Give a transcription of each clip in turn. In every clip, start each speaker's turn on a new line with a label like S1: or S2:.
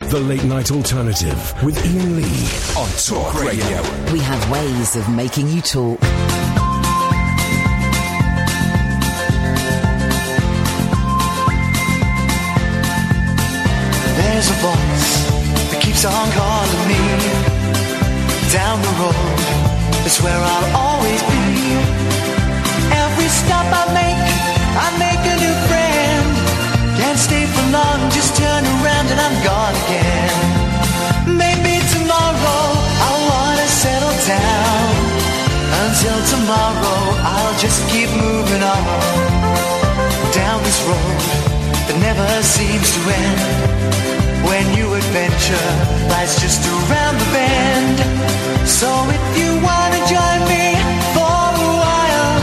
S1: The Late Night Alternative with Ian Lee on Talk Radio.
S2: We have ways of making you talk.
S3: There's a voice that keeps on calling me. Down the road is where I'll always be. Every stop I make, I make a new friend. Can't stay for long, just turn around and I'm gone again. Maybe tomorrow I wanna settle down. Until tomorrow, I'll just keep moving on. Down this road that never seems to end when new adventure lies just around the bend. So if you wanna join me for a while,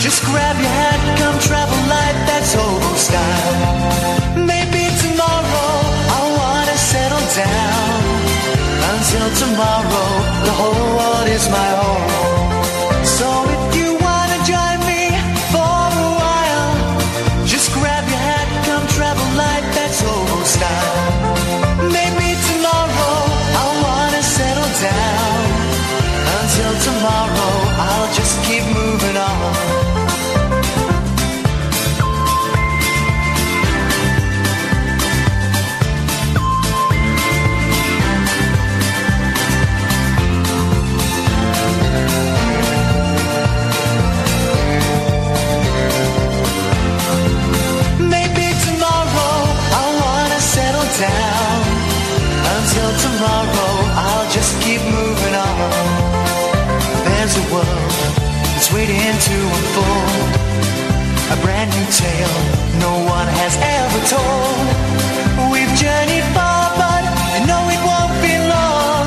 S3: just grab your hat, come travel light, that's hobo style. Maybe tomorrow I wanna settle down. Until tomorrow, the whole world is my own. So if you wanna join me for a while, just grab your hat, come travel light, that's hobo style. Maybe tomorrow I wanna settle down. Until tomorrow, I'll just keep moving on. Maybe tomorrow I wanna settle down. Until tomorrow, I'll just keep moving on. There's a world that's waiting to unfold. A brand new tale no one has ever told. We've journeyed far, but I know it won't be long.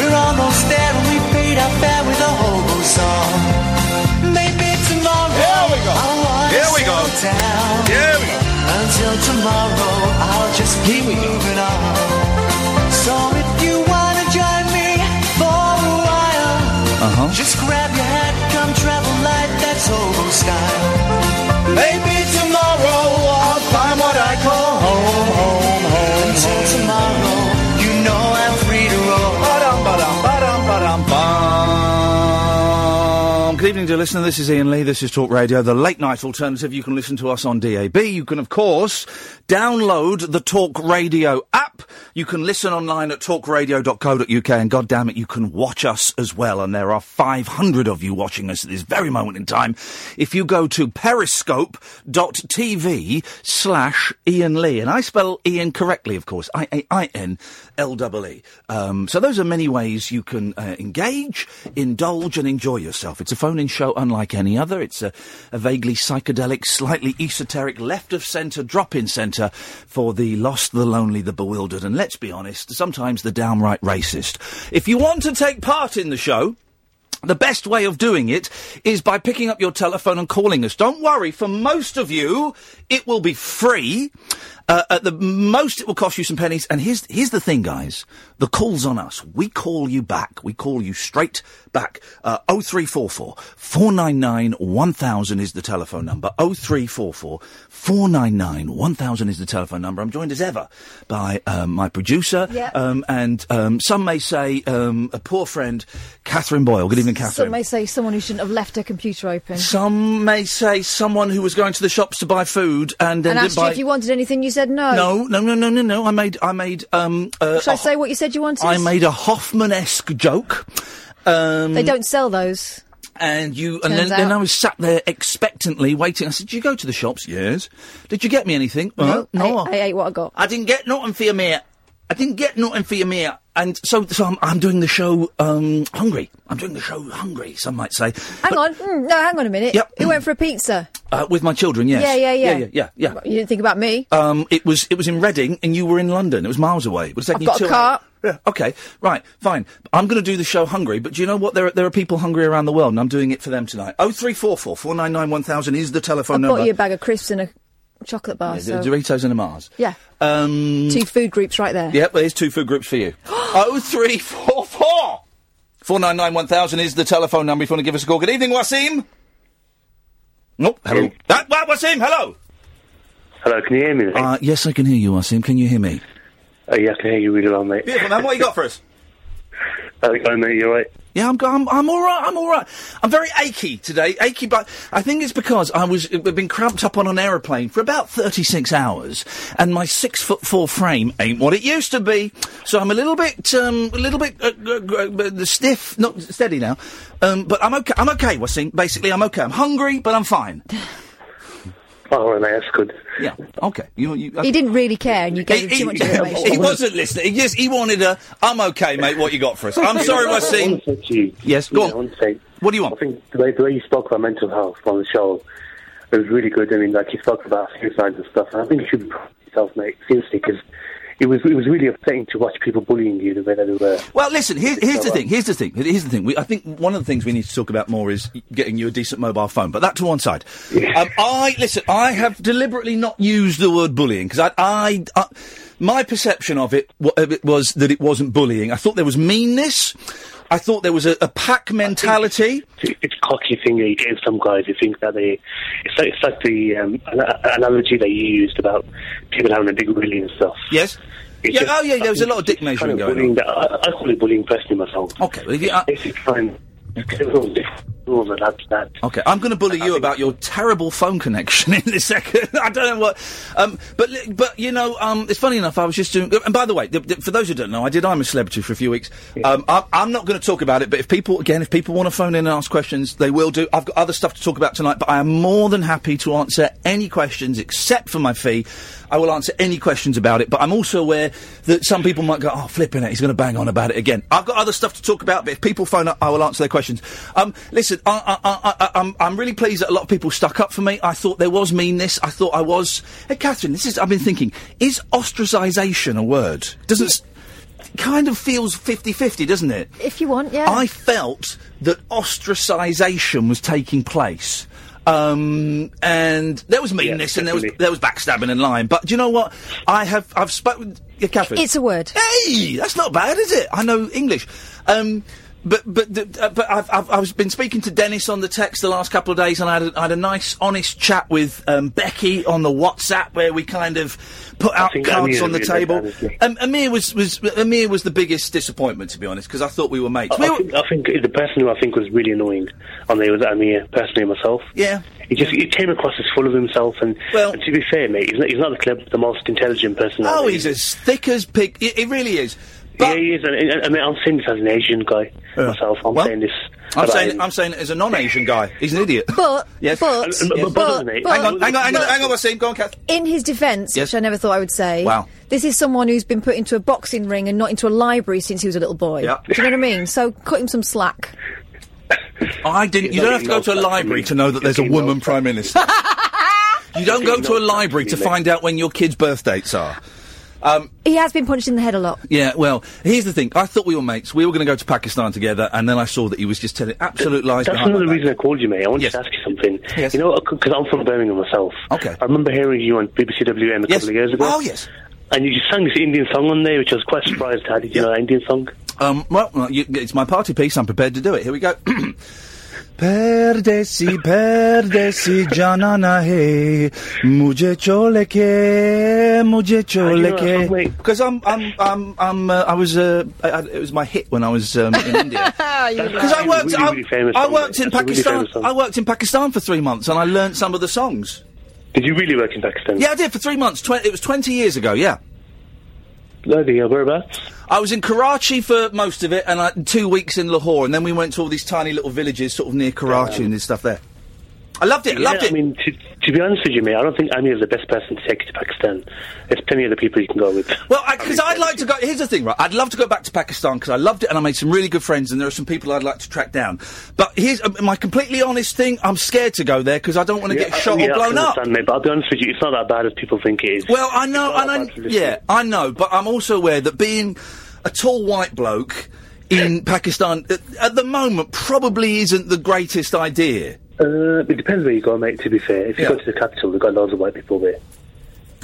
S3: We're almost there and we paid our fare with a hobo song. Maybe tomorrow Here we go. I wanna
S4: Here we go.
S3: settle down.
S4: Here we go.
S3: Until tomorrow, I'll just keep moving on. So if you wanna join me for a while,
S5: Uh-huh.
S3: just grab your hat, come travel light, that's hobo style. Maybe tomorrow I'll find what I call home. home, home Until tomorrow, you know I'm free to roam.
S5: Ba-dum, ba-dum, ba-dum, ba-dum, bum. Good evening, dear listener. This is Ian Lee. This is Talk Radio, the late night alternative. You can listen to us on DAB. You can, of course, download the Talk Radio app. You can listen online at talkradio.co.uk, and God damn it, you can watch us as well. And there are 500 of you watching us at this very moment in time. If you go to periscope.tv slash Ian Lee, and I spell Ian correctly, of course, I A I N L E E. Um, so those are many ways you can uh, engage, indulge, and enjoy yourself. It's a phone-in show unlike any other. It's a, a vaguely psychedelic, slightly esoteric, left-of-centre drop-in centre for the lost, the lonely, the bewildered, and let's be honest, sometimes the downright racist. If you want to take part in the show. The best way of doing it is by picking up your telephone and calling us. Don't worry, for most of you, it will be free. Uh, at the most, it will cost you some pennies. And here's, here's the thing, guys. The call's on us. We call you back. We call you straight back. Uh, 0344 499 1000 is the telephone number. 0344 499 1000 is the telephone number. I'm joined as ever by um, my producer.
S6: Yeah.
S5: Um, and um, some may say um, a poor friend, Catherine Boyle. Good evening, Catherine.
S6: Some may say someone who shouldn't have left her computer open.
S5: Some may say someone who was going to the shops to buy food and then didn't
S6: and asked you
S5: buy.
S6: if you wanted anything, you said no.
S5: no, no, no, no, no, no. I made, I made, um, uh,
S6: Should I
S5: a-
S6: say what you said you wanted?
S5: I made a Hoffman-esque joke. Um,
S6: They don't sell those.
S5: and you, and then,
S6: Turns
S5: then
S6: out-
S5: I was sat there expectantly waiting. I said, "Did you go to the shops? Yes. Did you get me anything? No, no.
S6: I, I ate what I got.
S5: I didn't get nothing for you, mate. I didn't get nothing for you, mate. And so, so I'm, I'm doing the show um, hungry. I'm doing the show hungry. Some might say,
S6: Hang on. Mm, no, hang on a minute.
S5: Yep.
S6: Who went for a pizza?
S5: uh, with my children. Yes.
S6: Yeah, yeah, yeah.
S5: yeah, yeah, yeah.
S6: You didn't think about me.
S5: Um, it was it was in Reading, and you were in London. It was miles away. It was taking
S6: I've
S5: you
S6: got a
S5: two
S6: car.
S5: Yeah. Okay. Right. Fine. I'm going to do the show hungry, but do you know what? There are, there are people hungry around the world, and I'm doing it for them tonight. Oh three four four four nine nine one thousand is the telephone
S6: I
S5: number.
S6: bought you a bag of crisps and a chocolate bar.
S5: Yeah,
S6: so.
S5: Doritos and a Mars.
S6: yeah.
S5: Um.
S6: Two food groups right there.
S5: Yep. There's two food groups for you. oh three four four four nine nine one thousand is the telephone number if you want to give us a call. Good evening, Wasim. Nope. Hello. That, Wasim. Hello.
S7: Hello, can you hear me?
S5: Uh, yes, I can hear you, Wasim. Can you hear me?
S4: Oh, yeah, I can hear you really well, mate.
S5: Beautiful, man. What you got for us?
S4: How's it going, mate? You alright?
S5: Yeah, I'm, go- I'm, I'm all right. I'm all right. I'm very achy today. Achy, but I think it's because I was I've been cramped up on an aeroplane for about 36 hours, and my six foot four frame ain't what it used to be. So I'm a little bit, um, a little bit uh, gr- gr- gr- stiff, not steady now. Um, but I'm okay. I'm okay. Wasim. Basically, I'm okay. I'm hungry, but I'm fine.
S4: Oh, right, mate, that's good.
S5: Yeah. Okay. You, you,
S6: He didn't really care, and you gave him too much information.
S5: he wasn't listening. He just he wanted a. I'm okay, mate. What you got for us? I'm sorry, Wasim. Yes, go
S4: yeah,
S5: on.
S4: What
S5: do you want?
S4: I think the way, the way you spoke about mental health on the show, it was really good. I mean, like, you spoke about suicides and stuff, and I think you should be proud of yourself, mate, seriously, because it was, it was really upsetting to watch people bullying you the way that they were.
S5: Well, listen. Here, here's the thing. Here's the thing. Here's the thing. We, I think one of the things we need to talk about more is getting you a decent mobile phone. But that to one side. Um, I listen. I have deliberately not used the word bullying because I, I, I- my perception of it, wa- of it was that it wasn't bullying. I thought there was meanness. I thought there was a, a pack mentality.
S4: It's a cocky thing that you get some guys who think that they. It's like, it's like the um, ana- analogy that you used about people having a big willy and stuff.
S5: Yes. Yeah, oh, yeah, there was a lot of dick measuring going
S4: on. That, I, I call it bullying personally myself.
S5: Okay, well, if you. uh,
S4: It's fine. Everyone's different. Rules and that's that.
S5: Okay, I'm going to bully you about your terrible phone connection in a second. I don't know what, um, but li- but you know, um, it's funny enough. I was just doing, and by the way, th- th- for those who don't know, I did I'm a celebrity for a few weeks. Um, I- I'm not going to talk about it, but if people again, if people want to phone in and ask questions, they will do. I've got other stuff to talk about tonight, but I am more than happy to answer any questions except for my fee. I will answer any questions about it, but I'm also aware that some people might go, oh, flipping it, he's going to bang on about it again. I've got other stuff to talk about, but if people phone up, I will answer their questions. Um, listen, I, I, I, I, I'm, I'm really pleased that a lot of people stuck up for me. I thought there was meanness. I thought I was. Hey, Catherine, this is. I've been thinking, is ostracisation a word? Doesn't. s Kind of feels 50 50, doesn't it?
S6: If you want, yeah.
S5: I felt that ostracisation was taking place. Um, and there was meanness and there was there was backstabbing and lying. But do you know what? I have I've spoken. Yeah, Catherine.
S6: It's a word.
S5: Hey, that's not bad, is it? I know English. Um, but but the- uh, but I've, I've I've been speaking to Dennis on the text the last couple of days, and I had a, I had a nice honest chat with um, Becky on the WhatsApp where we kind of put out
S4: think
S5: cards
S4: Amir
S5: on the
S4: really
S5: table.
S4: did that,
S5: Um, Amir was was Amir was the biggest disappointment to be honest because I thought we were mates.
S4: I, I think, I think the person who I think was really annoying on there was Amir, personally myself.
S5: Yeah.
S4: He just he came across as full of himself, and, and to be fair, mate, he's not, he's not the, clever, the most intelligent person. out
S5: Oh,
S4: there.
S5: he's as thick as pig. It, it really is.
S4: yeah, he is. And, and, and I'm saying this as an Asian guy myself. I'm saying this.
S5: I'm
S4: about
S5: saying
S4: him.
S5: I'm saying it as a non-Asian guy. He's an idiot.
S6: But-
S5: yes,
S6: but-
S5: Yes.
S6: but- but-
S5: hang
S6: but-
S5: on, hang on, hang on,
S6: but-
S5: hang on. Wasim, go on, Kath.
S6: In his defence,
S5: Yes.
S6: which I never thought I would say,
S5: Wow.
S6: this is someone who's been put into a boxing ring and not into a library since he was a little boy.
S5: Yeah.
S6: Do you know what I mean? So cut him some slack.
S5: I didn't. You don't have to go to a library to know that there's a woman prime minister. you don't go to a library to find out when your kids' birth dates are. Um,
S6: He has been punched in the head a lot.
S5: yeah, well, here's the thing. I thought we were mates. We were going to go to Pakistan together, and then I saw that he was just telling absolute lies
S4: That's
S5: behind my
S4: another
S5: back.
S4: reason I called you, mate. I wanted to ask you something. You know, because I'm from Birmingham myself. Okay. I remember hearing you on BBC WM a couple of years ago.
S5: Oh, yes.
S4: And you just sang this Indian song on there, which I was quite surprised. How did you know that Indian song?
S5: Um, well, well, you, it's my party piece. I'm prepared to do it. Here we go. Perdesi, perdesi, janana hai, mujhe chole ke,
S3: Ah,
S5: mujhe chole
S3: oh,
S5: ke. Because I'm, I'm, I'm, I'm. Uh, I was. Uh, I, I, it was my hit when I was um, in India. Because I worked, I, I worked in Pakistan. I worked in Pakistan for three months, and I learnt some of the songs.
S4: Did you really work in Pakistan?
S5: Yeah, I did for three months. Twen- it was twenty years ago. Yeah.
S4: Bloody hell, whereabouts?
S5: I was in Karachi for most of it, and like, two weeks in Lahore, and then we went to all these tiny little villages, sort of near Karachi and this stuff there. I loved it. I loved
S4: Yeah,
S5: it.
S4: I mean, to, to be honest with you, mate, I don't think Amir is the best person to take you to Pakistan. There's plenty of other people you can go with.
S5: Well, because Oh, I'd like to go. Here's the thing, right? I'd love to go back to Pakistan because I loved it and I made some really good friends, and there are some people I'd like to track down. But here's uh, my completely honest thing: I'm scared to go there because I don't want to
S4: Yeah,
S5: get shot
S4: I, yeah,
S5: or
S4: I
S5: blown up.
S4: understand, Mate, but I'll be honest with you, it's not that bad as people think it is.
S5: Well, I know,
S4: It's not
S5: and
S4: that
S5: I,
S4: bad to
S5: yeah,
S4: listen.
S5: I know, but I'm also aware that being a tall white bloke in Pakistan at, at the moment probably isn't the greatest idea.
S4: Uh, it depends where you go, mate, to be fair. If you go to the capital, we've got loads of white people there.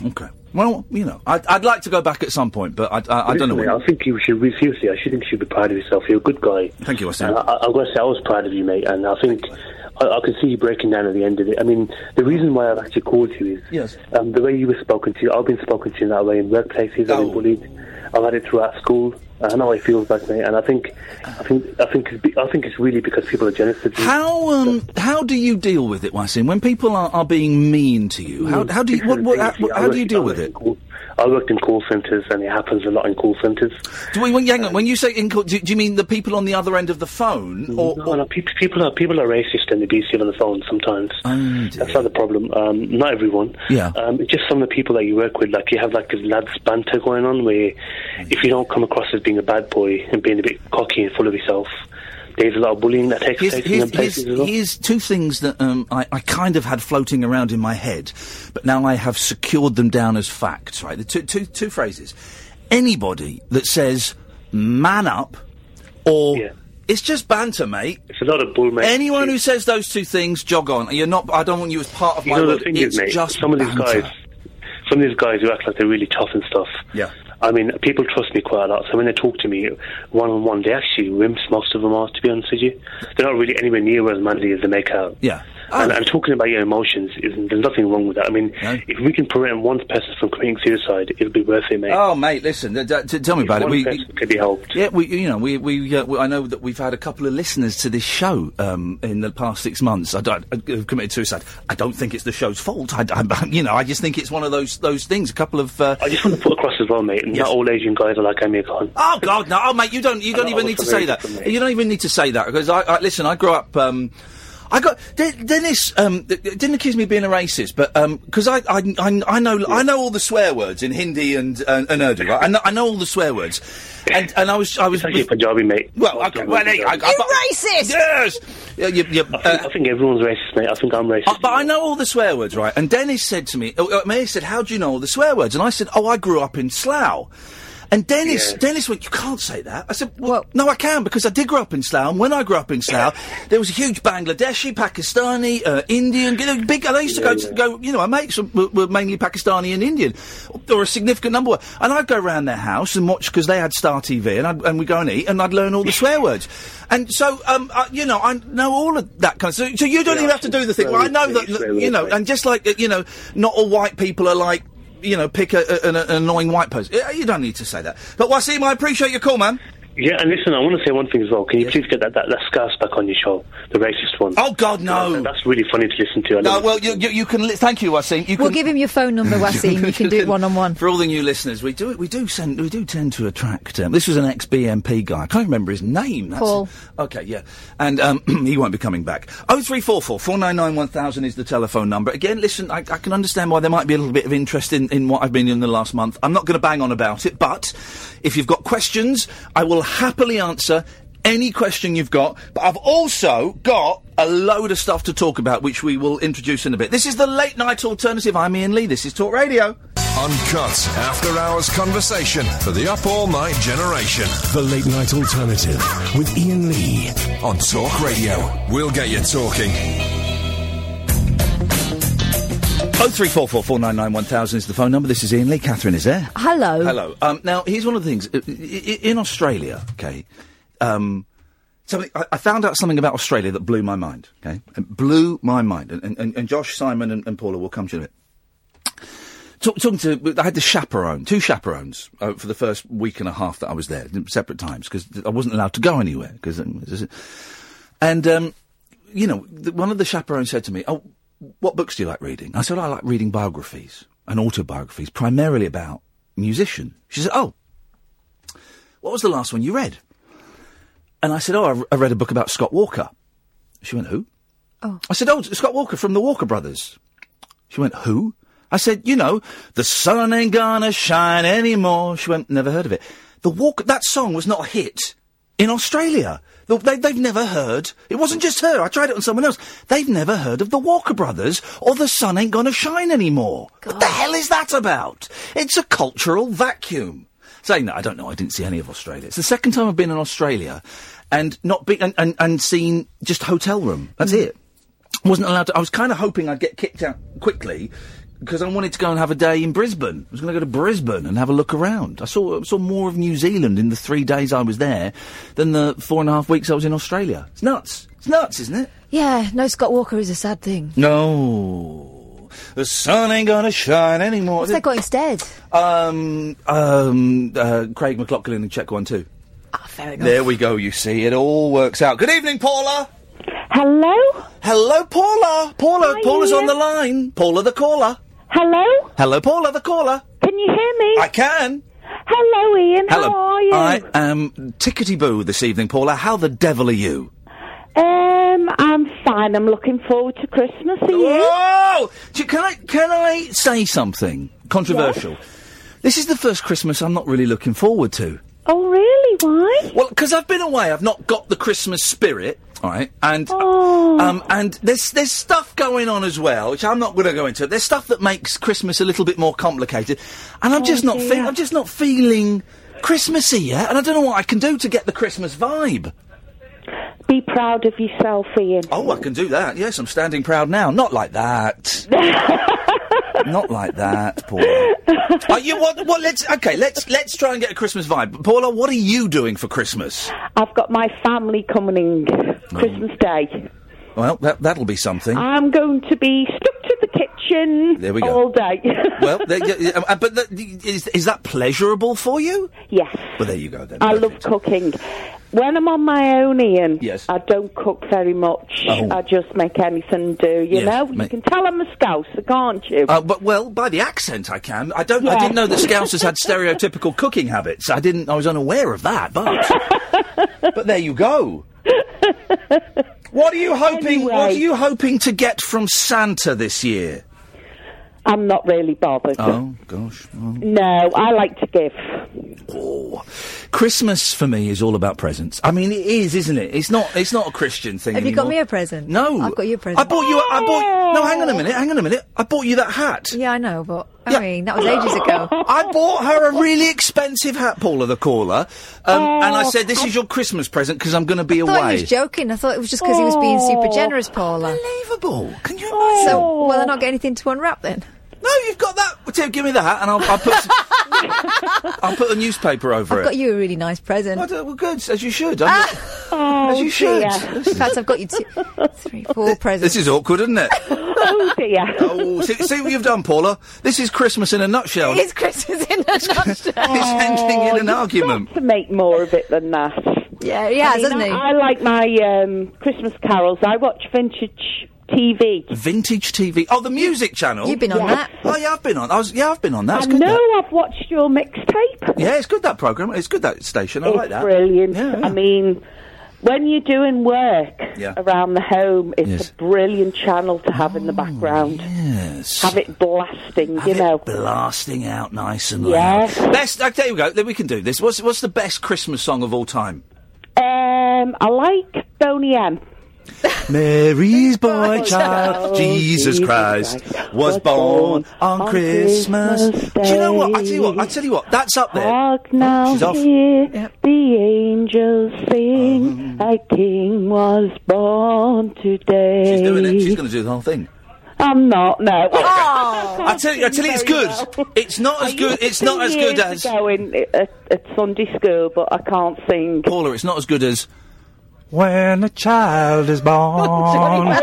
S5: Okay. Well, you know, I'd, I'd like to go back at some point, but I, I, I don't know.
S4: Mate,
S5: When.
S4: I think you should, really, seriously, I should think you should be proud of yourself. You're a good guy.
S5: Thank you, Wasim.
S4: And I, I, I've got to say, I was proud of you, mate, and I think I, I could see you breaking down at the end of it. I mean, the reason why I've actually called you is
S5: Yes. Oh.
S4: um, the way you were spoken to, I've been spoken to in that way in workplaces, I've been bullied. I've had it throughout school. I know what it feels like, mate, and I think, I think, I think, it's, be- I think it's really because people are jealous of you.
S5: How um, how do you deal with it, Wasim? When people are, are being mean to you, how, how do you what, what, how, how do you deal with it?
S4: I worked in call centres, and it happens a lot in call centres.
S5: Do we, when, hang on, when you say in court, do, do you mean the people on the other end of the phone, or,
S4: No, no, peop people are people are racist and abusive on the phone sometimes. That's not the problem. Um, not everyone.
S5: Yeah.
S4: Um, it's just some of the people that you work with. Like you have like this lads banter going on where, if you don't come across as being a bad boy and being a bit cocky and full of yourself, there's a lot of bullying that takes
S5: Here's,
S4: place in
S5: here's-
S4: them places
S5: here's-
S4: as well.
S5: here's two things that um, I, I kind of had floating around in my head, but now I have secured them down as facts, right? The two, two, two phrases. Anybody that says, man up, or it's just banter, mate.
S4: It's a lot of bull, mate.
S5: Anyone who says those two things, jog on. You're not, I don't want you as part of
S4: You
S5: my
S4: know the
S5: world.
S4: thing
S5: it's
S4: is, mate,
S5: just
S4: some of these
S5: banter.
S4: guys, some of these guys who act like they're really tough and stuff.
S5: Yeah.
S4: I mean, people trust me quite a lot. So when they talk to me one on one, they actually wimps. Most of them are, to be honest with you. They're not really anywhere near as manly as they make out.
S5: Yeah.
S4: And, and talking about your emotions, is, there's nothing wrong with that. I mean, if we can prevent one person from committing suicide, it'll be worth it, mate.
S5: Oh, mate, listen, th- th- t- tell me about it.
S4: one
S5: We,
S4: person could be helped.
S5: Yeah, we, you know, we, we, uh, we, I know that we've had a couple of listeners to this show um, in the past six months. I don't, uh, who've committed suicide. I don't think it's the show's fault. I, I- you know, I just think it's one of those those things. A couple of. Uh,
S4: I just want to put across as well, mate. Not all Asian guys are like Amir Khan.
S5: Oh God, no! Oh mate, you don't you don't even need to say that. You don't even need to say that because I, I listen. I grew up. Um, I got De- Dennis um, th- th- didn't accuse me of being a racist, but because I, I, I I know I know all the swear words in Hindi and and, and Urdu. Right? I know I know all the swear words, and and I was I was
S4: Punjabi mate.
S5: Well, okay, well, hey, I, I,
S6: racist!
S5: Yes! Yeah, you- you-
S4: I, think, I think everyone's racist, mate. I think I'm racist.
S5: uh, but I know all the swear words, right? And Dennis said to me, oh, uh, May said, "How do you know all the swear words?" And I said, "Oh, I grew up in Slough." And Dennis,
S7: Yeah.
S5: Dennis went, "You can't say that." I said, "Well, no, I can because I did grow up in Slough. And when I grew up in Slough, there was a huge Bangladeshi, Pakistani, uh, Indian, you know, big. And I used to go
S7: Yeah,
S5: to
S7: yeah.
S5: go. You know, my mates were, were mainly Pakistani and Indian, or a significant number. And I'd go round their house and watch because they had Star TV, and I'd, and we go and eat, and I'd learn all the swear words. And so, um, uh, you know, I know all of that kind of. So, so you don't
S7: Yeah,
S5: even have to do the thing. Well, I know that, that, you know, and just like, uh, you know, not all white people are like, you know, pick a, a, an, an annoying white person. Uh, You don't need to say that. But Wasim, I appreciate your call, man.
S4: Yeah, and listen, I want to say one thing as well. Can you please get that, that, that scarf back on your show, the racist one?
S5: Oh, God, no.
S4: that's really funny to listen to. I
S5: No,
S4: love it.
S5: well, you, you, you can. Li- thank you, Wasim. You
S6: We'll
S5: can,
S6: give him your phone number, Wasim. you can do it one on one.
S5: For all the new listeners, we do we do send we do tend to attract. Um, this was an ex BMP guy. I can't remember his name.
S6: Paul.
S5: Okay, yeah, and um, he won't be coming back. Oh three four four four nine nine one thousand is the telephone number. Again, listen, I, I can understand why there might be a little bit of interest in, in what I've been in the last month. I'm not going to bang on about it, but if you've got questions, I will happily answer. Any question you've got, but I've also got a load of stuff to talk about, which we will introduce in a bit. This is the late night alternative. I'm Ian Lee. This is Talk Radio.
S1: Uncut after hours conversation for the up all night generation. The late night alternative with Ian Lee on Talk Radio. We'll get you talking.
S5: Oh three four four four nine nine one thousand is the phone number. This is Ian Lee. Catherine is there.
S6: Hello.
S5: Hello. Um, now here's one of the things I- I- in Australia. Okay, um, something I, I found out something about Australia that blew my mind. Okay, it blew my mind. And, and, and Josh, Simon, and, and Paula will come to it. Talk, talking to, I had the chaperone, two chaperones uh, for the first week and a half that I was there, separate times because I wasn't allowed to go anywhere. Because, and um, you know, the, one of the chaperones said to me, "Oh, what books do you like reading?" I said, "I like reading biographies and autobiographies, primarily about musician." She said, "Oh, what was the last one you read?" And I said, "Oh, I, re- I read a book about Scott Walker." She went, "Who?"
S6: Oh.
S5: I said, "Oh, Scott Walker from the Walker Brothers." She went, Who? I said, You know, the sun ain't gonna shine anymore. She went, Never heard of it. The walk, that song was not a hit in Australia. The- They, they've never heard. It wasn't just her. I tried it on someone else. They've never heard of the Walker Brothers or the sun ain't gonna shine anymore. What the hell is that about? It's a cultural vacuum. Saying that, I don't know. I didn't see any of Australia. It's the second time I've been in Australia and not be, and, and, and seen just hotel room. That's it wasn't allowed to. I was kind of hoping I'd get kicked out quickly because I wanted to go and have a day in Brisbane. I was going to go to Brisbane and have a look around. I saw saw more of New Zealand in the three days I was there than the four and a half weeks I was in Australia. It's nuts. It's nuts, isn't it?
S6: Yeah, no Scott Walker is a sad thing.
S5: No. The sun ain't gonna shine anymore.
S6: What's that got instead?
S5: Um, um, uh, Craig McLaughlin and Check One Two.
S6: Ah, fair enough.
S5: There we go. You see, it all works out. Good evening, Paula.
S7: Hello?
S5: Hello, Paula. Paula.
S7: Hi,
S5: Paula's on
S7: Ian.
S5: the line. Paula, the caller.
S7: Hello?
S5: Hello, Paula, the caller.
S7: Can you hear me?
S5: I can.
S7: Hello, Ian.
S5: Hello.
S7: How are you?
S5: I am tickety boo this evening, Paula. How the devil are you?
S7: Um, I'm fine. I'm looking forward to Christmas. Are you?
S5: Whoa! Do you- Can I can I say something controversial? This is the first Christmas I'm not really looking forward to.
S7: Oh, really? Why?
S5: Well, because I've been away, I've not got the Christmas spirit. All right, and
S7: Oh.
S5: um, and there's there's stuff going on as well, which I'm not going to go into. There's stuff that makes Christmas a little bit more complicated, and I'm
S7: Oh,
S5: just not fe-
S7: dear.
S5: I'm just not feeling Christmassy yet, and I don't know what I can do to get the Christmas vibe.
S7: Be proud of yourself, Ian.
S5: Oh, I can do that. Yes, I'm standing proud now. Not like that. Not like that, Paula. Are you what? What? Let's okay. Let's let's try and get a Christmas vibe. Paula, what are you doing for Christmas?
S7: I've got my family coming in Christmas Day.
S5: Well, that that'll be something.
S7: I'm going to be stuck to the kitchen
S5: There we go.
S7: all day.
S5: well, there, yeah, yeah, uh, but that, is is that pleasurable for you?
S7: yes.
S5: Well, there you go then.
S7: I love
S5: Perfect.
S7: cooking. When I'm on my own, Ian,
S5: Yes.
S7: I don't cook very much.
S5: Oh.
S7: I just make anything do, you
S5: Yes,
S7: know?
S5: ma-
S7: You can tell I'm a Scouser, can't you?
S5: Uh, but well, by the accent, I can. I don't. I
S7: Yeah.
S5: didn't know that Scousers had stereotypical cooking habits. I didn't. I was unaware of that. But but there you go. What are you hoping? What are
S7: Anyway.
S5: you hoping to get from Santa this year?
S7: I'm not really bothered.
S5: Oh gosh. Oh.
S7: No, I like to give.
S5: Oh. Christmas for me is all about presents. I mean, it is, isn't it? It's not. It's not a Christian thing.
S6: Have you got
S5: anymore.
S6: me a present?
S5: No,
S6: I've got you a present.
S5: I bought you. A, I bought. No, hang on a minute. Hang on a minute. I bought you that hat.
S6: Yeah, I know, but I
S5: Yeah.
S6: mean that was ages ago.
S5: I bought her a really expensive hat, Paula the caller, um, and I
S7: Oh.
S5: said, "This is your Christmas present because I'm going to be
S6: I
S5: away."
S6: thought he was joking. I thought it was just because he was being super generous, Paula.
S5: Unbelievable! Can you imagine?
S6: So, well, I not get anything to unwrap then.
S5: No, you've got that. Uh, Well, Tim, give me the hat, and I'll, I'll put. s- I'll put a newspaper over
S6: I've
S5: it.
S6: got you a really nice present. Ah!
S5: Well, d- well, good, as you should. I'm not-
S7: Oh,
S5: as you should.
S7: dear.
S6: In fact, I've got you two, three, four presents.
S5: This is awkward, isn't it?
S7: Oh, dear.
S5: Oh, see, see what you've done, Paula. This is Christmas in a nutshell.
S6: It's Christmas in a nutshell.
S5: Oh, It's ending
S6: Oh,
S5: in an argument.
S7: to make more of it than that.
S6: yeah, he
S7: I
S6: has,
S7: mean,
S6: hasn't he?
S7: I, I like my um, Christmas carols. I watch vintage TV.
S5: Vintage TV. Oh, the music channel.
S6: You've been on
S7: Yeah.
S6: that.
S5: Oh yeah, I've been on. I was, yeah, I've been on that. It's
S7: I
S5: good,
S7: know
S5: that.
S7: I've watched your mixtape.
S5: Yeah, it's good that program. It's good that station. I
S7: it's
S5: like that.
S7: brilliant.
S5: Yeah, yeah.
S7: I mean, when you're doing work
S5: Yeah.
S7: around the home, it's
S5: Yes. Oh,
S7: a brilliant channel to have in the background.
S5: yes.
S7: Have it blasting,
S5: Have
S7: you
S5: it
S7: know.
S5: blasting out nice and
S7: Yes.
S5: loud. Best. Okay, there we go. Then we can do this. What's what's the best Christmas song of all time?
S7: um, I like Boney M.
S5: Mary's boy child,
S7: child,
S5: Jesus
S7: Jesus
S5: Christ,
S7: Christ,
S5: was
S7: was
S5: born
S7: born
S5: on
S7: on
S5: Christmas.
S7: Christmas
S5: Do you know what? I tell you what. I
S7: Day.
S5: tell you what. That's up there.
S7: Hark now,
S5: she's off.
S7: hear
S6: Yep.
S7: the angels sing.
S5: Oh.
S7: A king was born today.
S5: She's doing it. She's going to do the whole thing.
S7: I'm not. No.
S5: I tell you, I tell you, it's good. It's not as good. It's not as good as
S7: going at, at Sunday school, but I can't sing.
S5: Paula. It's not as good as.
S8: When a child is born.
S5: And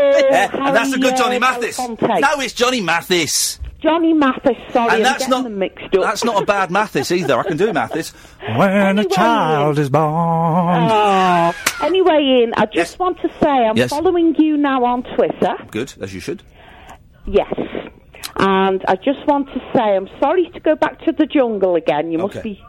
S5: that's a good Johnny Mathis. No, it's Johnny Mathis.
S7: Johnny Mathis. Sorry,
S5: and
S7: I'm
S5: that's
S7: getting
S5: not
S7: them mixed up.
S5: that's not a bad Mathis either. I can do Mathis.
S8: when a
S7: Anyway.
S8: child is born.
S7: Oh. Anyway, Ian, I just
S5: Yes.
S7: want to say I'm
S5: Yes.
S7: following you now on Twitter.
S5: Good as you should.
S7: Yes. And I just want to say I'm sorry to go back to the jungle again. You must
S5: Okay.
S7: be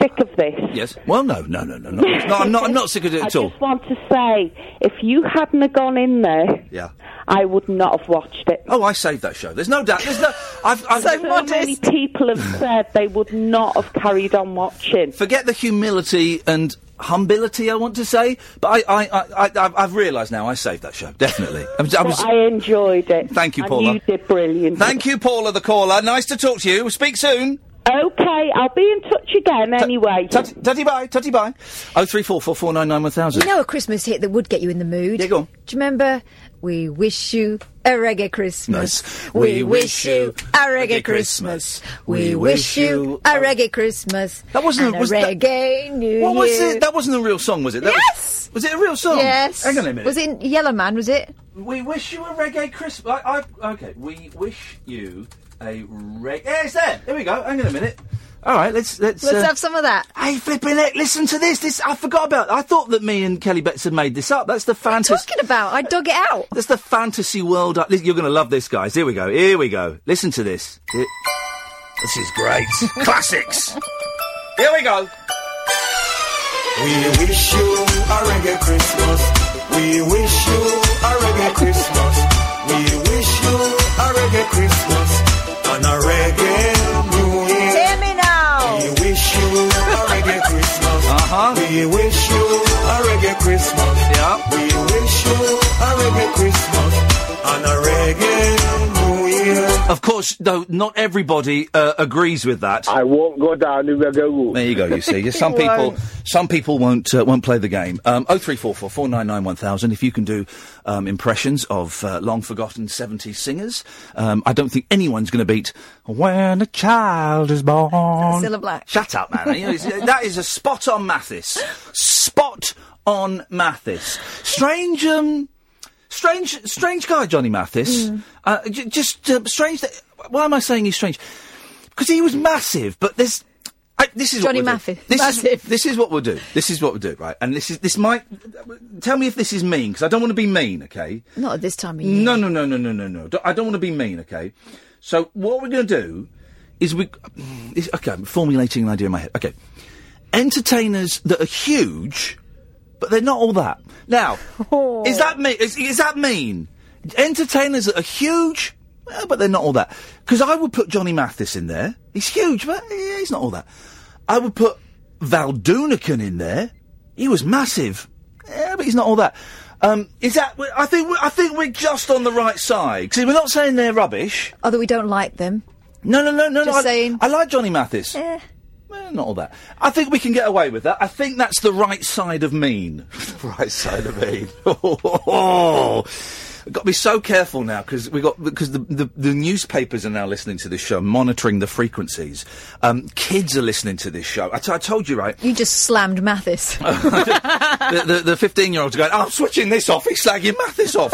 S7: sick of this.
S5: Yes. Well, no, no, no, no, no. no I'm not. I'm not sick of it
S7: I
S5: at all.
S7: just want to say, if you hadn't have gone in there,
S5: Yeah.
S7: I would not have watched it.
S5: Oh, I saved that show. There's no doubt. There's no. I've, I've
S7: so many people have said they would not have carried on watching.
S5: Forget the humility and humility. I want to say, but I, I, I, I I've- I've realised now. I saved that show definitely. I'm, just- I'm
S7: But
S5: just-
S7: I enjoyed it.
S5: Thank you,
S7: and
S5: Paula.
S7: You did brilliant.
S5: Thank you, Paula, the caller. Nice to talk to you. Speak soon.
S7: Okay, I'll be in touch again anyway.
S5: Tutty, tutty bye, tutty bye. Oh three four four four nine nine one thousand.
S6: You know a Christmas hit that would get you in the mood?
S5: Yeah, go on.
S6: Do you remember? We wish you a reggae Christmas.
S5: Nice.
S6: We wish you a reggae Christmas. We wish you a reggae Christmas.
S5: That wasn't
S6: and
S5: a- was
S6: a
S5: that-
S6: reggae New
S5: What was
S6: Year.
S5: it? That wasn't a real song, was it? That was-
S6: Yes!
S5: Was, it a real song?
S6: Yes.
S5: Hang on a minute.
S6: Was it in Yellow Man? Was it?
S5: We wish you a reggae Christmas. I, I, okay, we wish you a reggae. Yeah, it's there. Here we go. Hang on a minute. All right, let's let's.
S6: Let's
S5: uh,
S6: have some of that.
S5: Hey, flipping it! Listen to this. This I forgot about. I thought that me and Kelly Betts had made this up. That's the fantasy.
S6: Talking about, I dug it out.
S5: That's the fantasy world. I- You're going to love this, guys. Here we go. Here we go. Listen to this. Here- This is great. Classics. Here we go.
S3: We wish you a reggae Christmas. We wish you a reggae Christmas. We wish you a reggae Christmas and a reggae New Year.
S6: Hear me now.
S3: We wish you a reggae Christmas.
S5: Uh-huh.
S3: We wish you a reggae Christmas.
S5: Yeah.
S3: We wish you a reggae Christmas and a reggae New Year.
S5: Of course, though, not everybody uh, agrees with that.
S9: I won't go down the reggae route.
S5: There you go. You see, Just some people, some people won't uh, won't play the game. Um, oh three four four four nine nine one thousand. If you can do um, impressions of uh, long forgotten seventies singers, um, I don't think anyone's going to beat.
S8: When a child is born.
S6: Zilla Black.
S5: Shut up, man! You know, it's- that is a spot on Mathis. Spot on Mathis. Strange, um, strange, strange guy, Johnny Mathis.
S6: Hmm.
S5: Uh, j- just uh, strange. That, why am I saying he's strange? Because he was massive, but this. I, this is
S6: Johnny
S5: what we'll do.
S6: Mathis.
S5: This
S6: Massive.
S5: Is, this is what we'll do. This is what we'll do, right? And this is this might tell me if this is mean because I don't want to be mean, okay?
S6: Not at this time of year.
S5: No, no, no, no, no, no, no. Don't- I don't want to be mean, okay? So what we're going to do is we. Is, okay, I'm formulating an idea in my head. Okay. Entertainers that are huge, but they're not all that. Now,
S6: Oh.
S5: is that me? Is, is that mean? Entertainers that are huge, eh, but they're not all that. Because I would put Johnny Mathis in there. He's huge, but eh, he's not all that. I would put Val Dunican in there. He was massive, yeah, but he's not all that. Um, is that? we- I think we- I think we're just on the right side. See, we're not saying they're rubbish.
S6: Although we don't like them.
S5: No, no, no, no.
S6: Uh, Just
S5: no, I-
S6: saying.
S5: I, like Johnny Mathis.
S6: Eh.
S5: Eh, not all that. I think we can get away with that. I think that's the right side of mean. right side of mean. I've got to be so careful now because we got because the, the the newspapers are now listening to this show, monitoring the frequencies. Um, kids are listening to this show. I, t- I told you right.
S6: You just slammed Mathis.
S5: the the fifteen year olds are going. I'm switching this off. He's slagging Mathis off.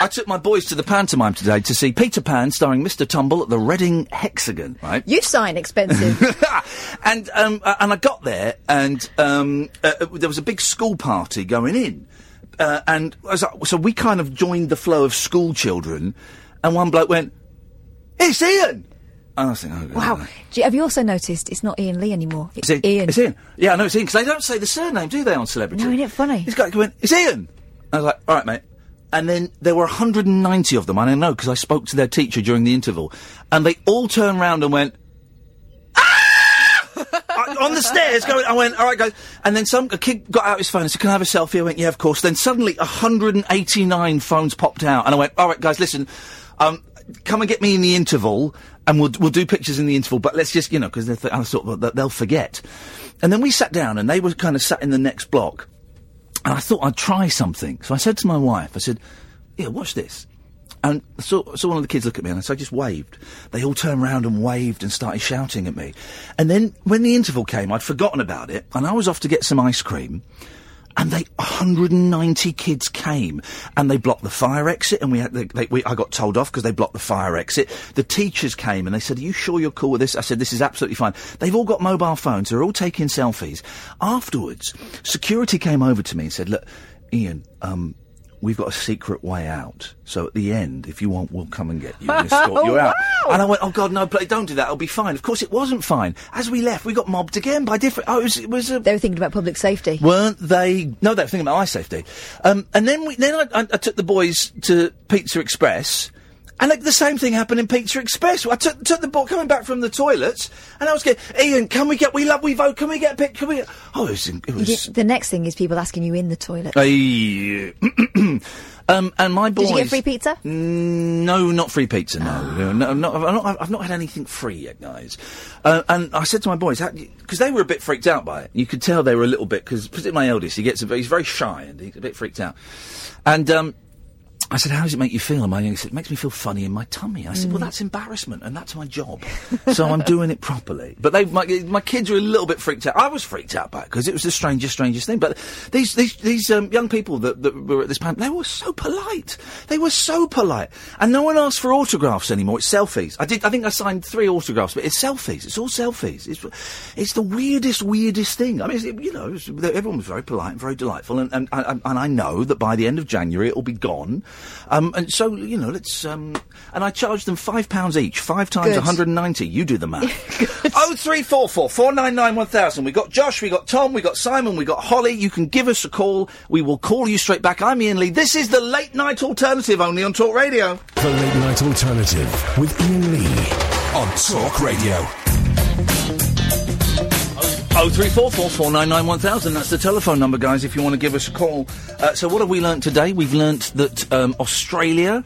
S5: I took my boys to the pantomime today to see Peter Pan starring Mr Tumble at the Reading Hexagon. Right.
S6: you sign expensive.
S5: and um, uh, and I got there, and um, uh, uh, there was a big school party going in, uh, and I was like- so we kind of joined the flow of school children, and one bloke went, "It's Ian," and I was thinking, oh, God.
S6: wow. Do you, have you also noticed it's not Ian Lee anymore? It's
S5: It's Ian.
S6: Ian.
S5: It's Ian. Yeah, I know it's Ian because they don't say the surname, do they, on Celebrity?
S6: No, isn't it funny?
S5: This guy went, "It's Ian." I was like, "All right, mate." And then there were 190 of them. and I know because I spoke to their teacher during the interval, and they all turned round and went. I- on the stairs, going, I went, all right, guys. And then some a kid got out his phone and said, "Can I have a selfie?" I went, "Yeah, of course." Then suddenly, 189 phones popped out, and I went, "All right, guys, listen, um, come and get me in the interval, and we'll we'll do pictures in the interval, but let's just, you know, because th- I thought well, th- they'll forget." And then we sat down, and they were kind of sat in the next block, and I thought I'd try something. So I said to my wife, I said, "Yeah, watch this." And I saw, saw one of the kids look at me, and so I just waved. They all turned round and waved and started shouting at me. And then when the interval came, I'd forgotten about it, and I was off to get some ice cream. And they 190 kids came, and they blocked the fire exit, and we had they, they, we, I got told off because they blocked the fire exit. The teachers came and they said, "Are you sure you're cool with this?" I said, "This is absolutely fine." They've all got mobile phones; they're all taking selfies. Afterwards, security came over to me and said, "Look, Ian, um, we've got a secret way out. So at the end, if you want, we'll come and get you and escort you out. And I went, oh God, no, pl- don't do that. It'll be fine. Of course, it wasn't fine. As we left, we got mobbed again by different. Oh, it was. It was a,
S6: they were thinking about public safety.
S5: weren't they? No, they were thinking about eye safety. Um, and then we, then I, I, I took the boys to Pizza Express. And like, the same thing happened in Pizza Express. I took, took the boy coming back from the toilets, and I was going, "Ian, can we get we love we vote? Can we get a pic? Can we?" Oh, it was, it
S6: You
S5: was
S6: did- the next thing is people asking you in the toilet.
S5: Ay. um, and my boys.
S6: Did you get free pizza?
S5: Mm, no, not free pizza. No, no, no, no, I've, not, I've not had anything free yet, guys. Uh, and I said to my boys because they were a bit freaked out by it. You could tell they were a little bit because particularly my eldest, he gets a, bit- he's very shy and he's a bit freaked out. And um, I said, how does it make you feel? And my youngest said, it makes me feel funny in my tummy. I said, well,
S10: Mm.
S5: that's embarrassment, and that's my job. so I'm doing it properly. But they, my, my kids are a little bit freaked out. I was freaked out by it because it was the strangest, strangest thing. But these these these um, young people that, that were at this panel, they were so polite. They were so polite, and no one asks for autographs anymore. It's selfies. I did. I think I signed three autographs, but it's selfies. It's all selfies. It's it's the weirdest, weirdest thing. I mean, it's, you know, it's, everyone was very polite and very delightful, and and, and and I know that by the end of January it'll be gone. Um, and so you know, let's um, and I charged them five pounds each, five times
S11: Good.
S5: one hundred and ninety. You do the math. Oh three four four four nine nine one thousand. We got Josh, we got Tom, we got Simon, we got Holly. You can give us a call. We will call you straight back. I'm Ian Lee. This is the late night alternative only on Talk Radio.
S1: The Late Night Alternative with Ian Lee on Talk Radio.
S5: Oh three four four four nine nine one thousand. That's the telephone number, guys. If you want to give us a call. Uh, so what have we learnt today? We've learnt that um, Australia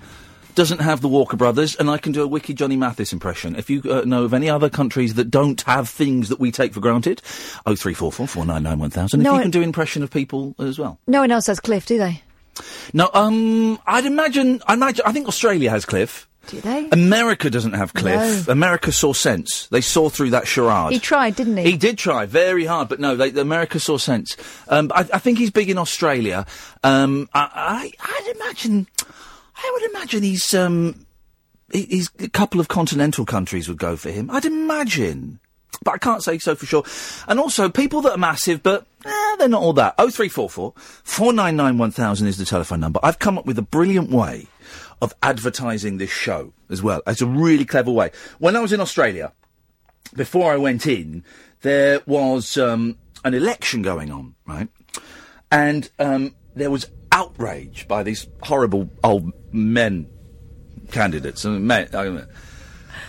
S5: doesn't have the Walker Brothers, and I can do a wiki Johnny Mathis impression. If you uh, know of any other countries that don't have things that we take for granted, oh three four four four nine nine one thousand.
S6: No,
S5: if you
S6: I-
S5: can do impression of people as well.
S6: No one else has Cliff, do they?
S5: No, um, I'd imagine. I imagine. I think Australia has Cliff.
S6: Do they?
S5: America doesn't have Cliff. America saw sense. They saw through that charade.
S6: He tried, didn't he?
S5: He did try very hard, but no, they, America saw sense. Um, I, I think he's big in Australia. Um, I, I, I'd imagine, I would imagine he's, um, he- he's a couple of continental countries would go for him. I'd imagine. But I can't say so for sure. And also, people that are massive, but eh, they're not all that. 0344 499 1000 is the telephone number. I've come up with a brilliant way of advertising this show as well. It's a really clever way. When I was in Australia, before I went in, there was um, an election going on, right? And um, there was outrage by these horrible old men candidates and men, I don't know.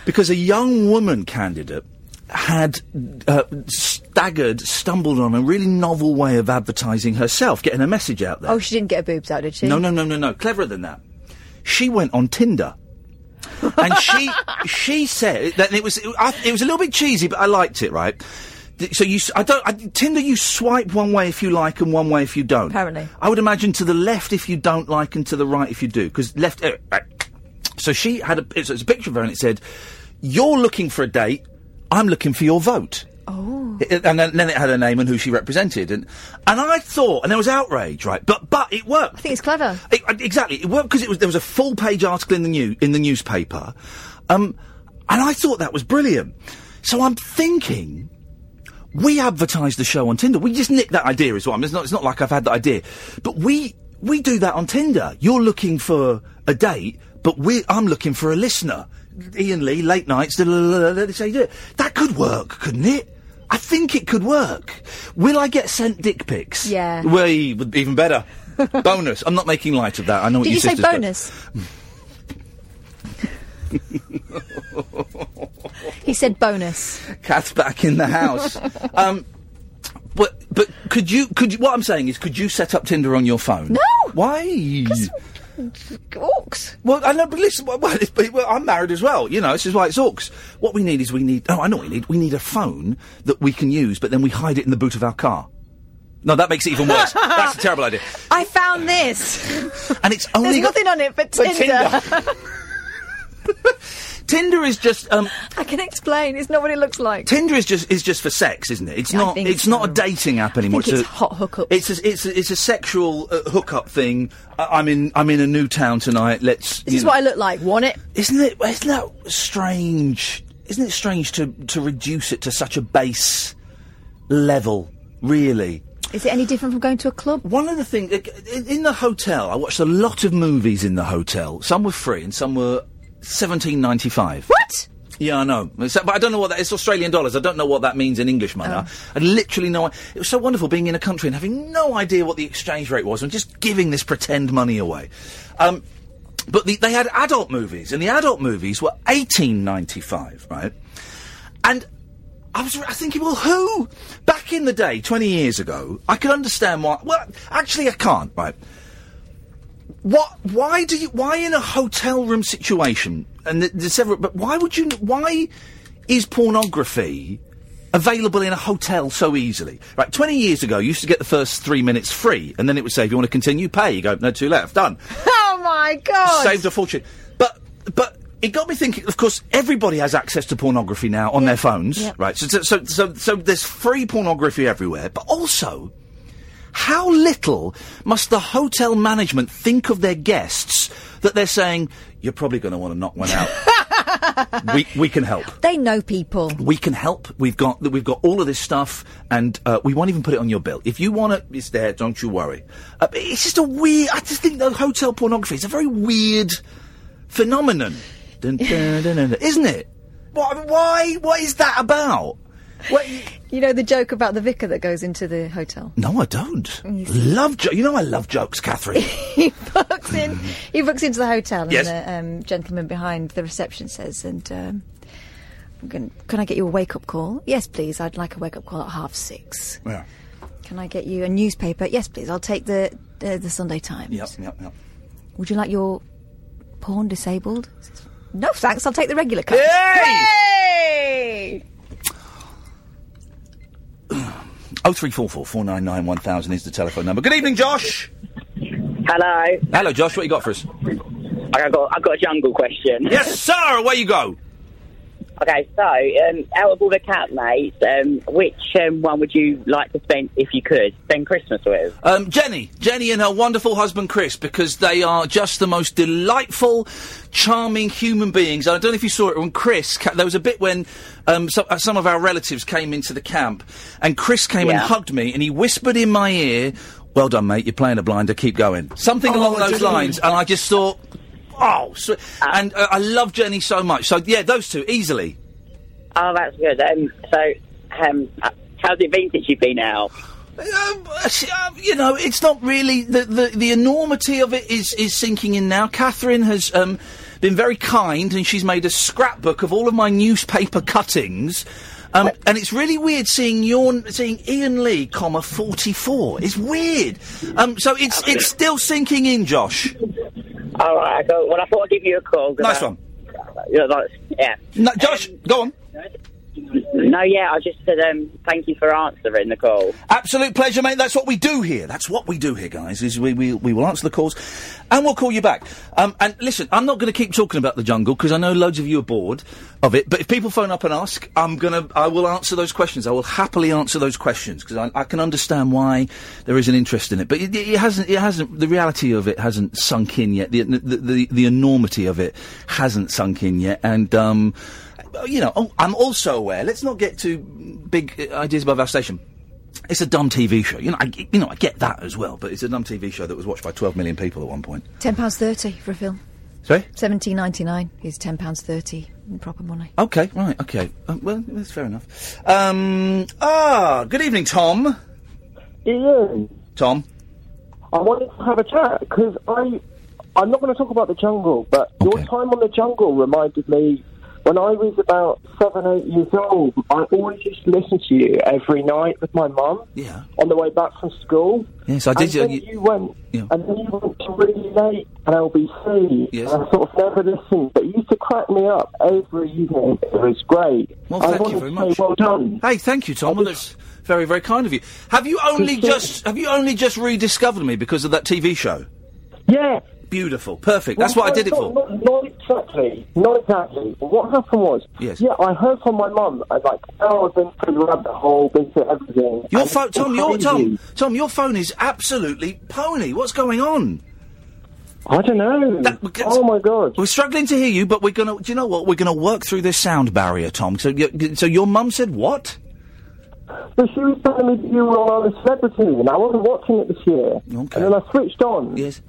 S5: because a young woman candidate had uh, staggered, stumbled on a really novel way of advertising herself, getting her message out there.
S6: Oh, she didn't get her boobs out, did she?
S5: No, no, no, no, no. Cleverer than that. She went on Tinder. and she she said that it was it, I, it was a little bit cheesy, but I liked it, right? Th- So you, s- I don't I, Tinder. You swipe one way if you like and one way if you don't.
S6: Apparently.
S5: I would imagine to the left if you don't like and to the right if you do, because left. eh, right. So she had a it's, it's a picture of her and it said, "You're looking for a date. I'm looking for your vote."
S6: Oh.
S5: It- it- and then, then it had her name and who she represented, and and I thought, and there was outrage, right? But but it worked. I
S6: think it's clever.
S5: It, uh, exactly, it worked because it was there was a full page article in the new in the newspaper, um, and I thought that was brilliant. So I'm thinking. We advertise the show on Tinder. We just nicked that idea, is what I'm. It's not. It's not like I've had that idea, but we we do that on Tinder. You're looking for a date, but we I'm looking for a listener. Ian Lee, late nights. da- da- da- da- da- That's how you do it. That could work, couldn't it? I think it could work. Will I get sent dick pics?
S6: Yeah.
S5: Way would even better. bonus. I'm not making light of that. I know what
S6: Did
S5: your
S6: you say
S5: sister's got.
S6: bonus? he said bonus.
S5: Cat's back in the house. um, but but could you could you, what I'm saying is could you set up Tinder on your phone? No. Why?
S6: Orcs.
S5: Well, I know, but listen, well, well, it's, but- well, I'm married as well, you know, this is why it's orcs. What we need is we need, oh, I know what we need. We need a phone that we can use, but then we hide it in the boot of our car. No, that makes it even worse. That's a terrible idea.
S6: I found this.
S5: And it's
S6: There's
S5: only Oh, got-
S6: nothing on it but
S5: But
S6: Tinder.
S5: Tinder is just, um,
S6: I can explain. It's not what it looks like.
S5: Tinder is just is just for sex, isn't it? It's
S6: Yeah, I
S5: not.
S6: think
S5: It's
S6: so.
S5: not a dating app anymore.
S6: think
S5: a
S6: it's hot hookups.
S5: It's a, it's a, it's a sexual uh, hookup thing. Uh, I'm in I'm in a new town tonight. Let's.
S6: This
S5: you
S6: is
S5: know-
S6: what I look like. Want it?
S5: Isn't it? Isn't that strange? Isn't it strange to to reduce it to such a base level? Really.
S6: Is it any different from going to a club?
S5: One of the things in the hotel, I watched a lot of movies in the hotel. Some were free and some were seventeen ninety five.
S6: What?
S5: Yeah, I know. So- but I don't know what that is. Australian dollars. I don't know what that means in English money. I- I literally know. It was so wonderful being in a country and having no idea what the exchange rate was and just giving this pretend money away. Um, but the, they had adult movies, and the adult movies were eighteen ninety five, right? And I was I was thinking, well, who back in the day, twenty years ago, I could understand why. Well, actually, I can't. Right? What? Why do you? Why in a hotel room situation? And th- there's several. But why would you? Why is pornography available in a hotel so easily? Right. Twenty years ago, you used to get the first three minutes free, and then it would say, if you want to continue, pay. You go, no, two left, done.
S6: Oh my God.
S5: Saved a fortune. But but it got me thinking. Of course, everybody has access to pornography now on their phones,
S10: Yeah.
S5: right? So so, so so so there's free pornography everywhere, but also. How little must the hotel management think of their guests that they're saying, you're probably going to want to knock one out. we, we can help.
S6: They know people.
S5: We can help. We've got we've got all of this stuff, and uh, we won't even put it on your bill. If you want it, it's there. Don't you worry. Uh, but it's just a weird. I just think the hotel pornography is a very weird phenomenon, Dun, dun, dun, dun, dun. isn't it? Why? Why? What is that about?
S6: You know the joke about the vicar that goes into the hotel.
S5: No, I don't. Love jo- You know I love jokes, Catherine.
S6: he books in. He books into the hotel,
S5: Yes.
S6: and the um, gentleman behind the reception says, "And um, I'm going can I get you a wake up call? Yes, please. I'd like a wake up call at half six.
S5: yeah.
S6: Can I get you a newspaper? Yes, please. I'll take the uh, the Sunday Times.
S5: Yep. Yep. Yep.
S6: Would you like your porn disabled? He says, No, thanks. I'll take the regular cut. Hey!
S5: Oh three four four four nine nine one thousand is the telephone number. Good evening, Josh.
S11: Hello.
S5: Hello, Josh. What you got for us?
S11: I got, I've got a jungle question.
S5: Yes, sir. Away you go.
S11: Okay, so um, out of all the cat mates, um, which um, one would you like to spend, if you could, spend Christmas with?
S5: Um, Jenny, Jenny and her wonderful husband Chris, because they are just the most delightful, charming human beings. I don't know if you saw it when Chris, ca- there was a bit when um, so, uh, some of our relatives came into the camp, and Chris came and
S10: Yeah.
S5: hugged me, and he whispered in my ear, "Well done, mate. You're playing a blinder. Keep going." Something
S10: Oh,
S5: along
S10: did
S5: those
S10: he? Ah.
S5: lines, and I just thought, "Oh," swe- and uh, I love Jenny so much. So yeah, those two easily.
S11: Oh, that's good. Um, so, um, uh, how's it been since you've been out?
S5: Um, you know, it's not really the, the the enormity of it is is sinking in now. Catherine has um, been very kind, and she's made a scrapbook of all of my newspaper cuttings. Um, and it's really weird seeing your seeing Ian Lee, comma forty four. It's weird. Um, so it's it's still sinking in, Josh.
S11: All right, I go, well, I thought I'd give you a call. 'cause
S5: Nice
S11: I-
S5: one.
S11: Yeah, that's, yeah. Um,
S5: No, Josh, go on.
S11: No, yeah, I just said um, thank you for answering the call.
S5: Absolute pleasure, mate. That's what we do here. That's what we do here, guys. Is we, we, we will answer the calls, and we'll call you back. Um, and listen, I'm not going to keep talking about the jungle because I know loads of you are bored of it. But if people phone up and ask, I'm gonna I will answer those questions. I will happily answer those questions because I, I can understand why there is an interest in it. But it, it hasn't it hasn't the reality of it hasn't sunk in yet. The the the, the enormity of it hasn't sunk in yet, and. Um, you know, oh, I'm also aware. Let's not get too big uh, ideas above our station it's a dumb TV show. You know, I, you know, I get that as well, but it's a dumb TV show that was watched by 12 million people at one point.
S6: Ten pounds thirty for a film.
S5: Sorry?
S6: Seventeen ninety nine is ten pounds thirty in proper money.
S5: Okay, right, okay. Uh, well, that's fair enough. Um, ah, good evening, Tom.
S9: Ian,
S5: Tom?
S9: I wanted to have a chat because I, I'm not going to talk about the jungle, but your time on the jungle reminded me when I was about seven, eight years old. I always used to listen to you every night with my mum.
S5: Yeah.
S9: On the way back from school.
S5: Yes, I did,
S9: And then
S5: uh, you-
S9: you, went, and then you went to really late at LBC. Yes. And I sort of never listened, but you used to crack me up every evening. It was great.
S5: Well,
S9: I
S5: thank you
S9: wanted
S5: very
S9: to say
S5: much.
S9: Well done.
S5: Hey, thank you, Tom. Well, that's very, very kind of you. Have you only
S9: Appreciate
S5: just, have you only just rediscovered me because of that TV show?
S9: Yeah.
S5: Beautiful, perfect. That's what I did it for.
S9: Not, not exactly. Not exactly. What happened was,
S5: Yes.
S9: yeah, I heard from my mum. I was like, oh, I've been through the rabbit hole, been through everything.
S5: Your
S9: And
S5: phone,
S9: it's
S5: Tom, your,
S9: crazy.
S5: Tom, Tom, your phone is absolutely pony. What's going on?
S9: I don't know. oh my god.
S5: We're struggling to hear you, but we're gonna. Do you know what? We're gonna work through this sound barrier, Tom. So, y- so your mum said what?
S9: But she was telling me that you were on a celebrity, and I wasn't watching it this year. And then I switched on.
S5: Yes.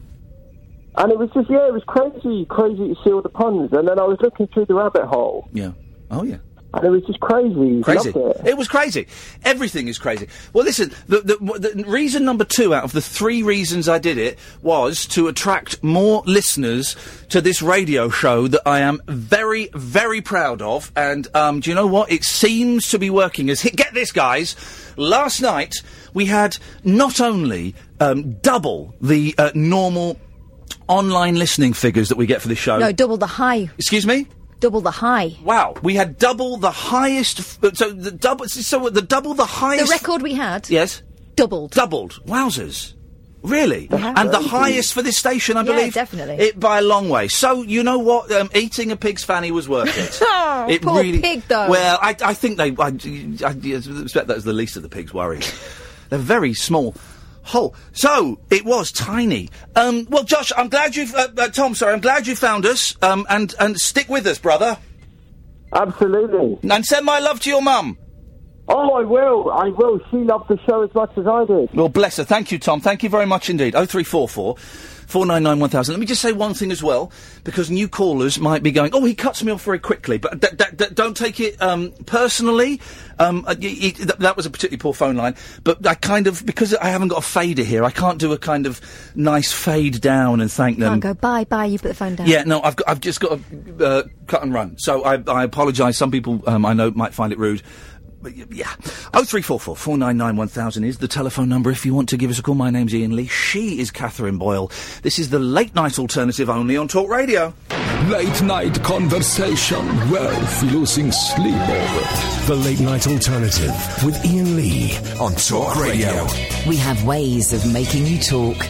S9: And it was just, yeah, it was crazy, crazy to see all the puns. And then I was looking through the rabbit hole.
S5: Yeah. Oh yeah.
S9: And it was just crazy.
S5: Crazy.
S9: Loved it.
S5: It was crazy. Everything is crazy. Well, listen, the, the, w- the reason number two out of the three reasons I did it was to attract more listeners to this radio show that I am very, very proud of. And um, do you know what? It seems to be working. As get this, guys, last night we had not only um, double the uh, normal online listening figures that we get for the show.
S6: No, double the high.
S5: Um, Excuse me.
S6: Double the high.
S5: Wow, we had double the highest. F- uh, so the double. So the double the
S6: The
S5: highest.
S6: record we had
S5: Yes.
S6: doubled.
S5: Doubled. Wowzers. Really?
S6: Yeah.
S5: And the
S6: Really?
S5: highest for this station, I
S6: Yeah,
S5: believe?
S6: definitely.
S5: It by a long way. So, you know what? Um, eating a pig's fanny was worth it.
S6: Oh,
S5: it
S6: poor
S5: really,
S6: pig, though.
S5: Well, I, I think they. I, I expect that was the least of the pig's worries. They're very small. Hole. So it was tiny. Um, well, Josh, I'm glad you've. Uh, uh, Tom, sorry, I'm glad you found us. Um, and and stick with us, brother.
S9: Absolutely.
S5: And send my love to your mum.
S9: Oh, I will. I will. She loved the show as much as I did.
S5: Well, bless her. Thank you, Tom. Thank you very much indeed. 0344 499 1000. Let me just say one thing as well, because new callers might be going, oh, he cuts me off very quickly, but th- th- th- don't take it um, personally. Um, uh, y- y- th- that was a particularly poor phone line, but I kind of, because I haven't got a fader here, I can't do a kind of nice fade down and thank them.
S6: Can't go bye bye. You put the phone down.
S5: Um, Yeah, no, I've, got, I've just got to uh, cut and run. So I, I apologise. Some people um, I know might find it rude. But y- yeah. 0344 499 1000 is the telephone number if you want to give us a call. My name's Ian Lee. She is Catherine Boyle. This is the late night alternative only on Talk Radio.
S1: Late night conversation, worth losing sleep over. The late night alternative with Ian Lee on Talk Radio.
S2: We have ways of making you talk.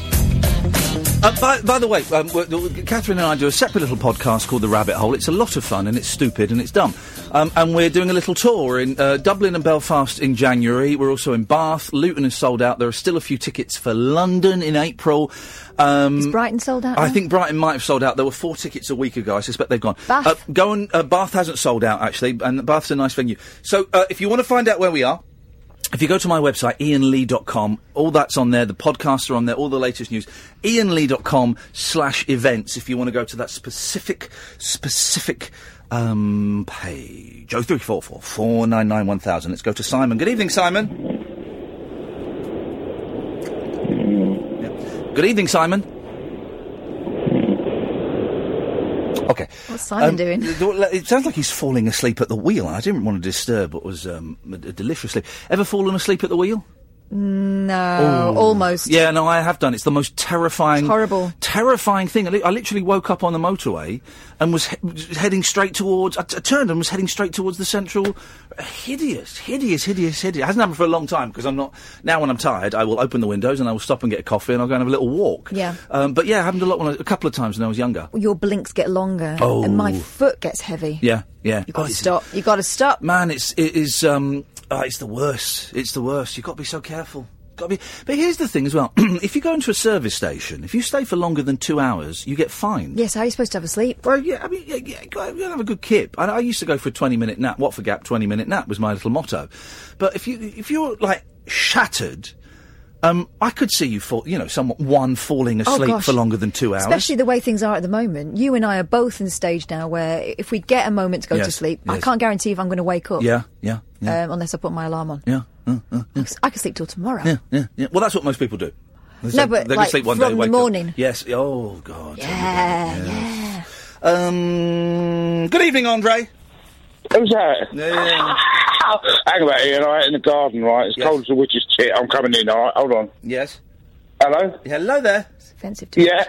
S5: Uh, by, by the way, um, w- w- Catherine and I do a separate little podcast called The Rabbit Hole. It's a lot of fun and it's stupid and it's dumb. Um, and we're doing a little tour in uh, Dublin and Belfast in January. We're also in Bath. Luton is sold out. There are still a few tickets for London in April. Um,
S6: Is Brighton sold out?
S5: I
S6: now?
S5: think Brighton might have sold out. There were four tickets a week ago. I suspect they've gone.
S6: Bath?
S5: Uh, go and uh, Bath hasn't sold out actually, and Bath's a nice venue. So uh, if you want to find out where we are. If you go to my website, ianlee.com, all that's on there. The podcasts are on there, all the latest news. ianlee.com slash events if you want to go to that specific, specific um, page. 0344 499 1000. Let's go to Simon. Good evening, Simon. Good evening, Simon. Okay.
S6: What's Simon
S5: Um,
S6: doing?
S5: th- th- It sounds like he's falling asleep at the wheel. I didn't want to disturb what was um, a, a delicious sleep. Ever fallen asleep at the wheel?
S6: No,
S5: Ooh.
S6: Uh, almost.
S5: Oh, Yeah, no, I have done. It's the most terrifying,
S6: horrible.
S5: terrifying thing. I, li- I literally woke up on the motorway and was he- was heading straight towards. I, t- I turned and was heading straight towards the central. Hideous, hideous, hideous, hideous. It hasn't happened for a long time because I'm not. Now, when I'm tired, I will open the windows and I will stop and get a coffee and I'll go and have a little walk.
S6: Yeah.
S5: Um, but yeah, it happened a lot when I, a couple of times when I was younger.
S6: Your blinks get longer,
S5: Oh.
S6: and my foot gets heavy.
S5: Yeah, yeah. You
S6: got to stop. You got to stop.
S5: Man, it's it is um uh, it's the worst. It's the worst. You've got to be so careful. Got to be. But here's the thing as well. if you go into a service station, if you stay for longer than two hours, you get fined.
S6: Yes, how are you supposed to have a sleep?
S5: Well, yeah, I mean, yeah, yeah, go- you gotta have a good kip. I, I used to go for a twenty-minute nap. Watford Gap twenty-minute nap was my little motto. But if you if you're like shattered, um, I could see you fall. You know, someone one falling
S6: Oh,
S5: asleep
S6: gosh.
S5: for longer than two hours.
S6: Especially the way things are at the moment. You and I are both in the stage now where if we get a moment to go to
S5: Yes,
S6: sleep, I
S5: yes.
S6: can't guarantee if I'm going to wake up.
S5: yeah, yeah, yeah,
S6: Um, unless I put my alarm on.
S5: yeah, uh, uh, yeah.
S6: I could sleep till tomorrow.
S5: Yeah, yeah, yeah. Well, that's what most people do. They
S6: No,
S5: say-
S6: but,
S5: they
S6: like,
S5: just sleep one
S6: from
S5: day,
S6: the
S5: wake up.
S6: morning.
S5: Yes. Oh God.
S6: Yeah,
S5: Um. Good evening, Andre.
S10: Who's that?
S5: Yeah.
S10: Hang about here, right? In the garden, right? It's cold as a witch's tit. I'm coming in, all right? Hold on.
S5: Yes.
S10: Hello?
S5: Hello there.
S6: It's offensive to
S10: Yeah.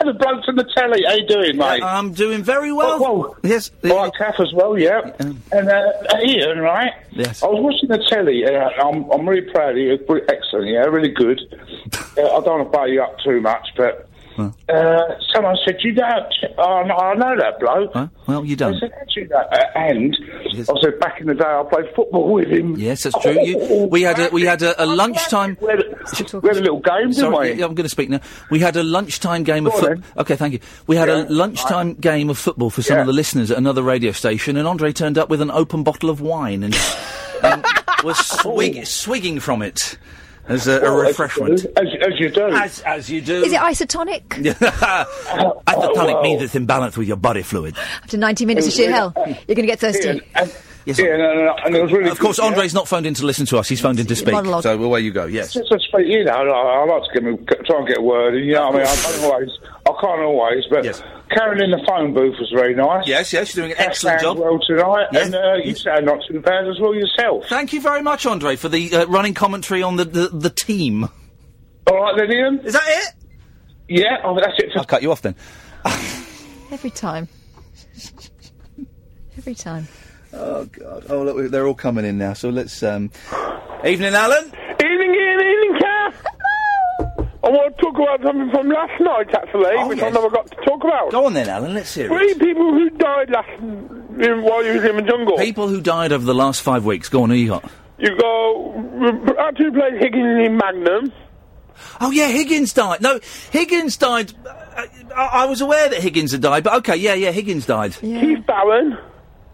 S10: the bloke from the telly. How you doing, mate?
S5: I'm doing very well.
S10: Oh,
S5: Yes.
S10: All right, Kath as well, yeah. And uh, Ian, right?
S5: Yes.
S10: I was watching the telly, and uh, I'm, I'm really proud of you. It's pretty Excellent, yeah, really good. uh, I don't want to buy you up too much, but uh, someone said, you don't... Oh, no, I know that bloke.
S5: Well, you don't.
S10: I said, actually, that, uh, and I said, back in the day, I played football with him.
S5: Yes, that's true. You, we had a we had a, a lunchtime. We
S10: had a, little game, didn't
S5: Sorry,
S10: we?
S5: yeah, I'm going to speak now. We had a lunchtime game of
S10: Go on
S5: football. Okay, thank you. We had a lunchtime game of football for some of the listeners at another radio station, and Andre turned up with an open bottle of wine and um, was swig- swigging from it as a, a
S10: Oh. Well, as you
S5: refreshment.
S10: do, As, as you do.
S5: As, as you do.
S6: Is it isotonic?
S5: Isotonic means it's in balance with your body fluid.
S6: After 90 minutes of sheer hell, you're going to get thirsty.
S5: Yes,
S10: and it was really
S5: of course,
S10: good, yeah.
S5: Andre's not phoned in to listen to us. He's phoned in to speak.
S10: monologue.
S5: So away you go. Yes.
S10: Since I speak, you know, I, I like to get me, try and get a word in, you know what I mean? I don't always, I can't always, but Karen in the phone booth was very nice.
S5: Yes, yes, you're doing an excellent job.
S10: sounds well tonight, and uh, you sound not too bad as well yourself.
S5: Thank you very much, Andre, for the uh, running commentary on the, the, the team.
S10: All right, then, Ian?
S5: Is that it?
S10: Yeah, oh, that's it. For-
S5: I'll cut you off then.
S6: Every time. Every time.
S5: Oh God! Oh look, we- they're all coming in now. So let's. Um... Evening, Alan.
S12: Evening, Ian. Evening, Kath. I want to talk about something from last night, actually, which I never got to talk about.
S5: Go on then, Alan, let's hear Oh, it.
S12: Three people who died last in, while you was in the jungle.
S5: People who died over the last five weeks. Go on, who you got?
S12: You
S10: uh,
S12: go, actually played Higgins in Magnum.
S5: Oh yeah, Higgins died. No, Higgins died. uh, I, I was aware that Higgins had died, but okay, yeah, yeah, Higgins died.
S12: Keith Barron.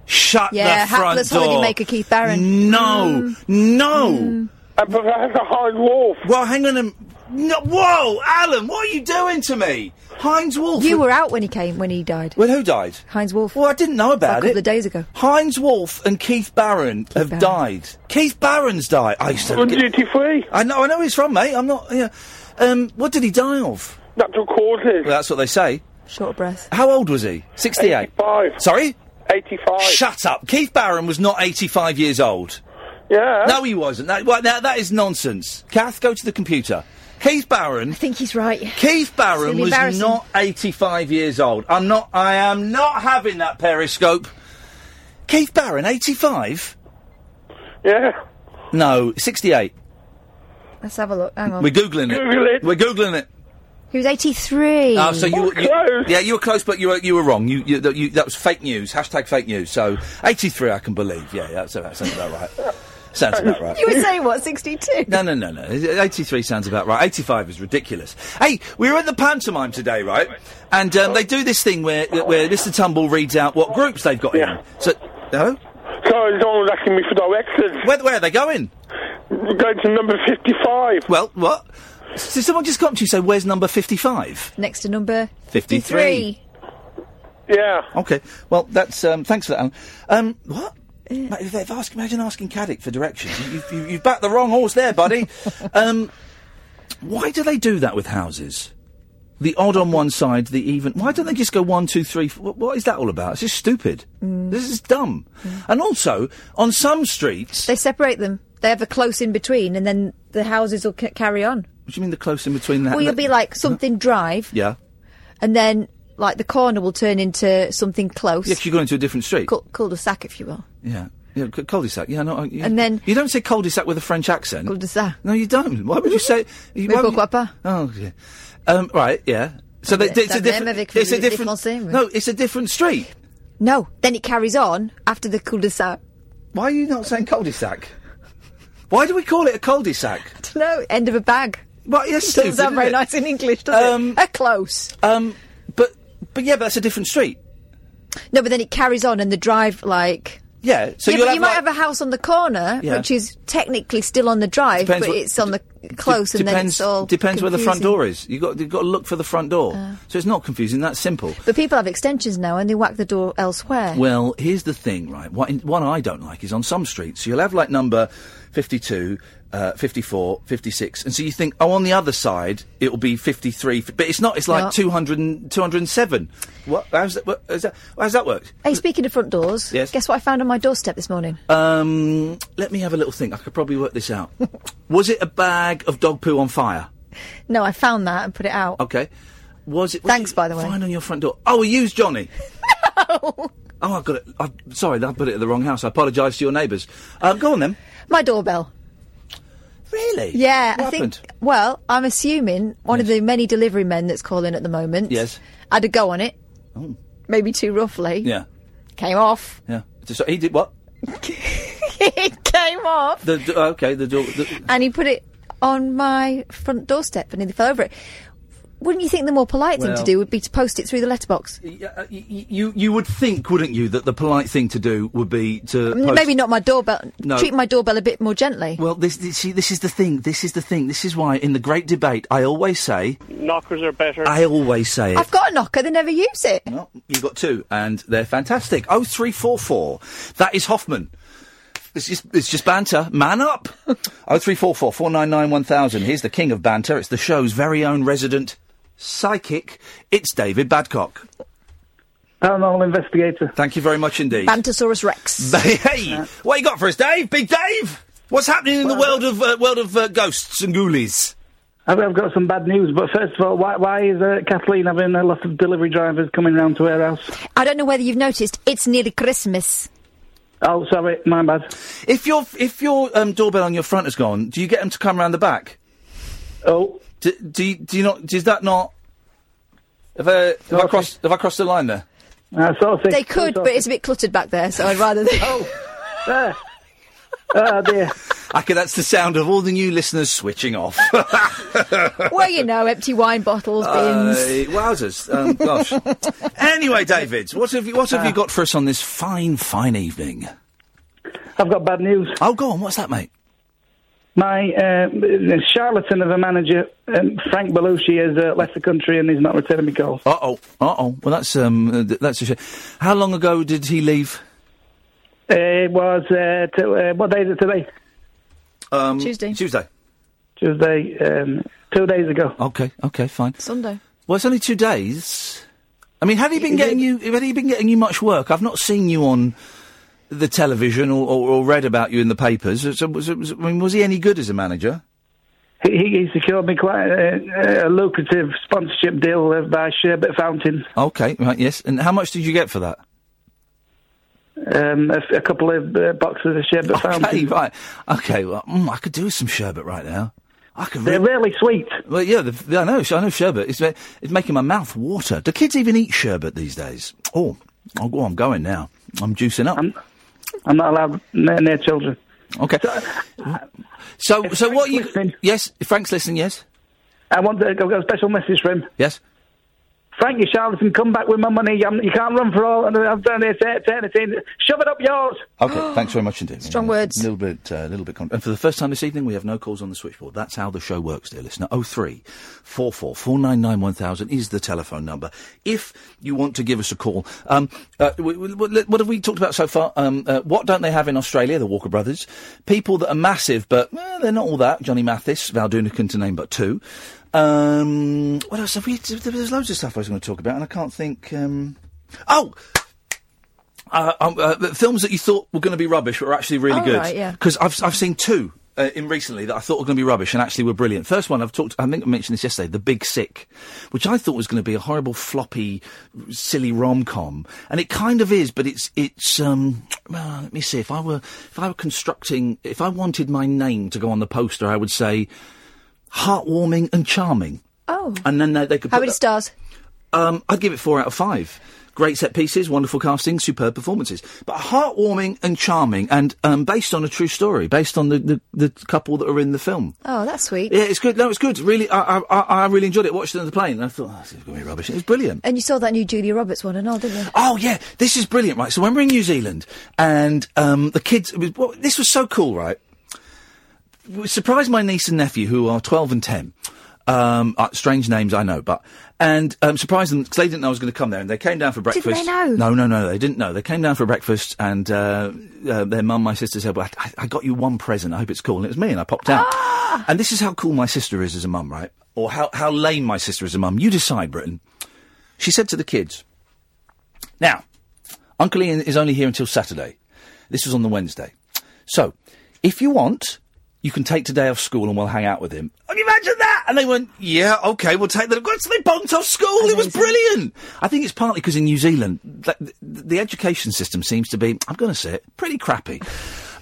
S5: Shut
S6: Yeah,
S5: the front
S6: hapless
S5: door.
S6: holidaymaker Keith Barron.
S5: No,
S6: Mm.
S5: no.
S12: Mm. And Professor Heinz Wolf.
S5: Well, hang on a. m- No, whoa, Alan, what are you doing to me? Heinz Wolf.
S6: You were out when he came, when he died.
S5: Well, who died?
S6: Heinz Wolf.
S5: Well, I didn't know about
S6: a couple
S5: it.
S6: of days ago.
S5: Heinz Wolf and Keith Barron have
S6: Barron.
S5: died. Keith Barron's died. I used to.
S12: From duty free.
S5: I know. I know where he's from, mate. I'm not. Yeah. Um, what did he die of?
S12: Natural causes.
S5: that's what they say.
S6: Short of breath.
S5: How old was he? Sixty-eight. Eighty-five. Sorry.
S12: Eighty-five.
S5: Shut up. Keith Barron was not eighty-five years old.
S12: Yeah.
S5: No, he wasn't. That, well, now that is nonsense. Kath, go to the computer. Keith Barron. I
S6: think he's right.
S5: Keith Barron
S6: It's
S5: was
S6: embarrassing.
S5: not 85 years old. I'm not. I am not having that periscope. Keith Barron, 85.
S12: Yeah.
S5: No, 68.
S6: Let's have a look. Hang on.
S5: We're googling it.
S6: Google it.
S5: We're googling it.
S6: He was 83.
S5: Ah, so you, were- you yeah, you were close, but you were you were wrong. You, you, that- you that was fake news. Hashtag fake news. So 83, I can believe. Yeah, that's, that sounds about right. sounds about right.
S6: You were saying what, 62?
S5: No, no, no, no. 83 sounds about right. 85 is ridiculous. Hey, we were at the pantomime today, right? And um, they do this thing where where Mr. Tumble reads out what groups they've got in. So, no?
S12: Sorry, someone was asking me for directions.
S5: Where, where are they going?
S12: We're going to number 55.
S5: Well, what? So someone just come up to you and say, where's number 55?
S6: Next to number
S5: 53.
S12: Yeah.
S5: Okay. Well, that's, um, thanks for that, Alan. Um, what? Ma- if they've asked- imagine asking Caddick for directions. You- You've, you, you've backed the wrong horse there, buddy. um, why do they do that with houses? The odd on one side, the even. Why don't they just go one, two, three? Four? What, what is that all about? It's just stupid. This is dumb. And also, on some streets,
S6: They separate them. They have a close in between, and then the houses will c- carry on.
S5: what do you mean the close in between that?
S6: Or you'll be like something drive,
S5: Uh, uh-huh. yeah,
S6: and then like the corner will turn into something close.
S5: yeah. 'cause you go into a different street.
S6: Cul- cul-de-sac, if you will.
S5: Yeah. Yeah, cu- cul-de-sac. Yeah, no. I- You,
S6: And then-
S5: you don't say cul-de-sac with a French accent.
S6: Cul-de-sac.
S5: No, you don't. Why would you say? you-
S6: Mais
S5: why would
S6: pourquoi
S5: you-
S6: pas?
S5: Oh, yeah. Um, right. Yeah. So they,
S6: Yeah,
S5: it's
S6: ça
S5: a different.
S6: même avec
S5: it's a
S6: le
S5: different.
S6: défoncé, oui.
S5: No, it's a different street.
S6: No, then it carries on after the cul-de-sac.
S5: Why are you not saying cul-de-sac? Why do we call it a cul-de-sac?
S6: I don't know. End of a bag.
S5: Well, yes,
S6: it doesn't
S5: stupid,
S6: sound very
S5: isn't it?
S6: nice in English, does it? A close.
S5: Um, but but yeah, but that's a different street.
S6: No, but then it carries on, and the drive like.
S5: Yeah. So
S6: yeah,
S5: you'll
S6: but
S5: have
S6: you might
S5: like,
S6: have a house on the corner,
S5: Yeah.
S6: which is technically still on the drive,
S5: Depends
S6: but
S5: what-
S6: it's on the close,
S5: de-
S6: and then
S5: depends
S6: it's all
S5: depends where the front
S6: confusing. Uh.
S5: door is. You got you've got to look for the front door. so it's not confusing. That's simple.
S6: But people have extensions now, and they whack the door elsewhere.
S5: Well, here's the thing, right? What, in, one I don't like is on some streets, you'll have like number 52, uh, 54, 56, and so you think, oh, on the other side, it'll be 53, f- but it's not, it's like
S6: No.
S5: 200 and, 207. What, how's that, what, how's that, how's that worked?
S6: Hey, speaking of front doors,
S5: Yes.
S6: guess what I found on my doorstep this morning?
S5: Um, let me have a little think. I could probably work this out. was it a bag of dog poo on fire?
S6: No, I found that and put it out.
S5: Okay. Was it? Thanks, by the way. Find on your front door. Oh, a used Johnny. no. Oh, I got it. I, sorry, I put it at the wrong house. I apologise to your neighbours. Um, go on then.
S6: My doorbell.
S5: Really?
S6: Yeah,
S5: What
S6: I think.
S5: happened?
S6: Well, I'm assuming one of the many delivery men that's calling at the moment.
S5: Yes.
S6: had a go on it,
S5: Oh.
S6: maybe too roughly.
S5: Yeah.
S6: Came off.
S5: Yeah. So he did what?
S6: it came off.
S5: The d- okay. The door. The,
S6: and he put it on my front doorstep and he fell over it. Wouldn't you think the more polite thing
S5: Well-
S6: to do would be to post it through the letterbox?
S5: y- uh, y- y- you you would think, wouldn't you, that the polite thing to do would be to
S6: I mean,
S5: post-
S6: Maybe not my doorbell.
S5: No.
S6: Treat my doorbell a bit more gently.
S5: Well, this, this see, this is the thing. This is the thing. This is why in the great debate, I always say,
S13: Knockers are better.
S5: I always say it.
S6: I've got a knocker, they never use it.
S5: You've got two, and they're fantastic. Oh three four four. That is Hoffman. It's just, it's just banter. Man up. Oh three four four four nine nine one thousand. Here's the king of banter. It's the show's very own resident psychic. It's David Badcock.
S14: Paranormal investigator.
S5: Thank you very much indeed.
S6: Bantosaurus Rex.
S5: hey, what you got for us, Dave? Big Dave. What's happening in the world of uh, world of uh, ghosts and ghoulies?
S14: I've, I've got some bad news, but first of all, why, why is uh, Kathleen having a lot of delivery drivers coming round to her house?
S6: I don't know whether you've noticed, it's nearly Christmas.
S14: Oh, sorry, my bad.
S5: If your if your um, doorbell on your front has gone, do you get them to come round the back?
S14: Oh.
S5: Do, do, you, do you not? Is that not? Have I, have I crossed? Have I crossed the line there?
S14: Uh, sort of thing.
S6: They could, but it's a bit cluttered back there, so I'd rather. oh,
S14: there. Oh Ah. dear.
S5: Okay, that's the sound of all the new listeners switching off.
S6: well, you know, empty wine bottles,
S5: Uh,
S6: bins.
S5: wowzers! Um, gosh. anyway, David, what have you what have you
S14: Ah.
S5: got for us on this fine, fine evening?
S14: I've got bad news.
S5: Oh, go on. What's that, mate?
S14: My uh, charlatan of a manager, um, Frank Belushi, has uh, left the country and he's not returning my calls.
S5: Uh oh, uh oh. Well, that's um, uh, th- that's a shame. How long ago did he leave?
S14: It was uh, till, uh, what day is it today?
S5: Um,
S14: Tuesday.
S5: Tuesday.
S14: Tuesday, um, two days ago.
S5: Okay, okay, fine.
S6: Sunday.
S5: Well, it's only two days. I mean, had he been getting you? Had he been getting you much work? I've not seen you on the television or, or, or read about you in the papers. So, was, was, I mean, was he any good as a manager?
S14: He, he secured me quite a, a lucrative sponsorship deal uh, by Sherbet Fountain,
S5: Okay, right, yes. And how much did you get for that?
S14: um, a, f- a couple of uh, boxes of Sherbet
S5: Okay,
S14: Fountain.
S5: right. Okay, well, mm, I could do with some sherbet right now. I could.
S14: They're really sweet.
S5: Well, yeah, the, the- I know. I know sherbet. It's, ma- it's making my mouth water. Do kids even eat sherbet these days? Oh, oh, go- I'm going now. I'm juicing up. I'm,
S14: not allowed near, near children.
S5: Okay. So, so, what you? Yes, Frank's listening. Yes.
S14: I want to, I've got a special message for him.
S5: Yes.
S14: Frank, you charlatan, come back with my money. I'm, you can't run for all. and I've done it. It's anything. Shove it up yours.
S5: Okay, thanks very much indeed.
S14: Strong
S5: A
S14: words.
S5: little bit, uh, little bit. Con- and for the first time this evening, we have no calls on the switchboard. That's how the show works, dear listener. Oh three, four four four nine nine one thousand is the telephone number. If you want to give us a call, um, uh, w- w- w- what have we talked about so far? Um, uh, what don't they have in Australia? The Walker Brothers, people that are massive, but eh, they're not all that. Johnny Mathis, Val Doonican, to name but two. Um, what else have we? There's loads of stuff I was going to talk about, and I can't think. Um, oh, uh, um, uh, the films that you thought were going to be rubbish but were actually really
S13: Oh,
S5: good.
S13: right, yeah.
S5: Because I've I've seen two uh, in recently that I thought were going to be rubbish and actually were brilliant. First one I've talked. I think I mentioned this yesterday. The Big Sick, which I thought was going to be a horrible floppy, silly rom com, and it kind of is. But it's it's um. Well, let me see. If I were if I were constructing if I wanted my name to go on the poster, I would say heartwarming and charming.
S6: Oh.
S5: And then they, they could.
S6: How
S5: put
S6: many
S5: that-
S6: stars?
S5: um, I'd give it four out of five. Great set pieces, wonderful casting, superb performances, but heartwarming and charming, and um, based on a true story, based on the, the, the couple that are in the film.
S6: Oh, that's sweet.
S5: Yeah, it's good. No, it's good. Really, I I, I I really enjoyed it. Watched it on the plane, and I thought oh, this is going to be rubbish. It was brilliant.
S6: And you saw that new Julia Roberts one and all, didn't you?
S5: Oh yeah, this is brilliant, right? So when we're in New Zealand, and um, the kids, it was, well, this was so cool, right? We surprised my niece and nephew who are twelve and ten. Um, uh, strange names, I know, but and um, surprised them because they didn't know I was going to come there, and they came down for
S6: Didn't they
S5: breakfast.
S6: know?
S5: No, no, no, they didn't know. They came down for breakfast, and uh, uh, their mum, my sister, said, "Well, I, I got you one present. I hope it's cool." And it was me, and I popped out. and this is how cool my sister is as a mum, right? Or how how lame my sister is as a mum. You decide, Britain. She said to the kids, now, Uncle Ian is only here until Saturday. This was on the Wednesday. So, if you want, you can take today off school and we'll hang out with him. Can you imagine that? And they went, yeah, okay, we'll take that. So they bonked off school. It was brilliant. I think it's partly because in New Zealand, that, the, the education system seems to be, I'm going to say it, pretty crappy.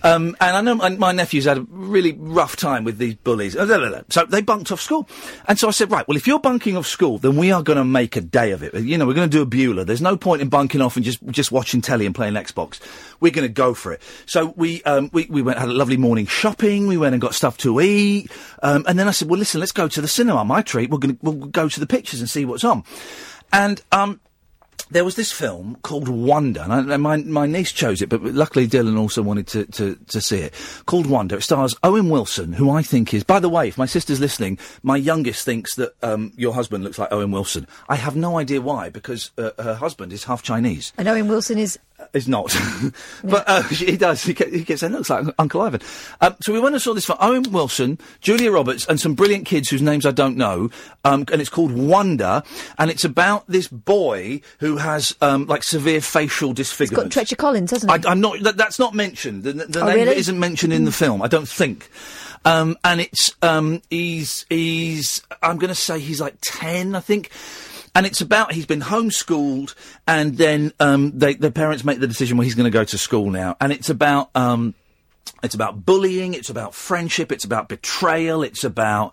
S5: Um, and I know my, my nephew's had a really rough time with these bullies. Uh, blah, blah, blah. So they bunked off school. And so I said, right, well, if you're bunking off school, then we are going to make a day of it. You know, we're going to do a Beulah. There's no point in bunking off and just, just watching telly and playing Xbox. We're going to go for it. So we, um, we, we went, had a lovely morning shopping. We went and got stuff to eat. Um, and then I said, well, listen, let's go to the cinema. My treat. We're going to, we'll go to the pictures and see what's on. And, um, there was this film called Wonder, and, I, and my, my niece chose it, but luckily Dylan also wanted to, to, to see it. Called Wonder. It stars Owen Wilson, who I think is, by the way, if my sister's listening, my youngest thinks that um, your husband looks like Owen Wilson. I have no idea why, because uh, her husband is half Chinese.
S6: And Owen Wilson is.
S5: Is Uh, not, but uh, he does. He gets, he gets saying, "Looks like Uncle Ivan." Um, so we went and saw this for Owen Wilson, Julia Roberts, and some brilliant kids whose names I don't know. Um, and it's called Wonder, and it's about this boy who has um, like severe facial
S6: It's got
S5: disfigurement.
S6: Treacher Collins, hasn't it?
S5: I, I'm not. That, that's not mentioned. The, the
S6: Oh,
S5: name
S6: really? Hmm.
S5: isn't mentioned in the film. I don't think. Um, and it's um, he's he's. I'm going to say he's like ten. I think. And it's about he's been homeschooled, and then um, they, the parents make the decision well he's going to go to school now. And it's about um, it's about bullying, it's about friendship, it's about betrayal, it's about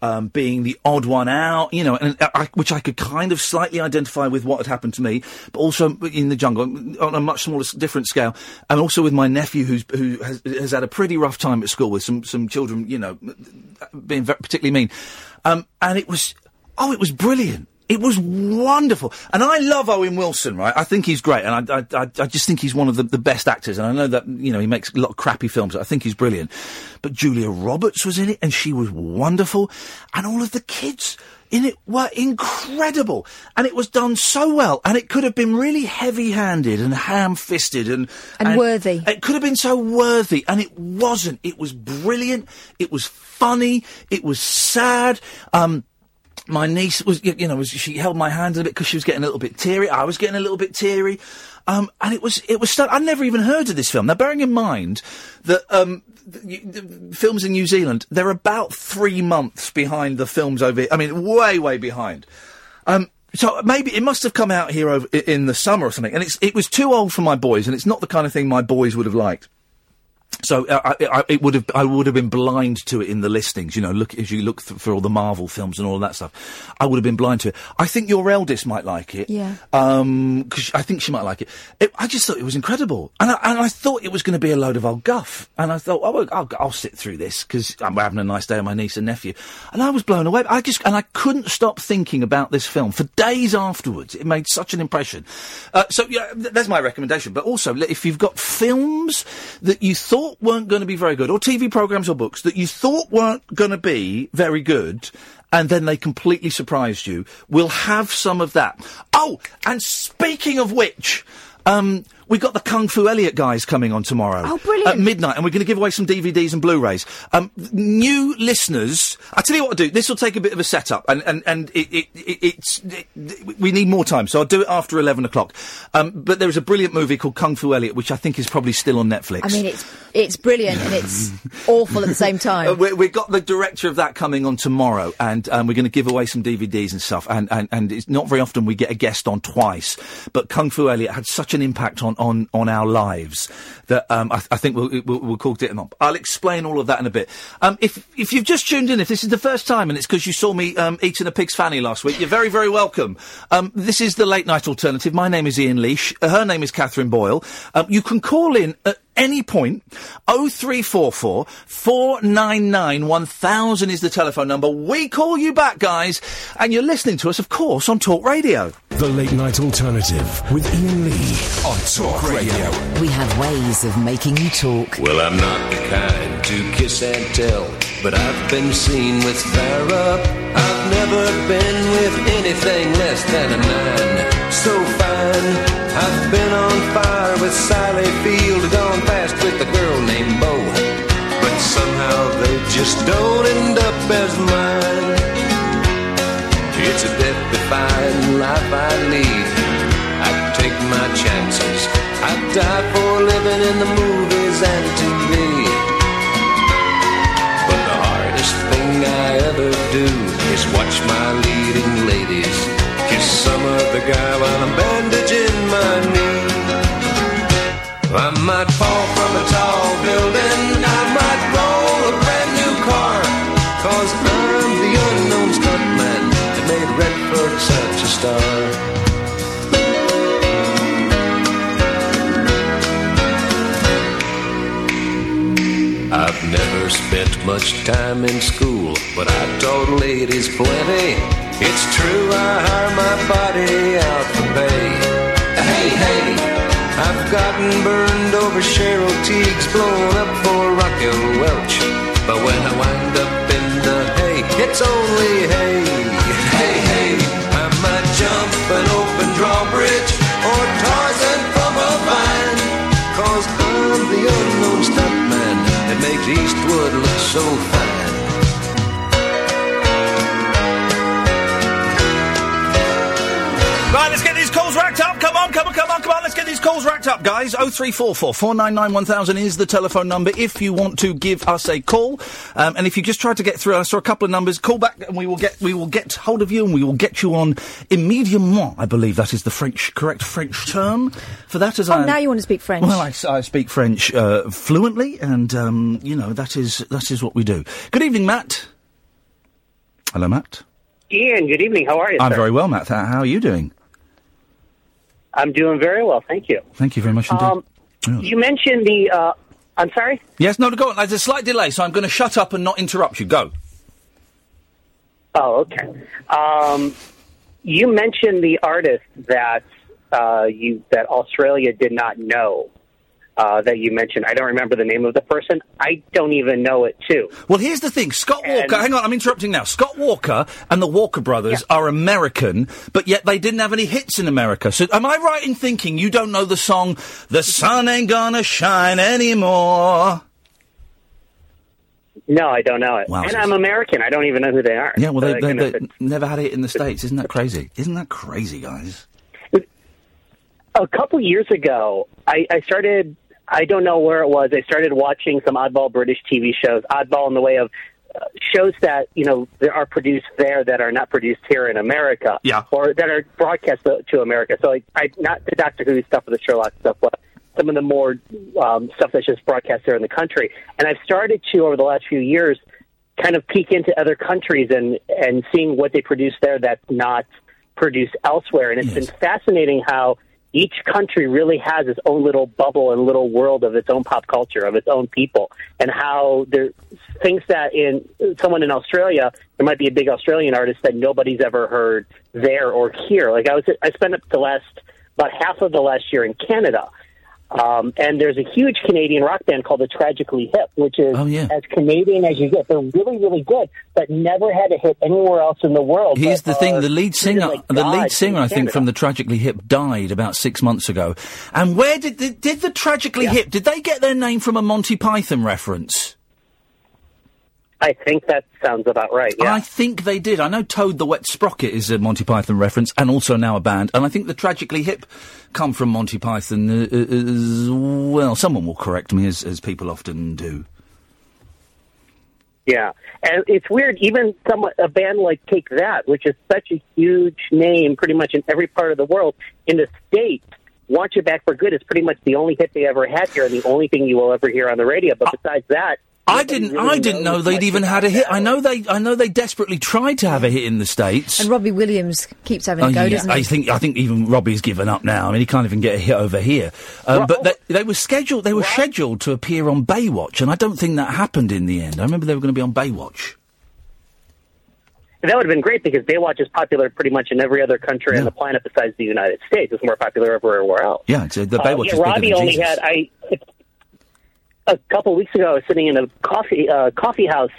S5: um, being the odd one out, you know, and I, I- which I could kind of slightly identify with what had happened to me, but also in the jungle on a much smaller, s- different scale, and also with my nephew who's who has, has had a pretty rough time at school with some some children, you know, being ve- particularly mean, um, and it was oh, it was brilliant. It was wonderful. And I love Owen Wilson, right? I think he's great. And I, I, I, I just think he's one of the, the best actors. And I know that, you know, he makes a lot of crappy films. I think he's brilliant. But Julia Roberts was in it and she was wonderful. And all of the kids in it were incredible. And it was done so well. And it could have been really heavy handed and ham fisted and,
S6: And worthy.
S5: It could have been so worthy. And it wasn't. It was brilliant. It was funny. It was sad. Um, my niece was, you you know, was, she held my hand a bit because she was getting a little bit teary. I was getting a little bit teary. Um, and it was, it was, stud- I'd never even heard of this film. Now, bearing in mind that, um, th- you- the films in New Zealand, they're about three months behind the films over here. I mean, way, way behind. Um, so maybe it must have come out here over, i- in the summer or something. And it's, it was too old for my boys and it's not the kind of thing my boys would have liked. So uh, I, I, it would have, I would have been blind to it in the listings. You know, look as you look th- for all the Marvel films and all that stuff, I would have been blind to it. I think your eldest might like it.
S13: Yeah.
S5: Um, 'cause she- I think she might like it. it. I just thought it was incredible, and I, and I thought it was going to be a load of old guff. And I thought, oh, well, I'll, I'll sit through this because I'm having a nice day with my niece and nephew. And I was blown away. I just and I couldn't stop thinking about this film for days afterwards. It made such an impression. Uh, so yeah, th- that's my recommendation. But also, li- if you've got films that you thought weren't going to be very good, or TV programs or books that you thought weren't going to be very good and then they completely surprised you. We'll have some of that. Oh, and speaking of which, um, we got the Kung Fu Elliot guys coming on tomorrow.
S13: Oh, brilliant.
S5: At midnight, and we're going to give away some DVDs and Blu-rays. Um, new listeners, I tell you what I'll do. This will take a bit of a setup, and and and it, it, it it's it, we need more time, so I'll do it after eleven o'clock. Um, but there is a brilliant movie called Kung Fu Elliot, which I think is probably still on Netflix.
S6: I mean, it's it's brilliant and it's awful at the same
S5: Uh,
S6: time.
S5: we, we've got the director of that coming on tomorrow, and um, we're going to give away some DVDs and stuff. And, and, and it's not very often we get a guest on twice, but Kung Fu Elliot had such an impact on, on, on our lives that um, I, th- I think we'll, we'll, we'll call it up. I'll explain all of that in a bit. Um, if, if you've just tuned in, if this is the first time and it's because you saw me um, eating a pig's fanny last week, you're very, very welcome. Um, this is the late night alternative. My name is Ian Leash. Uh, Her name is Catherine Boyle. Um, you can call in at any point, 0344 499 1000 is the telephone number. We call you back, guys, and you're listening to us, of course, on Talk Radio.
S1: The Late Night Alternative with Ian Lee on Talk Radio.
S2: We have ways of making you talk.
S15: Well, I'm not the kind to kiss and tell, but I've been seen with Farrah. I've never been with anything less than a nine. So fine, I've been on fire with Sally Field, gone fast with a girl named Bo. But somehow they just don't end up as mine. It's a death defying life I lead. I take my chances. I die for living in the movies and TV. But the hardest thing I ever do is watch my leading ladies kiss some other guy while I'm bandaging my knee. I might fall from a tall building. I might roll a brand new car. Cause I'm the unknown stuntman that made Redford such a star. I've never spent much time in school, but I taught ladies plenty. It's true, I hire my body out for pay. Hey, hey, I've gotten burned over Cheryl Teague's, blown up for Rocky Welch. But when I wind up in the hay, it's only hay. Hey, hey, I might jump an open drawbridge or Tarzan from a vine. Cause I'm the unknown stuntman that makes Eastwood look so fine.
S5: Right, let's get these calls racked up. Come on, come on, come on, come on. Let's get these calls racked up, guys. 0344 499 1000 is the telephone number if you want to give us a call. Um, and if you just try to get through, I saw a couple of numbers. Call back and we will get we will get hold of you and we will get you on immediately. I believe that is the French correct French term for that. As I
S6: oh,
S5: am-
S6: now you want to speak French?
S5: Well, I, s- I speak French uh, fluently, and um, you know that is that is what we do. Good evening, Matt. Hello, Matt.
S13: Ian, good evening. How are you?
S5: I'm
S13: sir?
S5: very well, Matt. How how are you doing?
S13: I'm doing very well, thank you.
S5: Thank you very much indeed.
S13: Um, you mentioned the. Uh, I'm sorry.
S5: yes, no, go on. There's a slight delay, so I'm going to shut up and not interrupt you. Go.
S13: Oh, okay. Um, you mentioned the artist that uh, you that Australia did not know. Uh, that you mentioned. I don't remember the name of the person. I don't even know it too.
S5: Well, here's the thing. Scott Walker, hang on, I'm interrupting now. Scott Walker and the Walker brothers are American, but yet they didn't have any hits in America. So am I right in thinking you don't know the song The Sun Ain't Gonna Shine Anymore?
S13: No, I don't know it.
S5: Wow.
S13: And I'm American. I don't even know who they are.
S5: Yeah, well,
S13: So
S5: they, they,
S13: goodness,
S5: they
S13: it's-
S5: never had it in the States. Isn't that crazy? Isn't that crazy, guys?
S13: a couple years ago, I, I started. I don't know where it was. I started watching some oddball British TV shows, oddball in the way of uh, shows that you know that are produced there that are not produced here in America,
S5: Yeah.
S13: or that are broadcast to, to America. So, like, I not the Doctor Who stuff or the Sherlock stuff, but some of the more um, stuff that's just broadcast there in the country. And I've started to over the last few years kind of peek into other countries and and seeing what they produce there that's not produced elsewhere. And it's been fascinating how each country really has its own little bubble and little world of its own pop culture, of its own people, and how there things that in someone in Australia there might be a big Australian artist that nobody's ever heard there or here. Like I was, I spent up the last about half of the last year in Canada. Um, and there's a huge Canadian rock band called the Tragically Hip, which is
S5: Oh,
S13: as Canadian as you get. They're really, really good, but never had a hit anywhere else in the world.
S5: Here's
S13: Oh, but uh,
S5: the thing:
S13: are
S5: the lead
S13: treated
S5: singer,
S13: like
S5: the lead
S13: gods
S5: singer,
S13: in
S5: I think,
S13: Canada.
S5: from the Tragically Hip died about six months ago. And where did the, did the Tragically Hip? Did they get their name from a Monty Python reference?
S13: I think that sounds about right. Yeah.
S5: I think they did. I know Toad the Wet Sprocket is a Monty Python reference, and also now a band. And I think the Tragically Hip come from Monty Python uh, uh, as well. Someone will correct me, as, as people often do.
S13: Yeah, and it's weird. Even some a band like Take That, which is such a huge name, pretty much in every part of the world, in the states, "Want You Back for Good" is pretty much the only hit they ever had here, and the only thing you will ever hear on the radio. But besides that,
S5: I didn't. I didn't know they'd even had a hit. I know they. I know they desperately tried to have a hit in the states.
S6: And Robbie Williams keeps having
S5: Oh,
S6: a go,
S5: yeah.
S6: doesn't
S5: I
S6: he?
S5: think I think even Robbie's given up now. I mean, he can't even get a hit over here. Um, but they, they were scheduled. They were scheduled to appear on Baywatch, and I don't think that happened in the end. I remember they were going to be on Baywatch.
S13: that would have been great because Baywatch is popular pretty much in every other country on the planet besides the United States. It's more popular everywhere else.
S5: Yeah, it's, uh, the
S13: Uh,
S5: Baywatch
S13: yeah,
S5: is
S13: Robbie
S5: bigger than
S13: only
S5: Jesus.
S13: had I a couple weeks ago. I was sitting in a coffee uh, coffee house,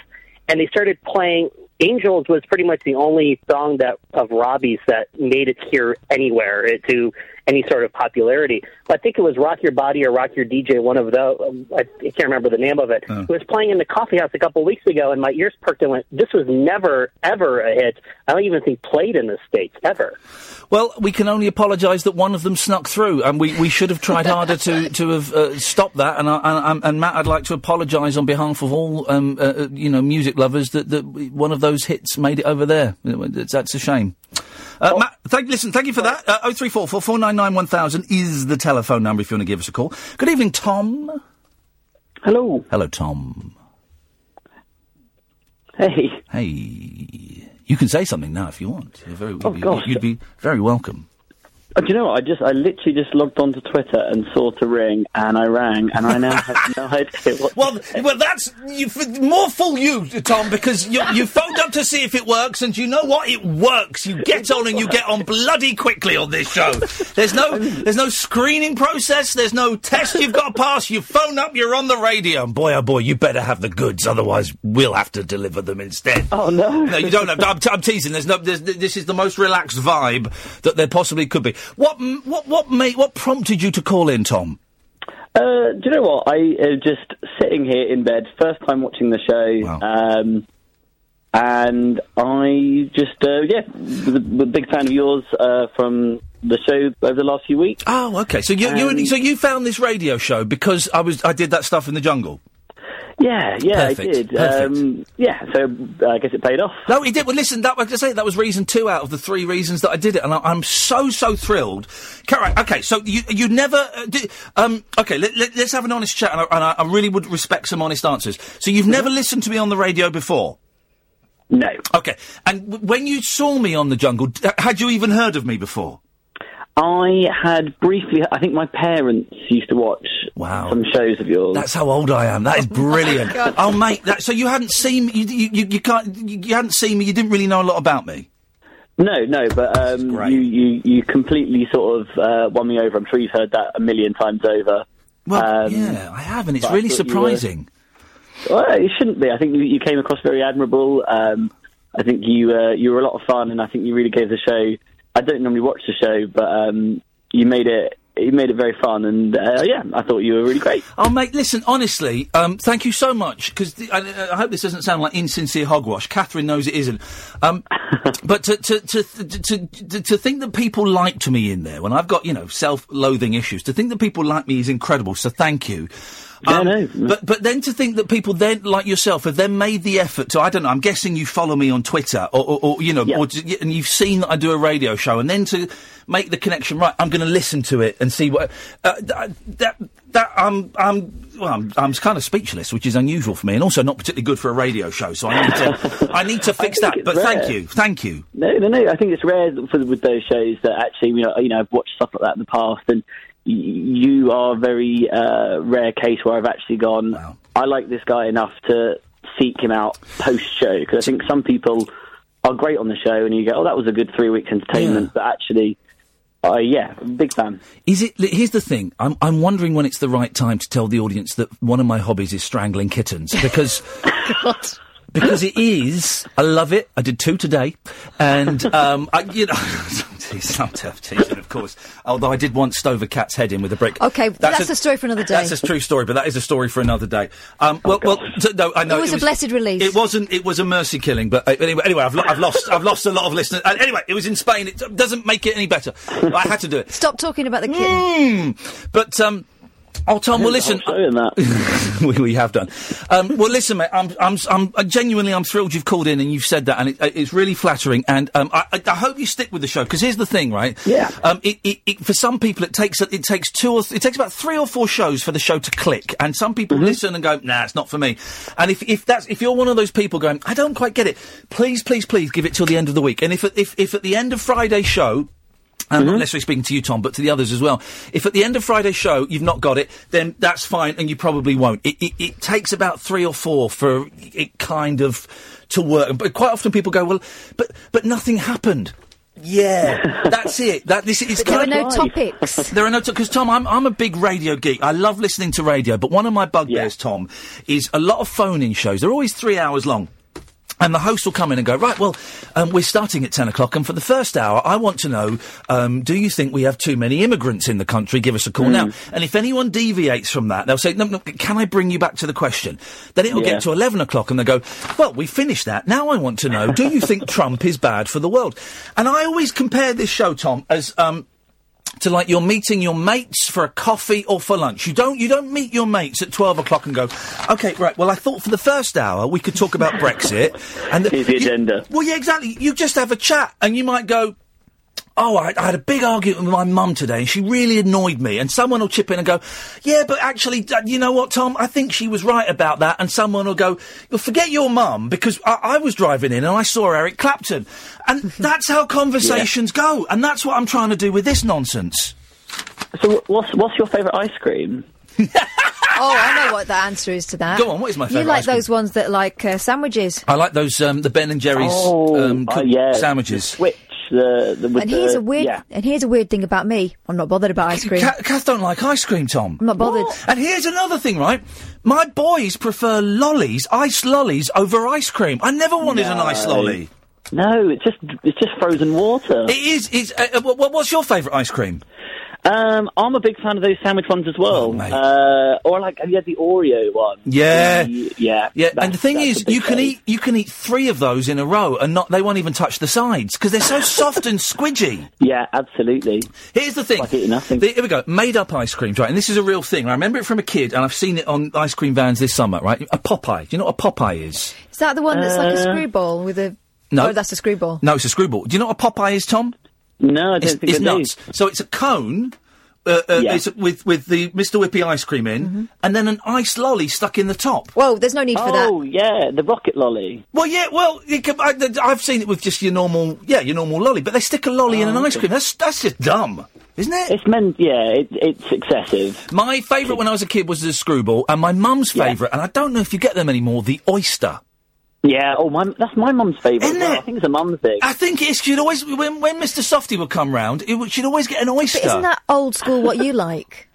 S13: and they started playing. Angels was pretty much the only song that of Robbie's that made it here anywhere uh, to any sort of popularity. I think it was Rock Your Body or Rock Your DJ, one of those. um, I I can't remember the name of it.
S5: Oh.
S13: It was playing in the coffee house a couple weeks ago, and my ears perked and went, "This was never ever a hit. I don't even think played in the states ever."
S5: Well, we can only apologise that one of them snuck through, and we, we should have tried harder to, to have uh, stopped that. And, I, and, um, and Matt, I'd like to apologise on behalf of all um, uh, uh, you know music lovers that, that we- one of those hits made it over there. It's, that's a shame. Uh, Matt, thank, listen, thank you for that. Uh, 0344 499 1000 is the telephone number if you want to give us a call. Good evening, Tom.
S16: Hello.
S5: Hello, Tom.
S16: Hey.
S5: Hey. You can say something now if you want. You're very,
S16: Oh,
S5: you'd,
S16: gosh.
S5: be, you'd be very welcome.
S16: Oh, do you know what? I just I literally just logged onto Twitter and saw to ring, and I rang, and I now have no idea what.
S5: Well, well, that's you, f- more fool you, Tom, because you, you phoned up to see if it works, and you know what? It works. You get on and you get on bloody quickly on this show. There's no, there's no screening process. There's no test you've got to pass. You phone up, you're on the radio, and boy, oh boy, you better have the goods, otherwise we'll have to deliver them instead.
S16: Oh no!
S5: No, you don't have. I'm, t- I'm teasing. There's no. There's, this is the most relaxed vibe that there possibly could be. What, m- what, what, made, what prompted you to call in, Tom?
S16: Uh, do you know what? I uh, just sitting here in bed, first time watching the show, um, and I just uh, yeah, was a was a big fan of yours uh, from the show over the last few weeks.
S5: Oh, okay. So you, you
S16: Um,
S5: so you found this radio show because I was I did that stuff in the jungle.
S16: Yeah, yeah,
S5: Perfect,
S16: I did.
S5: perfect.
S16: Um, yeah, so I guess it paid off.
S5: No, it did. Well, listen, that like I say that was reason two out of the three reasons that I did it, and I, I'm so so thrilled. Correct. Okay, so you you never uh, did, um okay. Let, let, us have an honest chat,
S16: Mm-hmm.
S5: and, I, and I, I really would respect some honest answers. So you've never listened to me on the radio before. No. Okay. And w- when you saw me on the jungle, d- uh, had you even heard of me before?
S16: Oh I had briefly. I think my parents used to watch some shows of yours.
S5: That's how old I am. That is brilliant.
S16: God.
S5: oh, mate. That, so you hadn't seen me. You, you, you, you can't. You, you hadn't seen me. You didn't really know a lot about me.
S16: No, no, but um, you, you you completely sort of uh, won me over. I'm sure you've heard that a million times over.
S5: Well,
S16: Um,
S5: yeah, I have, and it's
S16: but I
S5: really
S16: thought you were-
S5: surprising.
S16: Well, it shouldn't be. I think you, you came across very admirable. Um, I think you uh, you were a lot of fun, and I think you really gave the show. I don't normally watch the show, but um, you made it you made it very fun, and uh, yeah, I thought you were really great.
S5: Oh, mate, listen, honestly, um, thank you so much, because I, I hope this doesn't sound like insincere hogwash. Catherine knows it isn't. Um, but to, to, to, to, to, to think that people liked me in there, when I've got, you know, self-loathing issues, to think that people like me is incredible, so thank you. Um, But but then to think that people then like yourself have then made the effort to I don't know I'm guessing you follow me on Twitter or, or, or you know or to, and you've seen that I do a radio show and then to make the connection right I'm going to listen to it and see what uh, th- that that I'm I'm well I'm, I'm kind of speechless which is unusual for me and also not particularly good for a radio show so I need to I need to fix that
S16: it's
S5: but thank
S16: rare.
S5: you thank you
S16: No, no, no. I think it's rare for, with those shows that actually, you know, you know, I've watched stuff like that in the past, and y- you are a very uh, rare case where I've actually gone. I like this guy enough to seek him out post show because I think some people are great on the show, and you go, "Oh, that was a good three weeks entertainment," but actually, uh, yeah, big fan.
S5: Is it? li- Here's the thing. I'm I'm wondering when it's the right time to tell the audience that one of my hobbies is strangling kittens because. Because it is, I love it. I did two today, and um, I, you know, Jeez, I'm tough teasing, of course. Although I did once stove a cat's head in with a brick.
S6: Okay, that's, a, story for another day.
S5: That's a true story, but that is a story for another day. Um, well, well, so, no, I know
S6: it was a blessed release.
S5: It wasn't. It was a mercy killing, but uh, anyway, anyway, I've, lo- I've lost. I've lost a lot of listeners. Uh, anyway, it was in Spain. It doesn't make it any better. I had to do it.
S6: Stop talking about the kid.
S5: Mm. But um, oh, Tom, well, listen. uh, we, we have done. Um, well, listen, mate. I'm, I'm, I'm uh, genuinely, I'm thrilled you've called in and you've said that, and it, uh, it's really flattering. And um, I, I- I hope you stick with the show because here's the thing, right? Yeah. Um, it, it, it, for some people, it takes it takes two or th- it takes about three or four shows for the show to click, and some people listen and go, "Nah, it's not for me." And if, if that's if you're one of those people going, "I don't quite get it," please, please, please give it till the end of the week. And if at- if if at the end of Friday's show. And not necessarily speaking to you, Tom, but to the others as well. If at the end of Friday's show you've not got it, then that's fine, and you probably won't. It, it, it takes about three or four for it kind of to work. But quite often people go, "Well, but but nothing happened." Yeah, that's it. That this is.
S6: But there
S5: kind
S6: were
S5: of-
S6: no topics.
S5: There are no because Tom, I'm I'm a big radio geek. I love listening to radio, but one of my bugbears, Tom, is a lot of phone-in shows. They're always three hours long. And the host will come in and go, right, well, um, we're starting at 10 o'clock, and for the first hour, I want to know, um, do you think we have too many immigrants in the country? Give us a call now. And if anyone deviates from that, they'll say, no, no, can I bring you back to the question? Then it'll
S17: Yeah.
S5: get to 11 o'clock, and they go, well, we finished that. Now I want to know, do you think Trump is bad for the world? And I always compare this show, Tom, as, um, to like you're meeting your mates for a coffee or for lunch. You don't you don't meet your mates at twelve o'clock and go, okay, right. Well, I thought for the first hour we could talk about Brexit and the,
S16: the agenda.
S5: well, yeah, exactly. You just have a chat and you might go. Oh, I, I had a big argument with my mum today, and she really annoyed me. And someone will chip in and go, "Yeah, but actually, d- you know what, Tom? I think she was right about that." And someone will go, well, "Forget your mum, because I, I was driving in and I saw Eric Clapton." And that's how conversations go. And that's what I'm trying to do with this nonsense.
S16: So, what's what's your favourite ice cream?
S6: oh, I know what the answer is to that.
S5: Go on, what is my
S6: You
S5: favourite
S6: like
S5: ice cream?
S6: those ones that like uh, sandwiches.
S5: I like those um, the Ben and Jerry's
S16: Oh,
S5: um,
S16: uh,
S5: cooked
S16: yeah.
S5: sandwiches.
S16: Which the, the with
S6: and here's
S16: the-
S6: a weird
S16: yeah.
S6: and here's a weird thing about me. I'm not bothered about ice cream.
S5: Ca- Kath don't like ice cream, Tom.
S6: I'm not bothered.
S5: And here's another thing, right? My boys prefer lollies, ice lollies, over ice cream. I never wanted an ice
S16: No.
S5: lolly.
S16: No, it's just it's just frozen water.
S5: It is. It's, uh, uh, wh- wh- what's your favourite ice cream?
S16: Um, I'm a big fan of those sandwich ones as well. uh, or like have you had the Oreo one?
S5: Yeah.
S16: The- yeah,
S5: Yeah, and the thing
S16: that's
S5: is,
S16: a big
S5: you can
S16: fave.
S5: eat you can eat three of those in a row, and not they won't even touch the sides because they're so soft and squidgy.
S16: Yeah, absolutely.
S5: Here's the thing. The- here we go. Made up ice creams, right? And this is a real thing. I remember it from a kid, and I've seen it on ice cream vans this summer, right? A Popeye. Do you know what a Popeye is?
S6: Is that the one that's like a
S5: Uh,
S6: screwball with a?
S5: no.
S6: oh, that's a screwball.
S5: No, it's a screwball. Do you know what a Popeye is, Tom?
S16: No, I don't
S5: it's,
S16: think
S5: it's
S16: I do.
S5: nuts. So it's a cone uh, uh,
S6: Yeah.
S5: it's with with the Mr Whippy ice cream in,
S16: Mm-hmm.
S5: and then an ice lolly stuck in the top.
S6: Whoa, there's no need for that.
S5: Oh yeah, the rocket lolly. Well, yeah, well, it can, I, I've seen it with just your normal, yeah, your normal lolly, but they stick a lolly in an
S6: Oh,
S5: ice cream. That's that's just dumb, isn't it? It's meant, yeah, it, it's excessive. My favourite when I was a kid was the screwball, and my mum's favourite, and I don't know if you get them anymore, the oyster.
S16: Yeah, oh, my, that's my mum's favourite. as well. I think it's a mum thing.
S5: I think it's she'd always when when Mr Softy would come round, it, would- she'd always get an oyster.
S6: But isn't that old school what you like?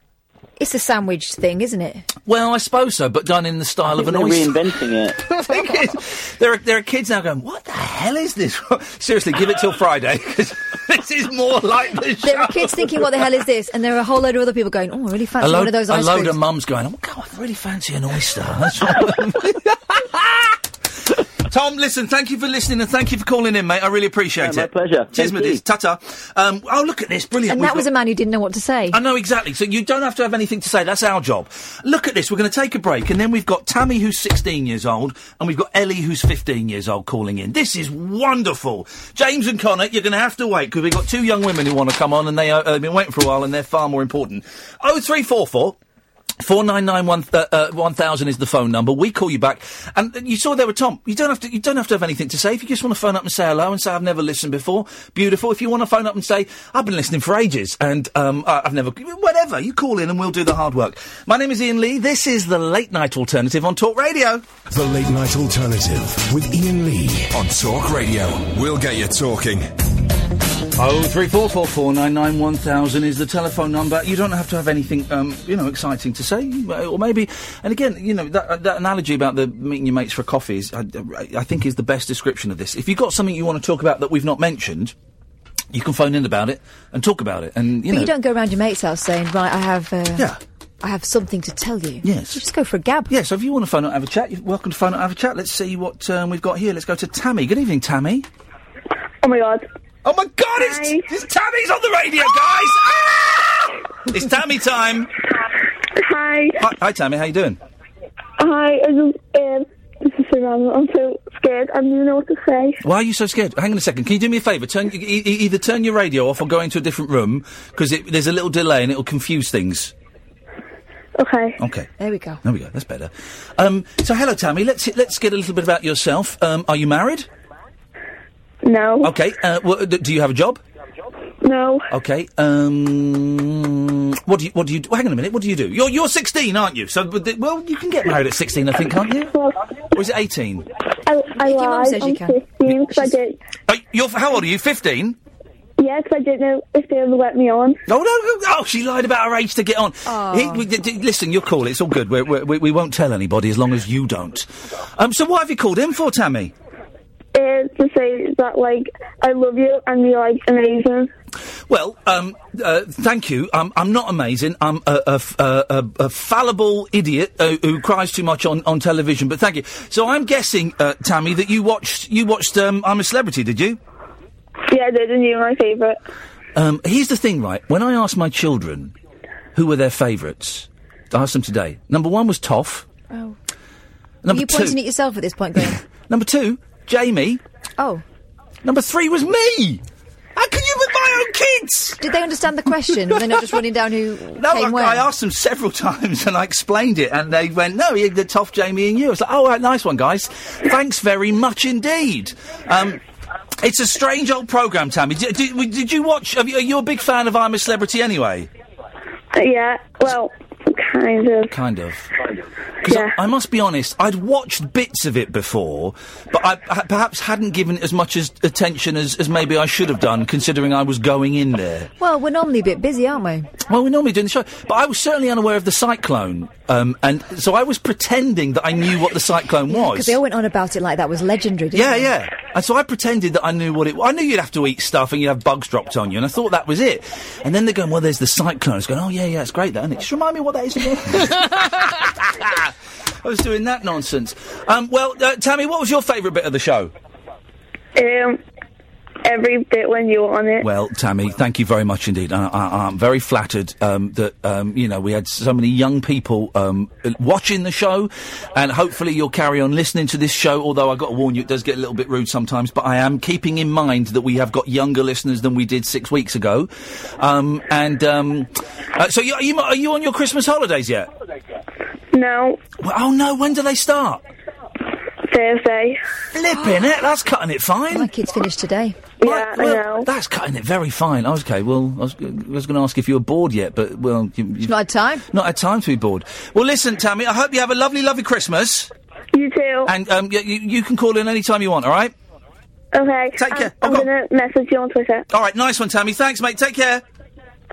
S6: It's a sandwich thing, isn't it?
S5: Well, I suppose so, but done in the style of an
S16: they're
S5: oyster.
S16: reinventing it.
S5: The thing is, there are, there are kids now going, what the hell is this? Seriously, give it till Friday, 'cause this is more like the show.
S6: There are kids thinking, what the hell is this? And there are a whole load of other people going, oh, I really
S5: a
S6: fancy
S5: load,
S6: one of those
S5: a
S6: ice
S5: load
S6: creams.
S5: of mums going, oh, God, I really fancy an oyster. That's Tom, listen, thank you for listening and thank you for calling in, mate. I really appreciate
S6: Yeah, my
S5: it. pleasure. Cheers,
S6: Thank
S5: my dears. Ta-ta. Um, oh, look at this. Brilliant.
S6: and
S5: We've
S6: that was
S5: got-
S6: a man who didn't know what to say.
S5: I know exactly. So you don't have to have anything to say. That's our job. Look at this. We're going to take a break, and then we've got Tammy, who's 16 years old, and we've got Ellie, who's 15 years old, calling in. This is wonderful. James and Connor, you're going to have to wait because we've got two young women who want to come on, and they are, uh, they've been waiting for a while, and they're far more important. Oh three four four. Four nine nine one th- uh, one thousand is the phone number. We call you back, and uh, you saw there with Tom. You don't have to. You don't have to have anything to say. If you just want to phone up and say hello and say I've never listened before, beautiful. If you want to phone up and say I've been listening for ages and um, I- I've never, whatever. You call in and we'll do the hard work. My name is Ian Lee. This is the late night alternative on Talk Radio.
S1: The Late Night Alternative with Ian Lee on Talk Radio. We'll get you talking.
S5: Oh three four four four nine nine one thousand is the telephone number. You don't have to have anything, um, you know, exciting to say, You- uh, or maybe. And again, you know, that, that analogy about the meeting your mates for coffee is, I, I think, is the best description of this. If you've got something you want to talk about that we've not mentioned, you can phone in about it and talk about it, and you
S6: but
S5: know.
S6: you don't go around your mate's house saying, right, I have, uh, I have something to tell you.
S5: Yes.
S6: You just go for a gab.
S5: Yeah, so if you want to phone out have a chat, you're welcome to phone out have a chat. Let's see what um, we've got here. Let's go to Tammy. Good evening, Tammy.
S17: Oh my god.
S5: Oh my god, it's, it's Tammy's on the radio, guys! Ah! It's Tammy time.
S17: Hi.
S5: Hi, hi Tammy. How you doing?
S17: Hi, I just, um, this is so wrong. I'm so scared. I don't even know what to say.
S5: Why are you so scared? Hang on a second. Can you do me a favour? Turn e- e- either turn your radio off or go into a different room because there's a little delay and it'll confuse things.
S17: Okay.
S5: Okay,
S6: There we go.
S5: there we go. That's better. Um, so, hello, Tammy. Let's let's get a little bit about yourself. Um, are you married?
S17: No.
S5: Okay. Uh, wha- d- do you have a job?
S17: No.
S5: Okay. Um, what do you what do you? Do? Hang on a minute. What do you do? You're you're 16, aren't you? So, but th- well, you can get married at 16, I think, can't you? Or is it 18?
S17: I, I
S6: your mum
S17: lied.
S6: says you
S17: I'm
S6: can.
S17: 15 because I didn't.
S5: You're how old are you? 15.
S17: Yeah, 'cause I didn't know if they ever let me on.
S5: No, no, no. Oh, she lied about her age to get on.
S17: Aw.
S6: Oh.
S5: He- we- d- d- listen, you're cool. It's all good. We're, we're, we we won't tell anybody as long as you don't. Um, so what have you called in for, Tammy?
S17: Is to say that like I love you and you're like amazing.
S5: Well, um, uh, thank you. Um, I'm not amazing. I'm a, a f- a- a- a fallible idiot uh, who cries too much on, on television. But thank you. So I'm guessing, uh, Tammy, that you watched you watched um, I'm a Celebrity, did you?
S17: Yeah, they're the new my favorite.
S5: Um, here's the thing, right? When I asked my children who were their favourites, I asked them today. Number one was Toff.
S6: Oh. Were
S5: Number
S6: you
S5: two.
S6: poisoning it yourself at this point, going,
S5: Number two, Jamie.
S6: oh.
S5: Number three was me. How can you with my own kids?
S6: Did they understand the question? They're not just running down who
S5: No,
S6: came
S5: I, I
S6: where.
S5: asked them several times and I explained it, and they went, "No, you the tough Jamie and you." I was like, "Oh, right, nice one, guys. Thanks very much indeed." Um, it's a strange old program, Tammy. Did, did, did you watch? Have you, are you a big fan of I'm a Celebrity anyway?
S17: Uh, yeah. Well, kind of.
S5: Kind of. Because I, I must be honest, I'd watched bits of it before, but I, I perhaps hadn't given it as much as attention as, as maybe I should have done, considering I was going in there.
S6: Well, we're normally a bit busy, aren't we?
S5: Well, we're normally doing the show, but I was certainly unaware of the cyclone, um, and so I was pretending that I knew what the cyclone
S6: Because
S5: was.
S6: they all went on about it like that was legendary, didn't
S5: Yeah,
S6: they?
S5: yeah. And so I pretended that I knew what it. I knew you'd have to eat stuff and you'd have bugs dropped on you, and I thought that was it. And then they're going, "Well, there's the cyclone." It's going, "Oh yeah, yeah, it's great, that." And it just remind me what that is again. I was doing that nonsense. Um, well, uh, Tammy, what was your favourite bit of the show?
S17: Um, every bit when you're on it.
S5: Well, Tammy, thank you very much indeed. I, I, I'm very flattered um, that um, you know we had so many young people um, uh, watching the show, and hopefully you'll carry on listening to this show. Although I've got to warn you, it does get a little bit rude sometimes. But I am keeping in mind that we have got younger listeners than we did six weeks ago. Um, and um, uh, so, you, are, you, are you on your Christmas holidays yet?
S17: No.
S5: Oh no! When do they start?
S17: Thursday.
S5: Flipping it. That's cutting it fine.
S6: My kid's finished today.
S17: Yeah, I know.
S5: That's cutting it very fine. Okay, well, I was, I was going to ask if you were bored yet, but well, you, you've
S6: Not had time.
S5: not had time to be bored. Well, listen, Tammy, I hope you have a lovely, lovely Christmas.
S17: You too.
S5: And um, you, you, you can call in any time you want. All right. Oh,
S17: Okay. Take care. I'm, gonna message you on Twitter.
S5: All right. Nice one, Tammy. Thanks, mate. Take care.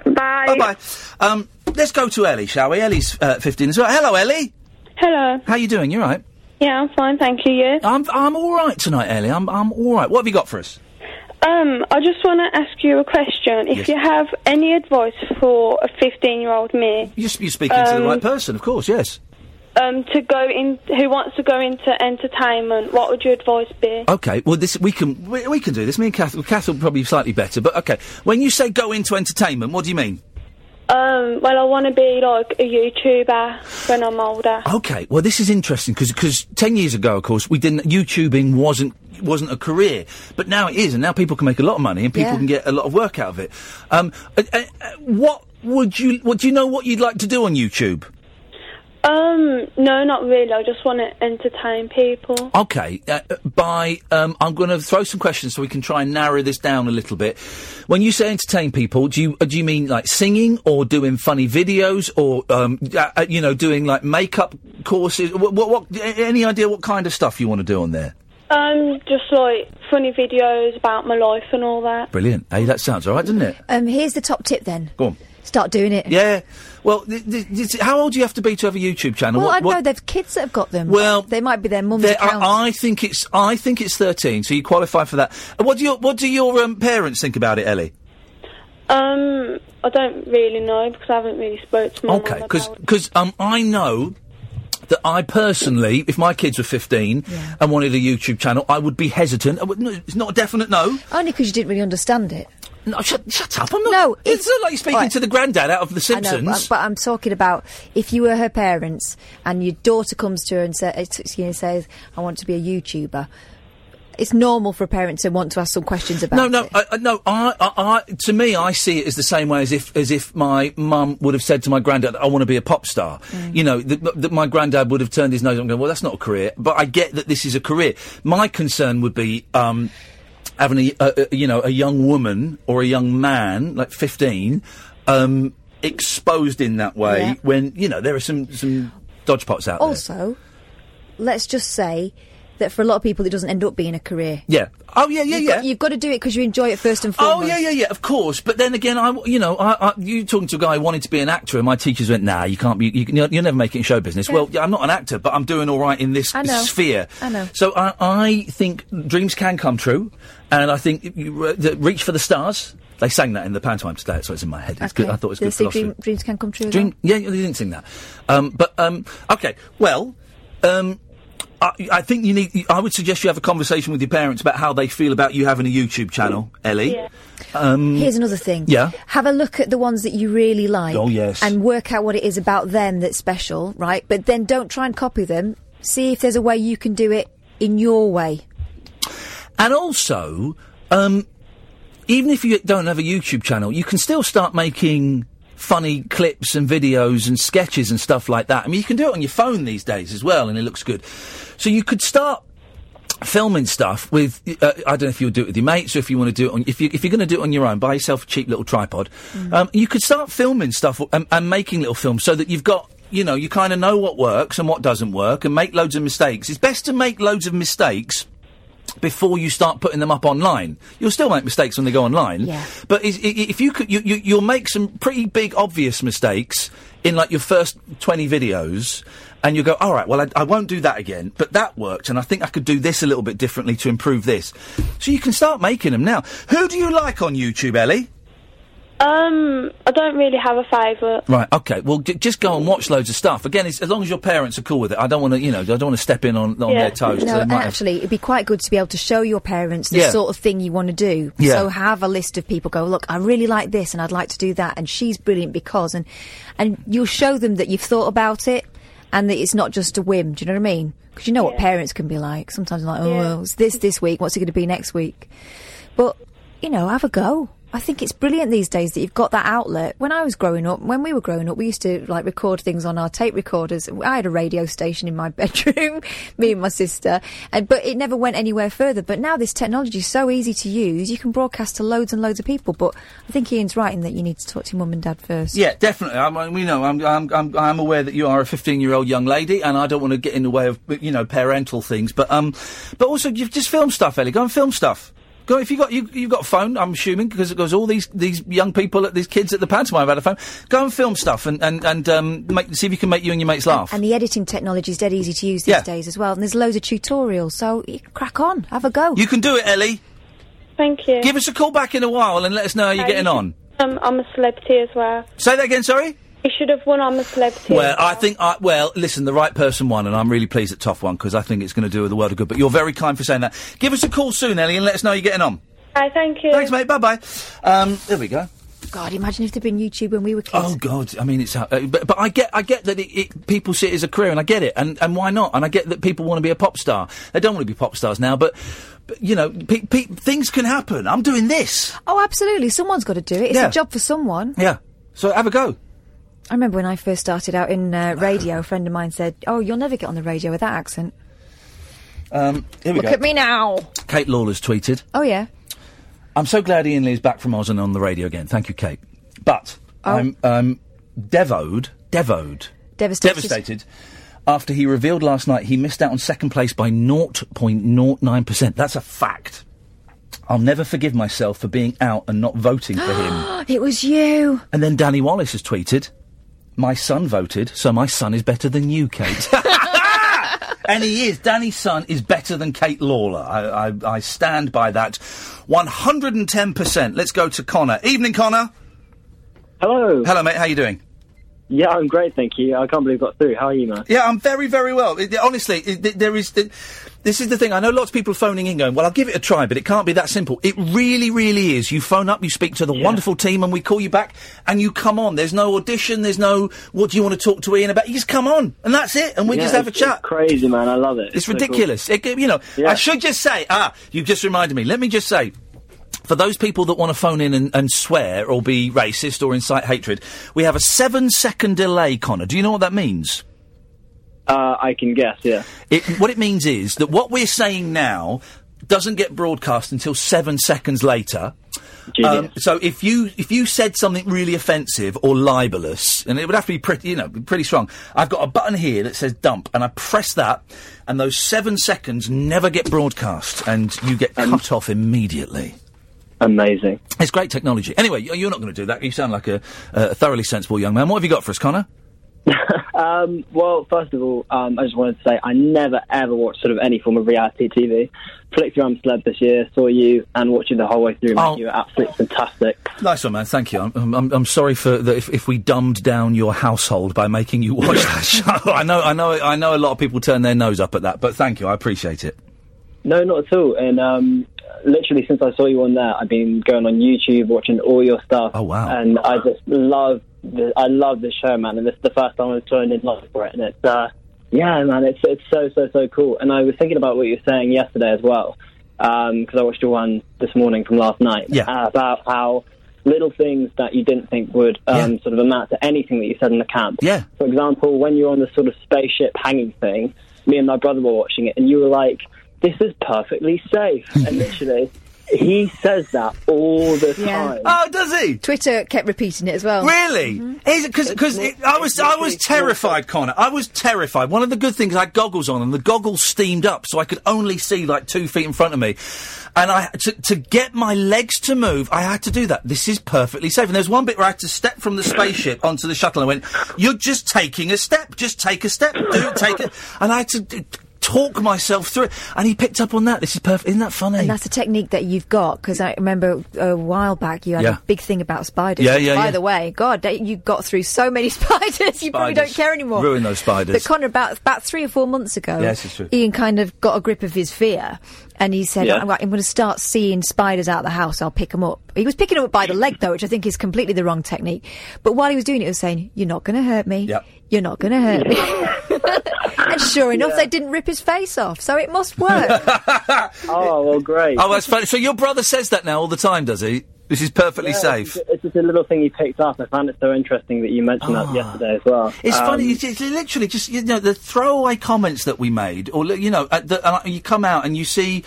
S17: Bye.
S5: Bye. Bye. Um, let's go to Ellie, shall we? Ellie's uh, fifteen as well. Hello, Ellie.
S18: Hello.
S5: How you doing? You all right?
S18: Yeah, I'm fine, thank you. You?
S5: I'm I'm all right tonight, Ellie. I'm I'm all right. What have you got for us?
S18: Um, I just want to ask you a question.
S5: Yes.
S18: If you have any advice for a 15-year-old me,
S5: You're, s- you're speaking to the
S18: Um,
S5: right person, of course. Yes.
S18: um, to go in, who wants to go into entertainment, what would your advice be?
S5: Okay, well, this we can we, we can do this. Me and Kath, well, Kath will probably be slightly better, but okay. When you say go into entertainment, what do you mean?
S18: Um, well, I want to be like a YouTuber when I'm older.
S5: Okay, well, this is interesting because ten years ago, of course, we didn't. YouTubing wasn't wasn't a career, but now it is, and now people can make a lot of money and people
S19: Yeah.
S5: can get a lot of work out of it. Um, uh, uh, uh, what would you? What do you know? What you'd like to do on YouTube?
S18: Um, no, not really. I just want to entertain people.
S5: Okay, uh, uh, by um, I'm going to throw some questions so we can try and narrow this down a little bit. When you say entertain people, do you uh, do you mean like singing or doing funny videos or um, uh, uh, you know doing like makeup courses? What, what, what a- any idea what kind of stuff you want to do on there?
S18: Um, just like funny videos about my life and all that.
S5: Brilliant. Hey, that sounds all right, doesn't it?
S6: Um, here's the top tip then.
S5: Go on.
S6: Start doing it.
S5: Yeah. Well, th- th- th- how old do you have to be to have a YouTube channel?
S6: Well,
S5: What-
S6: I don't
S5: what-
S6: know. They've kids that have got them.
S5: Well,
S6: they might be their mum's
S5: There,
S6: account.
S5: I, I think it's I think it's thirteen, so you qualify for that. Uh, What do your What do your um, parents think about it, Ellie?
S18: Um, I don't really know because I haven't really spoke to my
S5: Okay,
S18: mum
S5: because um, I know that I personally, if my kids were 15 and wanted a YouTube channel, I would be hesitant. I would, no, it's not a definite no.
S6: Only because you didn't really understand it.
S5: No, shut, shut up. I'm not.
S6: No,
S5: It's not like you're speaking
S6: Right.
S5: to the granddad out of The
S6: I know, um, but,
S5: Simpsons.
S6: but I'm talking about if you were her parents and your daughter comes to her and say, excuse me, says, "I want to be a YouTuber." It's normal for a parent to want to ask some questions about.
S5: no, no, I, I- no. I, I, I, to me, I see it as the same way as if as if my mum would have said to my granddad, "I want to be a pop star." You know, that that my granddad would have turned his nose up and going, "Well, that's not a career." But I get that this is a career. My concern would be. Um, having a, a, a- you know a young woman or a young man like 15 um exposed in that way
S6: Yeah. Oh.
S5: when you know there are some some dodge pots out
S6: Also, let's just say that for a lot of people, it doesn't end up being a career.
S5: there yeah oh yeah yeah
S6: you've
S5: yeah
S6: Got, you've got to do it because you enjoy it first and
S5: Oh
S6: foremost.
S5: yeah, yeah, yeah. Of course, but then again, I, you know, I, I, you talking to a guy who wanted to be an actor, and my teachers went, "Nah, you can't be. You, you'll, you'll never make it in show business."
S6: Yeah.
S5: Well, yeah, I'm not an actor, but I'm doing all right in this
S6: I know.
S5: sphere.
S6: I know.
S5: So I, I think dreams can come true, and I think if you, uh, the- reach for the stars. They sang that in the pantomime today, so it's in my head. It's good. I thought it was
S6: Did they
S5: good
S6: say
S5: philosophy.
S6: dream, dreams can come true.
S5: Dream, yeah, yeah, they didn't sing that. Um, but um, okay, well, um, I, I think you need. I would suggest you have a conversation with your parents about how they feel about you having a YouTube channel, Ellie.
S6: Yeah.
S5: Um,
S6: Here's another thing.
S5: Yeah.
S6: Have a look at the ones that you really like.
S5: Oh, yes.
S6: And work out what it is about them that's special, right? But then don't try and copy them. See if there's a way you can do it in your way.
S5: And also, um, even if you don't have a YouTube channel, you can still start making funny clips and videos and sketches and stuff like that. I mean, you can do it on your phone these days as well, and it looks good. So you could start filming stuff with uh, I don't know if you'll do it with your mates or if you want to do it on if you if you're going to do it on your own buy yourself a cheap little tripod um, you could start filming stuff and, and making little films so that you've got you know you kind of know what works and what doesn't work and make loads of mistakes it's best to make loads of mistakes before you start putting them up online. You'll still make mistakes when they go online.
S20: Yeah.
S5: But is, i- i- if you could, you, you, you'll make some pretty big, obvious mistakes in like your first 20 videos. And you go, all right, well, I, I won't do that again, but that worked, and I think I could do this a little bit differently to improve this. So you can start making them now. Who do you like on YouTube, Ellie?
S18: Um, I don't really have a favourite.
S5: Right, okay. Well, j- just go and watch loads of stuff. Again, it's, as long as your parents are cool with it, I don't want to, you know, I don't want to step in on, on
S18: Yeah.
S5: their toes. 'cause
S6: No,
S5: they
S6: and
S5: might have-
S6: actually, it'd be quite good to be able to show your parents the
S5: Yeah.
S6: sort of thing you want to do.
S5: Yeah.
S6: So have a list of people. Go look. I really like this, and I'd like to do that. And she's brilliant because, and and you'll show them that you've thought about it, and that it's not just a whim. Do you know what I mean? Because you know what parents can be like. Sometimes they're like, oh, well, it's this this week. What's it going to be next week? But you know, have a go. I think it's brilliant these days that you've got that outlet. When I was growing up, when we were growing up, we used to like record things on our tape recorders. I had a radio station in my bedroom, me and my sister, and, but it never went anywhere further. But now this technology is so easy to use, you can broadcast to loads and loads of people. But I think Ian's right in that you need to talk to your mum and dad first.
S5: Yeah, definitely. I mean, we know. I'm, I'm, I'm, I'm aware that you are a 15 year old young lady, and I don't want to get in the way of you know parental things. But um, but also you just film stuff, Ellie. Go and film stuff. Go if you got you you got a phone. I'm assuming because it goes all these these young people at these kids at the pantomime have had a phone. Go and film stuff and and and um, make, see if you can make you and your mates laugh.
S6: And the editing technology is dead easy to use these
S5: Yeah.
S6: days as well. And there's loads of tutorials, so you crack on, have a go.
S5: You can do it, Ellie.
S18: Thank you.
S5: Give us a call back in a while and let us know how you're
S18: Hi.
S5: getting on.
S18: Um, I'm a celebrity as well.
S5: Say that again. Sorry.
S18: You should have won. I'm a celebrity.
S5: Well, I think I well listen. The right person won, and I'm really pleased that Toff won because I think it's going to do her the world of good. But you're very kind for saying that. Give us a call soon, Ellie, and let us know you're getting on.
S18: Hi, thank you.
S5: Thanks, mate. Bye bye. Um, there we go.
S6: God, imagine if there'd been YouTube when we were kids.
S5: Oh God! I mean, it's uh, but, but I get I get that it, it, people see it as a career, and I get it, and, and why not? And I get that people want to be a pop star. They don't want to be pop stars now, but, but you know, pe- pe- things can happen. I'm doing this.
S6: Oh, absolutely. Someone's got to do it. It's
S5: Yeah.
S6: a job for someone.
S5: Yeah. So have a go.
S6: I remember when I first started out in uh, radio, a friend of mine said, Oh, you'll never get on the radio with that accent.
S5: Um, here we
S6: Look
S5: go.
S6: at me now.
S5: Kate Lawler's tweeted.
S6: Oh, yeah.
S5: I'm so glad Ian Lee's back from Oz and on the radio again. Thank you, Kate. But I'm um, devoed, devoed,
S6: Devastated.
S5: devastated after he revealed last night he missed out on second place by 0.09%. That's a fact. I'll never forgive myself for being out and not voting for him.
S6: it was you.
S5: And then Danny Wallace has tweeted, My son voted, so my son is better than you, Kate. and he is. Danny's son is better than Kate Lawler. I, I, I stand by that 110%. Let's go to Connor. Evening, Connor.
S19: Hello.
S5: Hello, mate. How you doing?
S19: Yeah, I'm great, thank you. I can't believe I got through. How are you, man?
S5: Yeah, I'm very, very well. It- honestly, it, th- there is. th- this is the thing. I know lots of people phoning in going, well, I'll give it a try, but it can't be that simple. It really, really is. You phone up, you speak to the wonderful team, and we call you back, and you come on. There's no audition, there's no, what do you want to talk to Ian about? You just come on, and that's it, and we
S19: Yeah,
S5: just have a
S19: it's-
S5: chat.
S19: it's crazy, man. I love it.
S5: It's
S19: so cool.
S5: ridiculous. It g you know, I should just say, ah, you've just reminded me. Let me just say, for those people that want to phone in and, and swear or be racist or incite hatred, we have a seven second delay, Connor. Do you know what that means?
S19: Uh, I can guess, yeah.
S5: It, what it means is that what we're saying now doesn't get broadcast until seven seconds later. Um, so if you if you said something really offensive or libelous, and it would have to be pretty you know pretty strong. I've got a button here that says dump, and I press that, and those seven seconds never get broadcast, and you get cut off immediately.
S19: Amazing.
S5: It's great technology. Anyway, you- you're not going to do that. You sound like a, a thoroughly sensible young man. What have you got for us, Connor?
S19: Um, well, first of all, um, I just wanted to say I never ever watched sort of any form of reality TV. Flicked through I'm Celeb this year, saw you, and watched you the whole way through.
S5: Oh.
S19: Man, you were absolutely fantastic.
S5: Nice one, man. Thank you. I'm, I'm- I'm, I'm sorry for the, if, if we dumbed down your household by making you watch that show. I know, I know, I know. A lot of people turn their nose up at that, but thank you. I appreciate it.
S19: No, not at all. And um, literally since I saw you on that, I've been going on YouTube watching all your stuff. Oh
S5: wow!
S19: And I just love, the, I love the show, man. And this is the first time I've tuned in live for it, and it's uh, yeah, man, it's it's so so so cool. And I was thinking about what you were saying yesterday as well, because I watched your one this morning from last night
S20: Yeah.
S19: uh, about how little things that you didn't think would um, sort of amount to anything that you said in the camp.
S5: Yeah.
S19: For example, when you're on the sort of spaceship hanging thing, me and my brother were watching it, and you were like, "This is perfectly safe," and literally. He says that all the time.
S5: Oh, does he?
S6: Twitter kept repeating it as well.
S5: Really? Because because I was I was terrified, Connor. I was terrified. One of the good things I had goggles on, and the goggles steamed up, so I could only see like two feet in front of me. And I to, to get my legs to move, I had to do that. This is perfectly safe. And there's one bit where I had to step from the spaceship onto the shuttle. and I went, "You're just taking a step. Just take a step. Do take it." And I had to. d- d- talk myself through it. And he picked up on that. This is perfect. Isn't that funny?
S6: And that's a technique that you've got because I remember a while back you had
S5: Yeah.
S6: a big thing about spiders.
S5: Yeah, yeah,
S6: By
S5: yeah.
S6: the way, God, that- you got through so many spiders, you probably don't
S5: Spiders.
S6: care anymore.
S5: Ruin those spiders.
S6: But Connor, about about three or four months ago,
S5: Yes, it's true.
S6: Ian kind of got a grip of his fear, and he said,
S5: Yeah.
S6: "I'm, going to start seeing spiders out of the house. I'll pick them up." He was picking them up by the leg though, which I think is completely the wrong technique. But while he was doing it, he was saying, "You're not going to hurt me.
S5: Yep.
S6: You're not going to hurt me." and sure enough,
S5: Yeah.
S6: they didn't rip his face off, so it must work.
S16: Oh, well, great.
S5: Oh, that's funny. So your brother says that now all the time, does he? This is perfectly
S19: Yeah,
S5: safe.
S19: It's just a little thing you picked up. I found it so interesting that you mentioned
S5: Ah.
S19: that yesterday as well.
S5: It's
S19: Um,
S5: funny. It's, it's literally just you know the throwaway comments that we made, or li- you know, at the, uh, you come out and you see.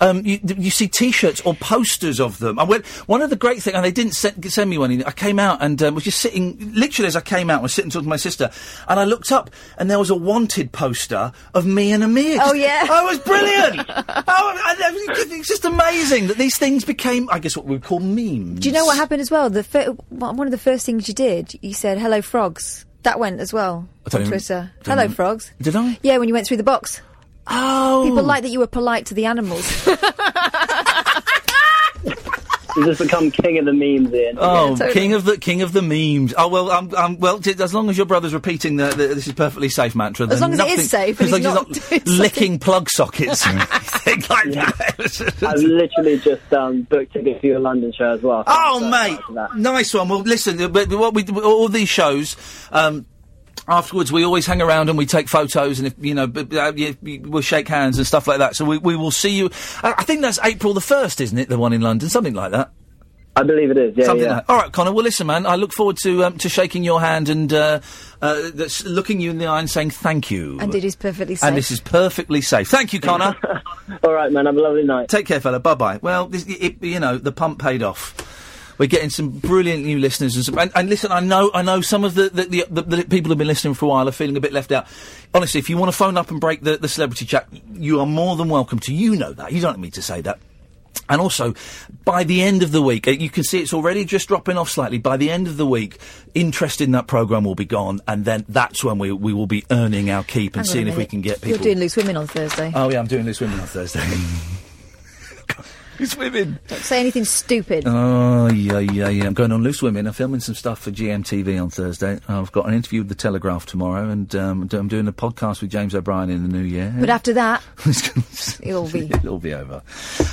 S5: Um, you, you see T-shirts or posters of them. I went, one of the great things, and they didn't send, send me one. I came out and um, was just sitting, literally as I came out, I was sitting talking to my sister, and I looked up, and there was a wanted poster of me and Amir.
S6: Oh,
S5: Just-
S6: yeah.
S5: I was brilliant. oh, I- I- it's just amazing that these things became, I guess, what we would call memes.
S6: Do you know what happened as well? The fir- one one of the first things you did, you said "Hello frogs." That went as well
S5: I don't
S6: on
S5: even-
S6: Twitter.
S5: don't
S6: Hello
S5: even-
S6: frogs.
S5: Did I?
S6: Yeah, when you went through the box.
S5: Oh,
S6: people like that you were polite to the animals.
S19: You've just become king of the memes, Ian.
S5: Oh,
S19: Yeah, totally.
S5: king of the king of the memes. Oh well, um, um, well, t- as long as your brother's repeating the, the this is perfectly safe mantra.
S6: As
S5: then
S6: long as it is
S5: nothing-
S6: safe and
S5: As long
S6: he's
S5: as
S6: not
S5: he's
S6: doing
S5: not licking plug sockets.
S19: I've literally just um, booked tickets for your London show as well.
S5: Oh, mate, nice one. Well, listen, uh, but what we all these shows. Um, Afterwards, we always hang around and we take photos, and if you know, b- b- uh, y- y- we'll shake hands and stuff like that. So we, we will see you. I, I think that's April the first, isn't it? The one in London, something like that.
S19: I believe it is. Yeah,
S5: Something
S19: yeah.
S5: like that. All right, Connor. Well, listen, man. I look forward to um, to shaking your hand and uh, uh, that's looking you in the eye and saying thank you.
S6: and it is perfectly safe.
S5: And this is perfectly safe. Thank you, Connor.
S19: All right, man. Have a lovely night.
S5: Take care, fella. Bye bye. Well, this, it, you know, the pump paid off. We're getting some brilliant new listeners, and, some, and, and listen, I know, I know, some of the the, the, the the people who've been listening for a while are feeling a bit left out. Honestly, if you want to phone up and break the, the celebrity chat, you are more than welcome to. You know that. You don't need me to say that. And also, by the end of the week, uh, you can see it's already just dropping off slightly. By the end of the week, interest in that program will be gone, and then that's when we we will be earning our keep
S6: Hang
S5: and
S6: on a
S5: seeing if we
S6: minute.
S5: can get people.
S6: You're doing loose women on Thursday.
S5: Oh yeah, I'm doing this women on Thursday. Loose women.
S6: Don't say anything stupid.
S5: Oh yeah, yeah, yeah. I'm going on Loose Women. I'm filming some stuff for GMTV on Thursday. I've got an interview with the Telegraph tomorrow, and um, I'm doing a podcast with James O'Brien in the new year.
S6: but after that,
S5: It's gonna-
S6: it'll be.
S5: It'll be over.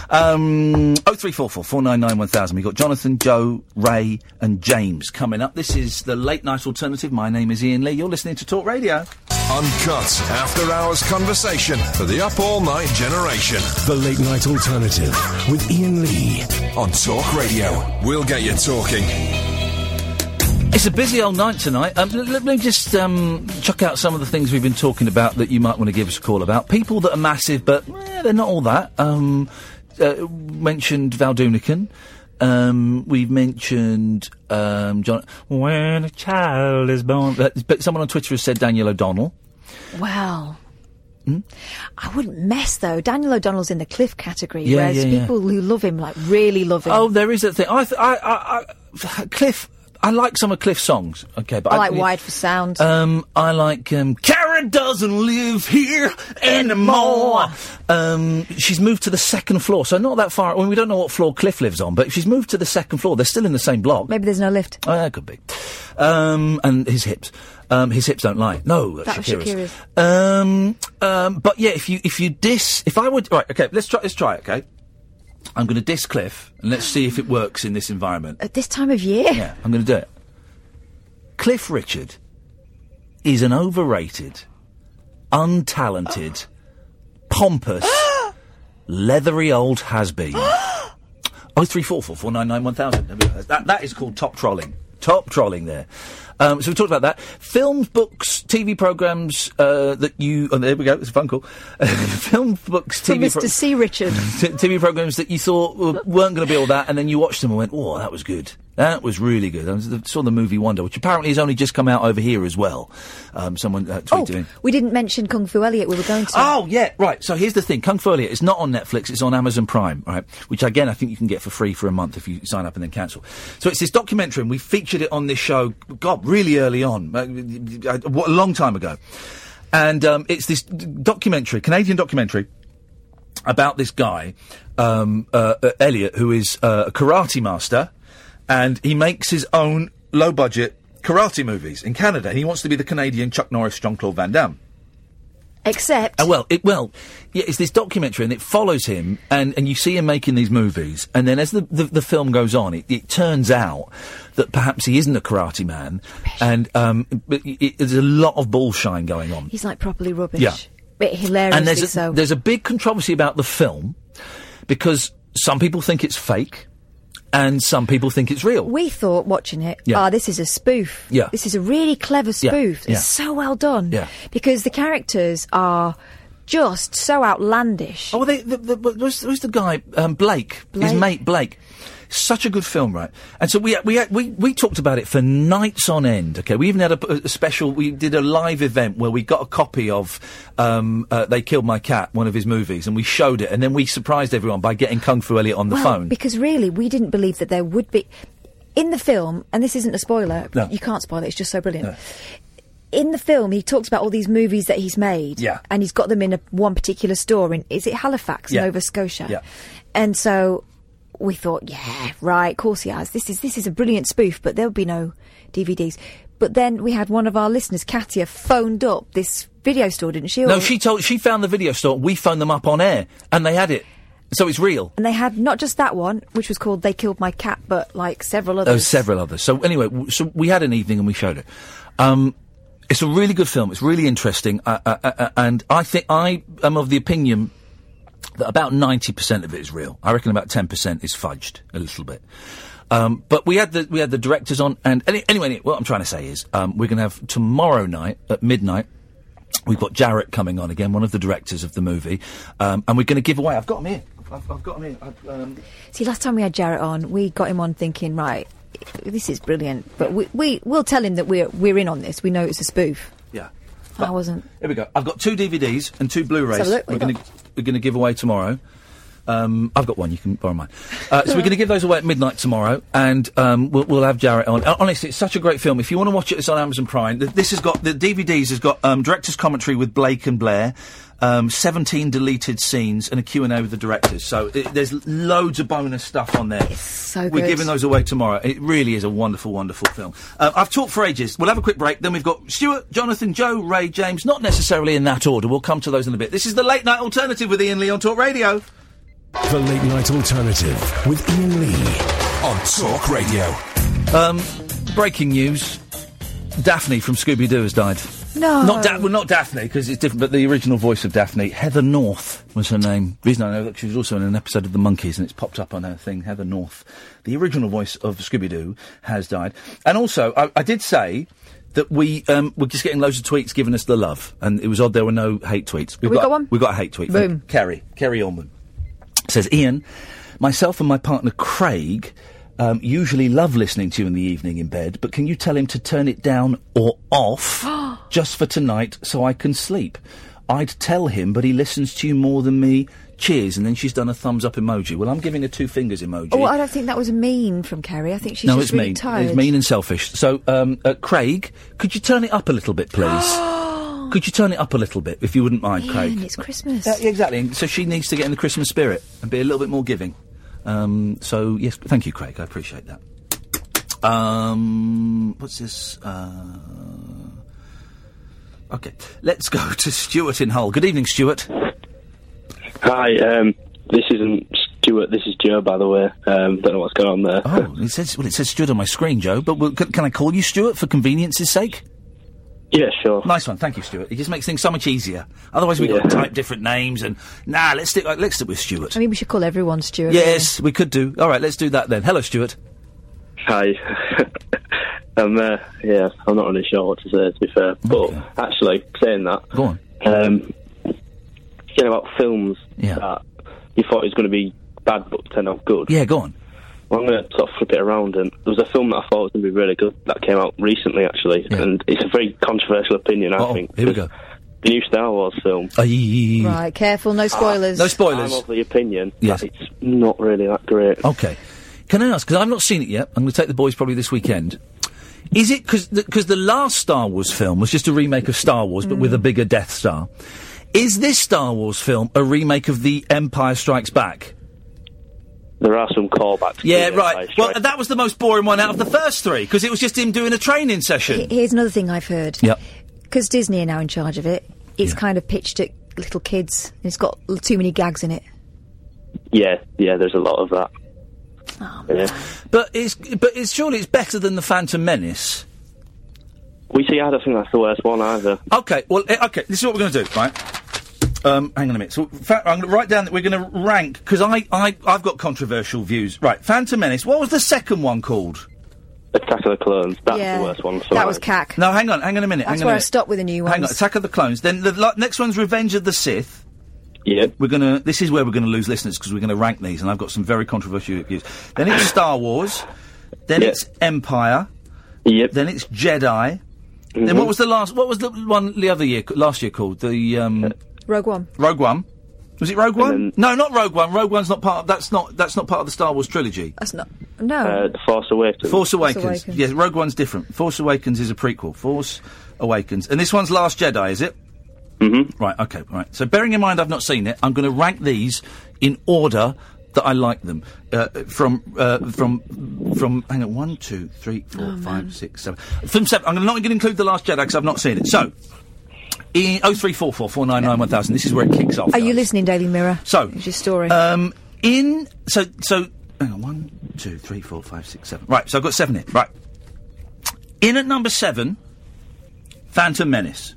S5: Um, 0344 499 1000. We've got Jonathan, Joe, Ray, and James coming up. This is the Late Night Alternative. My name is Ian Lee. You're listening to Talk Radio.
S1: Uncut after hours conversation for the up all night generation. The late night alternative with Ian Lee on Talk Radio. We'll get you talking.
S5: It's a busy old night tonight. Um, l- let me just um, chuck out some of the things we've been talking about that you might want to give us a call about. People that are massive, but eh, they're not all that. Um, uh, mentioned Valdunican. Um, we've mentioned um, John. When a child is born, but, but someone on Twitter has said Daniel O'Donnell.
S6: Well.
S5: Hmm?
S6: I wouldn't mess though. Daniel O'Donnell's in the cliff category,
S5: Yeah,
S6: whereas
S5: yeah, yeah.
S6: people who love him like really love him.
S5: Oh, there is that thing. I, th- I, I, I, Cliff. I like some of Cliff's songs. Okay, but
S6: I like Wide for Sound.
S5: Um, I like um, Karen doesn't live here anymore. Um, she's moved to the second floor, so not that far. I mean, we don't know what floor Cliff lives on, but if she's moved to the second floor, they're still in the same block.
S6: Maybe there's no lift.
S5: Oh, that could be. Um, and his hips. Um, his hips don't lie. No, that's
S6: That was
S5: Shakira's. Um, um, but yeah, if you if you diss, if I would, right, okay, let's try let's try it. Okay, I'm going to diss Cliff, and let's see if it works in this environment.
S6: At this time of year?
S5: Yeah, I'm going to do it. Cliff Richard is an overrated, untalented, pompous, leathery old has been. Oh three four four four nine nine one thousand. That that is called top trolling. Top trolling there. Um, so we talked about that. Films, books, TV programs uh, that you. Oh, there we go. It's a phone call. Films, books,
S6: From
S5: TV.
S6: Mr. C. Richard.
S5: T- TV programs that you thought were, weren't going to be all that, and then you watched them and went, "Oh, that was good. That was really good." I was- saw the movie Wonder, which apparently has only just come out over here as well. Um, someone uh, tweeted it.
S6: We didn't mention Kung Fu Elliot. We were going to.
S5: Oh yeah, right. So here's the thing: Kung Fu Elliot is not on Netflix; it's on Amazon Prime, right? Which again, I think you can get for free for a month if you sign up and then cancel. So it's this documentary, and we featured it on this show. God, really early on, uh, a wa- a long uh, time ago. And um, it's this d- documentary, Canadian documentary, about this guy, um, uh, uh, Elliot, who is uh, a karate master, and he makes his own low budget karate movies in Canada. He wants to be the Canadian Chuck Norris, Jean Claude Van Damme.
S6: Except
S5: Uh, well, it, well, yeah, it's this documentary, and it follows him, and, and you see him making these movies, and then as the, the, the film goes on, it, it turns out that perhaps he isn't a karate man, and um, but y it, there's a lot of bullshine going on.
S6: he's like properly rubbish.
S5: Yeah.
S6: But hilariously
S5: and there's a,
S6: so.
S5: there's a big controversy about the film because some people think it's fake, and some people think it's real.
S6: We thought watching it,
S5: Yeah.
S6: ah, this is a spoof.
S5: Yeah.
S6: This is a really clever
S5: Yeah,
S6: spoof.
S5: yeah.
S6: It's so well done.
S5: Yeah.
S6: Because the characters are just so outlandish.
S5: Oh, they, the, the, but who's, who's the guy? Um, Blake, his
S6: Blake.
S5: mate Blake. Such a good film, right? And so we we we we talked about it for nights on end. Okay, we even had a, a special. We did a live event where we got a copy of um, uh, "They Killed My Cat," one of his movies, and we showed it. And then we surprised everyone by getting Kung Fu Elliot on the
S6: well,
S5: phone.
S6: Because really, we didn't believe that there would be. In the film, and this isn't a spoiler,
S5: No.
S6: you can't spoil it, it's just so brilliant.
S5: Uh,
S6: In the film, he talks about all these movies that he's made.
S5: Yeah.
S6: And he's got them in a, one particular store in, is it Halifax,
S5: Yeah.
S6: Nova Scotia?
S5: Yeah.
S6: And so we thought, yeah, right, of course he has. This is, this is a brilliant spoof, but there would be no DVDs. But then we had one of our listeners, Katia, phoned up this video store, didn't she?
S5: No,
S6: Or-
S5: she told she found the video store. We phoned them up on air, and they had it. So it's real.
S6: And they had not just that one, which was called They Killed My Cat, but like several
S5: There were
S6: others.
S5: Oh, several others. So anyway, w- so we had an evening and we showed it. Um, it's a really good film. It's really interesting, uh, uh, uh, uh, and I think I am of the opinion that about ninety percent of it is real. I reckon about ten percent is fudged a little bit. Um, but we had the we had the directors on, and any, anyway, any- what I'm trying to say is um, we're going to have tomorrow night at midnight. We've got Jarrett coming on again, one of the directors of the movie, um, and we're going to give away. I've got him here. I've, I've got him here. I've, um,
S6: See, last time we had Jarrett on, we got him on thinking, right, this is brilliant, but we, we we'll tell him that we're we're in on this. We know it's a spoof.
S5: yeah.
S6: I wasn't.
S5: Here we go. I've got two DVDs and two Blu-rays.
S6: Let's have a look.
S5: We're
S6: What
S5: going
S6: you
S5: to we're going to give away tomorrow. Um, I've got one. You can borrow mine. Uh, so we're going to give those away at midnight tomorrow, and um, we'll, we'll have Jarrett on. Uh, honestly, it's such a great film. If you want to watch it, it's on Amazon Prime. Th- This has got the DVDs has got um, director's commentary with Blake and Blair, um, seventeen deleted scenes, and a Q and A with the directors. So it, there's loads of bonus stuff on there.
S6: So
S5: We're
S6: good.
S5: giving those away tomorrow. It really is a wonderful, wonderful film. Uh, I've talked for ages. We'll have a quick break. Then we've got Stuart, Jonathan, Joe, Ray, James. Not necessarily in that order. We'll come to those in a bit. This is the late night alternative with Ian Lee on Talk Radio.
S1: The Late Night Alternative with Ian Lee on Talk Radio.
S5: Um, breaking news: Daphne from Scooby Doo has died.
S6: No.
S5: Not da- well, not Daphne because it's different. But the original voice of Daphne, Heather North, was her name. reason I know that she was also in an episode of The Monkeys, and it's popped up on her thing. Heather North, the original voice of Scooby Doo, has died. And also, I, I did say that we um, were just getting loads of tweets giving us the love, and it was odd there were no hate tweets.
S6: we got one?
S5: We got a hate tweet. from
S6: Boom.
S5: Kerry, Kerry Orman says Ian, myself and my partner Craig um, usually love listening to you in the evening in bed, but can you tell him to turn it down or off just for tonight so I can sleep? I'd tell him, but he listens to you more than me. Cheers, and then she's done a thumbs up emoji. Well, I'm giving a two fingers emoji.
S6: Oh, I don't think that was mean from Kerry. I think she's
S5: no,
S6: just
S5: it's
S6: really
S5: mean.
S6: tired.
S5: It's mean and selfish. So, um, uh, Craig, could you turn it up a little bit, please? could you turn it up a little bit, if you wouldn't mind, Craig?
S6: Ian, it's Christmas.
S5: Yeah, exactly. And So she needs to get in the Christmas spirit and be a little bit more giving. Um, so yes, thank you, Craig. I appreciate that. Um, what's this? Uh, okay, let's go to Stuart in Hull. Good evening, Stuart.
S20: Hi, um, this isn't Stuart. This is Joe, by the way. Um, don't know what's going on there.
S5: Oh, it says well, it says Stuart on my screen, Joe. But well, can, can I call you Stuart for convenience's sake?
S20: Yeah, sure.
S5: Nice one, thank you, Stuart. It just makes things so much easier. Otherwise, we've got to type different names and nah. Let's stick. Let's stick with Stuart.
S6: I mean, we should call everyone Stuart.
S5: Yes, we could do. All right, let's do that then. Hello, Stuart.
S20: Hi. I'm, uh, yeah, I'm not really sure what to say, to be fair. But actually, saying that,
S5: Go on.
S20: um, you know, about films that you thought it was going to be bad but turned out good.
S5: Yeah, go on.
S20: Well, I'm going to sort of flip it around. And there was a film that I thought was going to be really good that came out recently, actually. And it's a very controversial opinion, I think.
S5: Here we go.
S20: The new Star Wars film.
S6: Right, careful,
S5: Ah,
S6: no Ah. spoilers.
S20: I'm of the opinion
S5: Yes.
S20: that it's not really that great.
S5: Okay. Can I ask? Because I've not seen it yet. I'm going to take the boys probably this weekend. Is it because the, 'cause the last Star Wars film was just a remake of Star Wars, but with a bigger Death Star? Is this Star Wars film a remake of The Empire Strikes Back?
S20: There are some callbacks.
S5: Yeah, right. Well, that was the most boring one out of the first three because it was just him doing a training
S6: H-
S5: session.
S6: Here's another thing I've heard.
S5: Yep.
S6: Because Disney are now in charge of it, it's kind of pitched at little kids. And it's got l- too many gags in it.
S20: Yeah, yeah, there's a lot of that. Yeah.
S5: But it's but it's surely it's better than the Phantom Menace.
S20: We see, I don't think that's the worst one either.
S5: Okay, well, eh, okay, this is what we're going to do, right? Um, hang on a minute. So, fa- I'm going to write down that we're going to rank because I, I, I've got controversial views. Right, Phantom Menace. What was the second one called?
S20: Attack of the Clones.
S6: That's Yeah, the worst one, that sorry. was cack.
S5: No, hang on, hang on a minute.
S6: That's
S5: hang on
S6: where
S5: a
S6: I
S5: minute.
S6: stopped with the new ones.
S5: Hang on, Attack of the Clones. Then the lo- next one's Revenge of the Sith.
S20: Yeah.
S5: We're gonna. This is where we're gonna lose listeners because we're gonna rank these, and I've got some very controversial views. Then it's Star Wars. Then
S20: Yeah.
S5: it's Empire.
S20: Yep. Mm-hmm.
S5: Then it's Jedi. Then
S6: Mhm.
S5: what was the last? What was the one the other year? Last year called the um,
S20: Uh,
S6: Rogue One.
S5: Rogue One. Was it Rogue One? No, not Rogue One. Rogue One's not part. Of, that's not. That's not part of the Star Wars trilogy.
S6: That's not. No.
S20: Uh,
S5: Uh,
S20: the Force Awakens.
S5: Force Awakens.
S6: Awakens.
S5: Yes, Rogue One's different. Force Awakens is a prequel. Force Awakens, and this one's Last Jedi, is it? Mm-hmm. Right. Okay. Right. So, bearing in mind I've not seen it, I'm going to rank these in order that I like them. Uh, from uh, from from hang on one two three four
S21: Oh, man.
S5: five six seven from seven. I'm not going to include the Last Jedi because I've not seen it. So. E, oh In 0344 499 1000, This is where it kicks off.
S6: Are you listening, Daily Mirror?
S5: So,
S6: It's your story.
S5: Um, in so so hang on one two three four five six seven. Right, so I've got seven here. Right, in at number seven, Phantom Menace.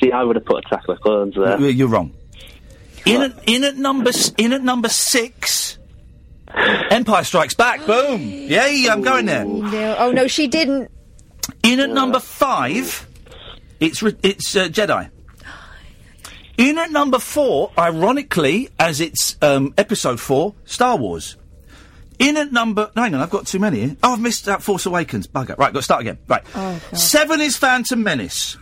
S20: See, I would have put Attack of the Clones there.
S5: Y- You're wrong. In at, in at number s- in at number six, Empire Strikes Back. Boom! Yay! I'm going there.
S6: No. Oh, no, she didn't.
S5: In at number five, it's re- it's uh, Jedi. In at number four, ironically, as it's um, episode four, Star Wars. In at number, no, hang on, I've got too many. Here. Oh, I've missed out Force Awakens. Bugger. Right, got to start again. Right, seven is Phantom Menace.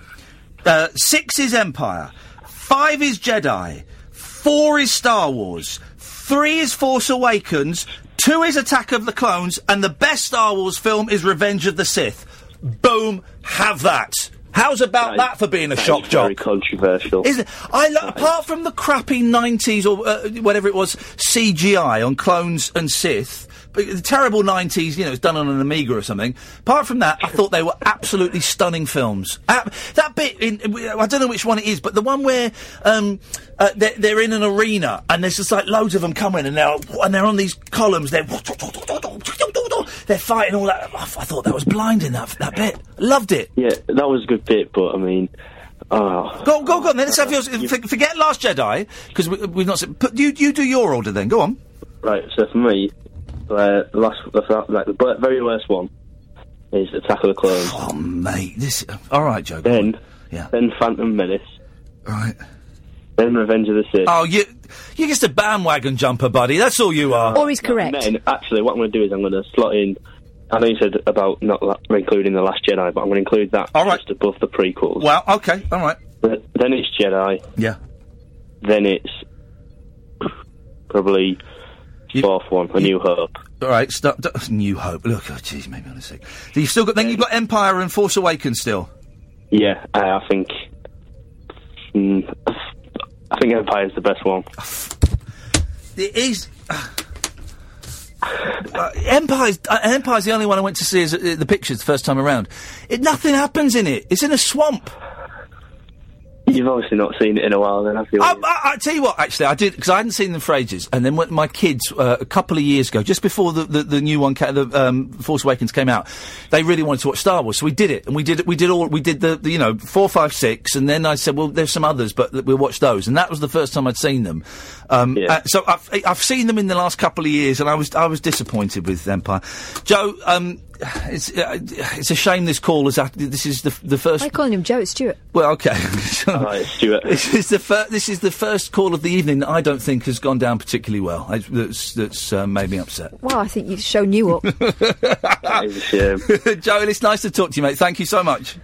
S5: Uh, six is Empire. Five is Jedi. Four is Star Wars. Three is Force Awakens. Two is Attack of the Clones. And the best Star Wars film is Revenge of the Sith. Boom. Have that. How's about that for being a
S20: That
S5: shock
S20: is
S5: job?
S20: Very controversial.
S5: Is it? I lo- apart from the crappy nineties or uh, whatever it was CGI on clones and Sith, but the terrible nineties. You know, it's done on an Amiga or something. Apart from that, I thought they were absolutely stunning films. Ab- that bit, in, I don't know which one it is, but the one where um, uh, they're, they're in an arena and there's just like loads of them coming and they're and they're on these columns. They're they're fighting all that. I, I thought that was blinding. That that bit, loved it.
S20: Yeah, that was a good bit, but I mean, oh,
S5: Go, go, go on. Then let's have yours. F- forget Last Jedi because we, we've not. Seen, put, you, you do your order then. Go on.
S20: right. So for me, uh, the last, the, fa- like, the bl- very worst one is Attack of the Clones.
S5: Oh mate, this. All right, Joe. go
S20: Then,
S5: yeah.
S20: Then Phantom Menace.
S5: Right.
S20: Then Revenge of the Sith.
S5: Oh, you, you're just a bandwagon jumper, buddy. That's all you are.
S6: Or he's correct.
S20: And then, actually, what I'm going to do is I'm going to slot in. I know you said about not la- including the Last Jedi, but I'm going to include that just above the prequels.
S5: Well, okay, all right.
S20: But then it's Jedi.
S5: Yeah.
S20: Then it's probably fourth one, A New Hope.
S5: All right. Stop. d- New Hope. Look. Oh, jeez, maybe on a sec. You've still got. Then you've got Empire and Force Awakens still.
S20: Yeah, I, I think. Mm, I think Empire's the best one.
S5: It is. Uh, Empire's, uh, Empire's the only one I went to see as, uh, the pictures the first time around. It, nothing happens in it. It's in a swamp.
S20: You've obviously not seen it in a while, then have you?
S5: I, I, I tell you what, actually, I did because I hadn't seen them for ages. And then when my kids, uh, a couple of years ago, just before the, the, the new one, ca- the um, Force Awakens came out, they really wanted to watch Star Wars, so we did it, and we did we did all we did the, the you know four, five, six, and then I said, well, there's some others, but th- we'll watch those. And that was the first time I'd seen them. Um, uh, so I've, I've seen them in the last couple of years, and I was I was disappointed with Empire. Joe, um, it's uh, it's a shame this call is after, this is the the first.
S6: Why are you calling him Joe? It's Stuart.
S5: Well, okay. Stuart. This is the fir- this is the first call of the evening that I don't think has gone down particularly well. I, that's that's uh, made me upset.
S6: Wow, I think you've shown you up.
S5: Joel, it's nice to talk to you, mate. Thank you so much.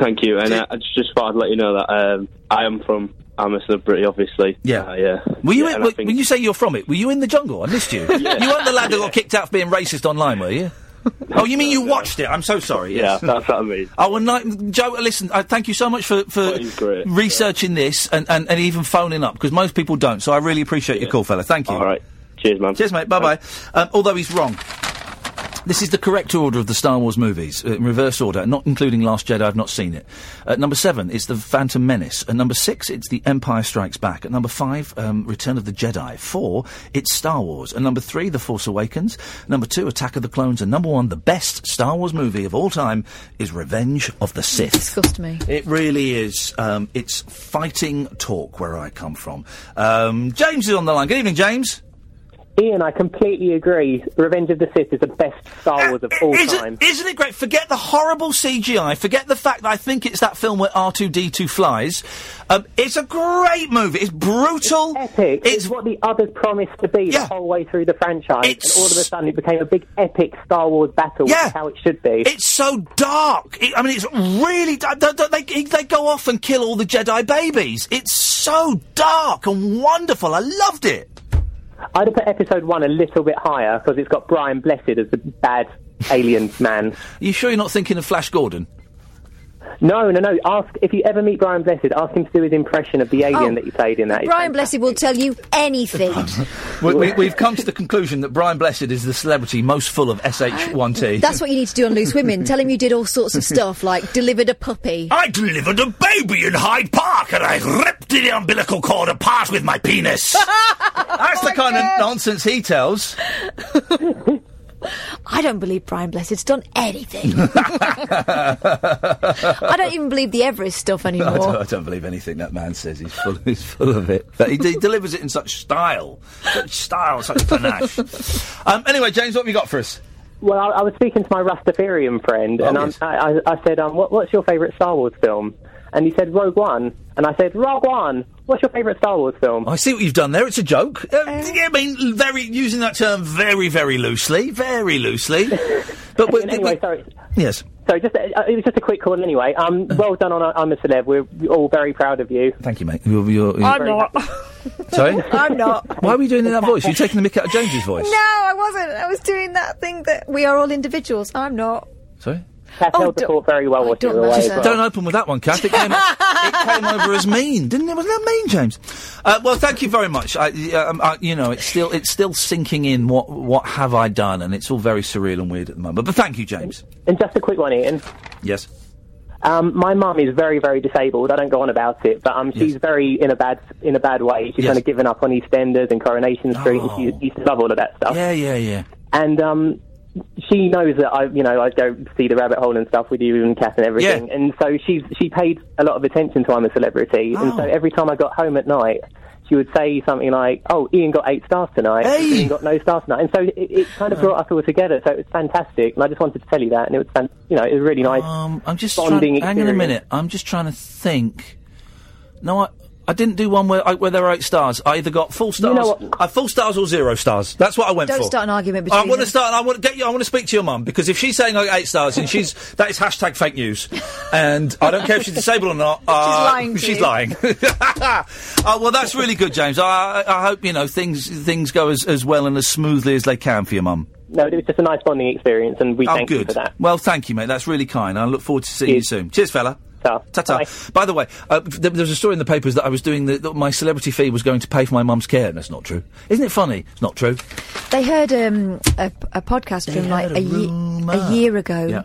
S20: Thank you, and uh, I just just thought I'd let you know that um, I am from. I'm a celebrity, obviously.
S5: Yeah.
S20: Uh, yeah.
S5: Were you?
S20: Yeah,
S5: in,
S20: and I
S5: were-
S20: think-
S5: when you say you're from it, were you in the jungle? I missed you.
S20: Yeah.
S5: You weren't the lad that got kicked out for being racist online, were you? oh, you mean you watched it? I'm so sorry. Yes.
S20: Yeah, that's what I mean.
S5: Oh, well, night, Joe, listen, uh, thank you so much for, for researching this and, and, and even phoning up, because most people don't. So I really appreciate your call, fella. Thank you. All right.
S20: Cheers, man.
S5: Cheers, mate. Bye bye. Um, although he's wrong. This is the correct order of the Star Wars movies, uh, in reverse order, not including Last Jedi, I've not seen it. At number seven, it's The Phantom Menace. At number six, it's The Empire Strikes Back. At number five, um, Return of the Jedi. Four, it's Star Wars. At number three, The Force Awakens. Number two, Attack of the Clones. And number one, the best Star Wars movie of all time is Revenge of the Sith.
S6: Disgust me.
S5: It really is. Um, it's fighting talk where I come from. Um, James is on the line. Good evening, James.
S21: Ian, I completely agree. Revenge of the Sith is the best Star Wars of all time.
S5: Isn't, isn't it great? Forget the horrible CGI. Forget the fact that I think it's that film where R2D2 flies. Um, it's a great movie. It's brutal.
S21: Epic. It's, what the others promised to be the whole way through the franchise, and all of a sudden it became a big epic Star Wars battle, which
S5: Yeah.
S21: is how it should be.
S5: It's so dark. It- I mean, it's really dark. They, they, they go off and kill all the Jedi babies. It's so dark and wonderful. I loved it.
S21: I'd have put Episode One a little bit higher because it's got Brian Blessed as the bad alien man.
S5: you sure you're not thinking of Flash Gordon?
S21: No, no, no. Ask if you ever meet Brian Blessed. Ask him to do his impression of the alien
S6: Oh.
S21: that he played in that. It's
S6: Brian Blessed will tell you anything.
S5: We, we, we've come to the conclusion that Brian Blessed is the celebrity most full of SH1T.
S6: That's what you need to do on Loose Women. Tell him you did all sorts of stuff, like delivered a puppy.
S5: I delivered a baby in Hyde Park and I ripped the umbilical cord apart with my penis. That's the kind of nonsense he tells.
S6: I don't believe Brian Blessed's done anything. I
S5: I
S6: don't even believe the Everest stuff
S5: I don't,
S6: anymore.
S5: I don't believe anything that man says. He's full, he's full of it. But he, he delivers it in such style. Such style, such panache. um, anyway, James, what have you got for us?
S21: Well, I, I was speaking to my Rastafarian friend, and I'm, I, I, I said, um, what, "What's your favourite Star Wars film?" And he said, "Rogue One." And I said, "Rogue One. What's your favourite Star Wars film?"
S5: I see what you've done there. It's a joke. Uh, yeah, I mean, very using that term very, very loosely, very loosely. But we-
S21: anyway,
S5: we-
S21: sorry.
S5: yes,
S21: So just uh, it was just a quick call anyway. Um, well done on uh, I'm a celeb. We're all very proud of you.
S5: thank you, mate. You're, you're, you're-
S21: I'm not.
S5: Sorry,
S6: I'm not.
S5: Why were you doing in that voice? You're taking the mick out of James's voice.
S6: No, I wasn't. I was doing that thing that we are all individuals. I'm not.
S5: Sorry.
S21: That
S6: Oh,
S21: held the
S6: don't-
S21: fort very well while you
S6: don't
S21: were away.
S6: matter.
S5: Just
S21: as well.
S5: don't open with that one, Kath. It came, it came over as mean, didn't it? Wasn't that mean, James? Uh, well, thank you very much. I, um, I, you know, it's still it's still sinking in. What what have I done? And it's all very surreal and weird at the moment. But thank you, James.
S21: And just a quick one, Ian.
S5: Yes.
S21: Um, my mum is very, very disabled. I don't go on about it, but um, she's very in a bad in a bad way. She's kind of given up on EastEnders and Coronation Street. and She she used to love all of that stuff.
S5: Yeah, yeah, yeah.
S21: And um, she knows that I, you know, I go see the rabbit hole and stuff with you and Kath and everything. And so she's she paid a lot of attention to I'm a celebrity. And so
S5: Oh.
S21: every time I got home at night. She would say something like, "Oh, Ian got eight stars tonight. Ian got no stars tonight," and so it, it kind of brought us all together. So it was fantastic, and I just wanted to tell you that. And it was, fan- you know, it was really nice.
S5: Um, I'm just trying,
S21: bonding
S5: hang on a
S21: experience.
S5: minute. I'm just trying to think. No, I. I didn't do one where I, where there were eight stars. I either got full stars,
S6: know
S5: I full stars or zero stars. That's what I went
S6: Don't
S5: for.
S6: start an argument between
S5: I want to
S6: us.
S5: start. I want to get you. I want to speak to your mum because if she's saying I got eight stars and she's that is hashtag fake news, and I don't care if she's disabled or not. uh,
S6: lying to
S5: She's
S6: you.
S5: lying. oh, well, that's really good, James. I, I I hope you know things things go as, as well and as smoothly as they can for your mum.
S21: No, it was just a nice bonding experience, and we
S5: oh,
S21: thank
S5: good.
S21: you for that.
S5: Well, thank you, mate. That's really kind. I look forward to seeing you soon. Cheers, fella. Ta-ta. By the way, uh, th- there was a story in the papers that I was doing the, that my celebrity fee was going to pay for my mum's care, and that's not true. Isn't it funny? It's not true.
S6: They heard um, a, a podcast from like a, ye- a year ago,
S5: Yeah.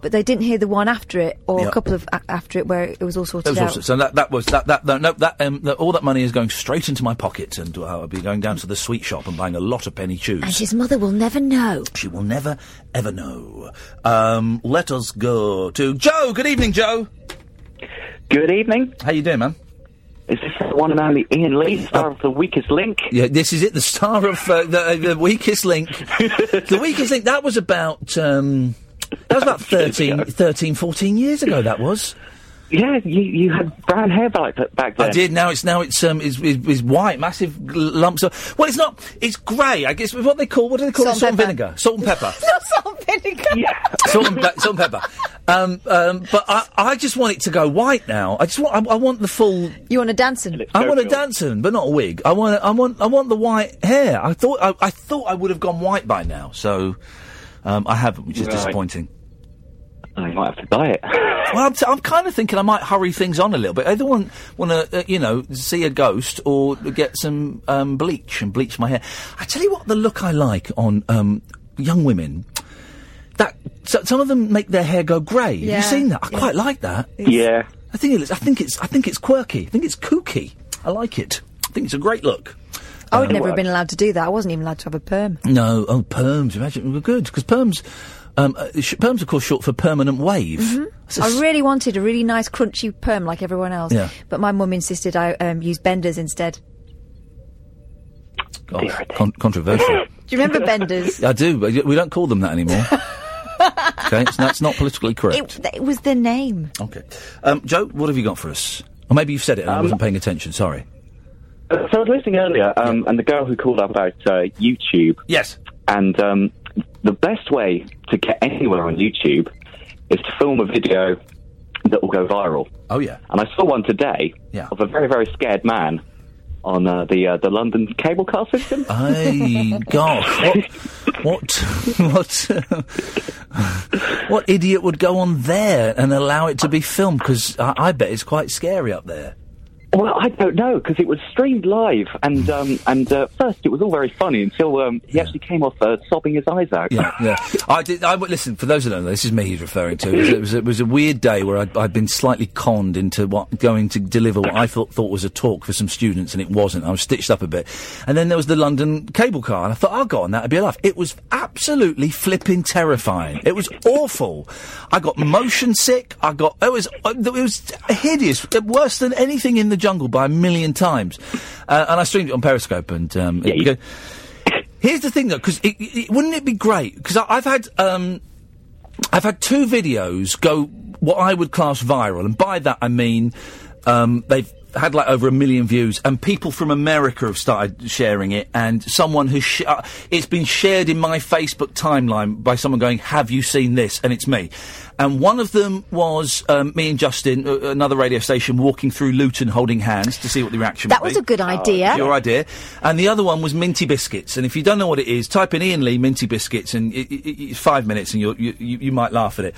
S6: but they didn't hear the one after it or
S5: Yeah.
S6: a couple of a- after it where it was all
S5: That
S6: sorted
S5: was
S6: out.
S5: awesome. So that, that was that that, that, no, that, um, that all that money is going straight into my pocket, and uh, I'll be going down to the sweet shop and buying a lot of penny chews.
S6: And his mother will never know.
S5: She will never ever know. Um, let us go to Joe. Good evening, Joe.
S22: Good evening.
S5: How you doing, man?
S22: Is this the one and only Ian Lee, star of The Weakest Link?
S5: Uh, Yeah, this is it. The star of uh, the, uh, the weakest link. the weakest link. That was about. Um, that was about 13, 13, 14 years ago. That was.
S22: Yeah, you, you had brown hair back, back then.
S5: I did. Now it's now it's um is is, is white, massive l- lumps of. Well, it's not. It's grey. I guess what they call. What do they call
S6: Salt
S5: it?
S6: and
S5: Salt and
S6: pepper.
S5: vinegar. Salt and pepper.
S6: Not salt and vinegar.
S5: salt, and, pe- salt and pepper. Um, um, but I, I just want it to go white now. I just want I, I want the full.
S6: You want a dancing?
S5: I want a Danson, but not a wig. I want I want I want the white hair. I thought I, I thought I would have gone white by now. So Um, I haven't, which is
S22: Right.
S5: disappointing.
S22: I Oh, might have to buy it.
S5: well, I'm, t- I'm kind of thinking I might hurry things on a little bit. I either want want to, uh, you know, see a ghost or get some um, bleach and bleach my hair. I tell you what, the look I like on um, young women. That so, some of them make their hair go grey. Have
S4: Yeah.
S5: you seen that? I
S4: Yeah.
S5: quite like that.
S4: It's-
S20: Yeah.
S5: I think it looks, I think it's I think it's quirky. I think it's kooky. I like it. I think it's a great look.
S6: I would
S5: Um,
S6: never have been allowed to do that. I wasn't even allowed to have a perm.
S5: no, oh, perms. Imagine we're good because perms, um, uh, sh- perms of course short for permanent wave.
S6: Mm-hmm.
S5: That's a
S6: I really wanted a really nice crunchy perm like everyone else,
S5: Yeah.
S6: but my mum insisted I um, use benders instead.
S5: God, con- controversial.
S6: Do you remember benders?
S5: I do, but y- we don't call them that anymore. okay, so that's not politically correct.
S6: It, it was the name.
S5: Okay, um, Joe, what have you got for us? Or maybe you've said it and I
S22: Um,
S5: wasn't paying attention. Sorry.
S22: Uh, So I was listening earlier, um, and the girl who called up about uh, YouTube.
S5: Yes.
S22: And um, the best way to get anywhere on YouTube is to film a video that will go viral.
S5: Oh yeah.
S22: And I saw one today
S5: Yeah.
S22: of a very very scared man on uh, the uh, the London cable car system.
S5: Hey, gosh, what, what, what, uh, what idiot would go on there and allow it to be filmed? Because I, I bet it's quite scary up there.
S22: Well, I don't know because it was streamed live, and um, and uh, first it was all very funny until um, he actually came off uh, sobbing his eyes out.
S5: Yeah, yeah. I did. I w- listen. For those who don't know, this is me he's referring to. It was, it was, it was a weird day where I'd, I'd been slightly conned into what going to deliver what I thought thought was a talk for some students, and it wasn't. I was stitched up a bit, and then there was the London cable car, and I thought I'll go on that. It'd be a laugh. It was absolutely flipping terrifying. It was awful. I got motion sick. I got it was uh, it was hideous, uh, worse than anything in the jungle by a million times. Uh, and I streamed it on Periscope, and um, it, go- Here's the thing, though, because it, it, wouldn't it be great? Because I've had um, I've had two videos go what I would class viral, and by that I mean um, they've had like over a million views, and people from America have started sharing it, and someone has sh- uh, it's been shared in my Facebook timeline by someone going, "Have you seen this?" and it's me. And one of them was um, me and Justin, uh, another radio station, walking through Luton holding hands to see what the reaction
S6: That
S5: would
S6: was
S5: be.
S6: a good idea.
S5: Your idea. And the other one was minty biscuits. And if you don't know what it is, type in Ian Lee minty biscuits, and it, it, it- it's five minutes, and you'll, you you you might laugh at it.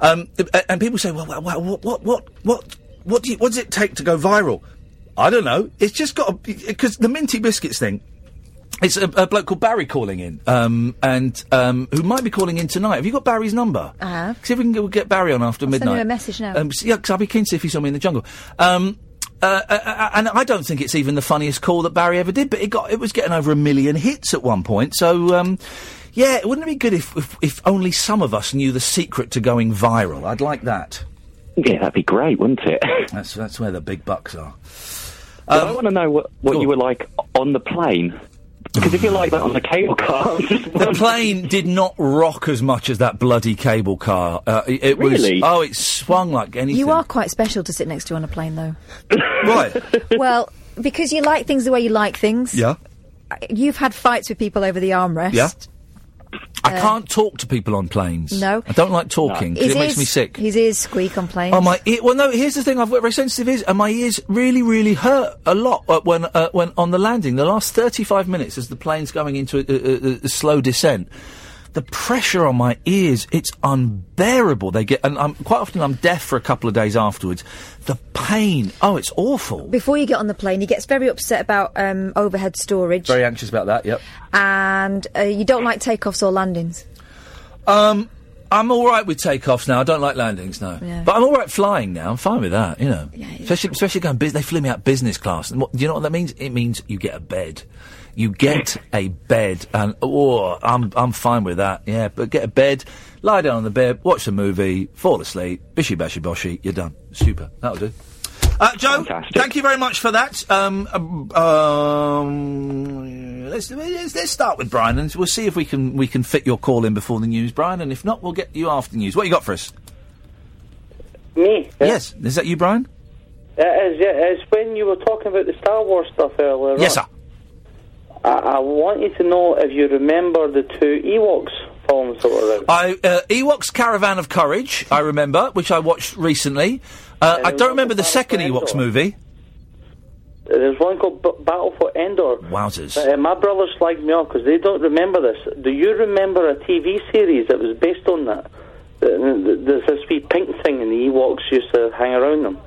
S5: Um, a- and people say, well, well, well what what what what what, do you, what does it take to go viral? I don't know. It's just got because the minty biscuits thing. It's a, a bloke called Barry calling in, um, and um, who might be calling in tonight. Have you got Barry's number?
S6: I have.
S5: See if we can get, get Barry on after
S6: I'll send
S5: midnight.
S6: him a message now.
S5: Um, s- yeah, because I'll be keen to see if he saw me in the jungle. Um, uh, uh, uh, and I don't think it's even the funniest call that Barry ever did, but it got it was getting over a million hits at one point. So um, yeah, wouldn't it be good if, if if only some of us knew the secret to going viral? I'd like that.
S22: Yeah, that'd be great, wouldn't it?
S5: That's that's where the big bucks are.
S22: But I want to know what, what you were like on the plane. Because if you're like that on the cable car,
S5: the plane did not rock as much as that bloody cable car. Uh, it it
S22: Really?
S5: was oh, it swung like anything.
S6: You are quite special to sit next to on a plane, though.
S5: right.
S6: well, because you like things the way you like things.
S5: Yeah.
S6: You've had fights with people over the armrest.
S5: Yeah. I
S6: Uh,
S5: can't talk to people on planes.
S6: No.
S5: I don't like talking 'cause
S6: His
S5: it makes
S6: ears-
S5: me sick.
S6: His ears squeak on planes.
S5: Oh my! Ear, well, no. Here's the thing: I've got very sensitive ears, and my ears really, really hurt a lot uh, when uh, when on the landing. The last 35 minutes, as the plane's going into a, a, a, a slow descent, the pressure on my ears—it's unbearable. They get, and I'm quite often I'm deaf for a couple of days afterwards. The pain. Oh, it's awful.
S6: Before you get on the plane, he gets very upset about um, overhead storage,
S5: Very anxious about that. Yep.
S6: and uh, you don't like takeoffs or landings.
S5: Um, I'm all right with takeoffs now. I don't like landings now,
S6: Yeah.
S5: but I'm all right flying now. I'm fine with that. You know, especially especially going. Bus- they flew me out business class, and what, do you know what that means? It means you get a bed. You get a bed, and oh, I'm I'm fine with that. Yeah, but get a bed, lie down on the bed, watch a movie, fall asleep, bishy bashy boshy, you're done. Super, that'll do. Uh, Joe, thank you very much for that. Um, um, um, let's, let's let's start with Brian, and we'll see if we can we can fit your call in before the news, Brian. And if not, we'll get you after the news. What you got for us?
S7: Me?
S5: Yes, is that you, Brian?
S23: Uh,
S7: It is, it is. When you were talking about the Star Wars stuff earlier
S5: Yes, sir.
S7: I, I wanted to know if you remember the two Ewoks films that were out.
S5: I uh, Ewoks Caravan of Courage, I remember, which I watched recently. Uh, I don't remember the second Ewoks movie.
S23: There's one called B- Battle for Endor.
S5: Wowzers.
S23: Uh, my brother slagged me off because they don't remember this. Do you remember a TV series that was based on that? Th- th- There's this wee pink thing, and the Ewoks used to hang around them.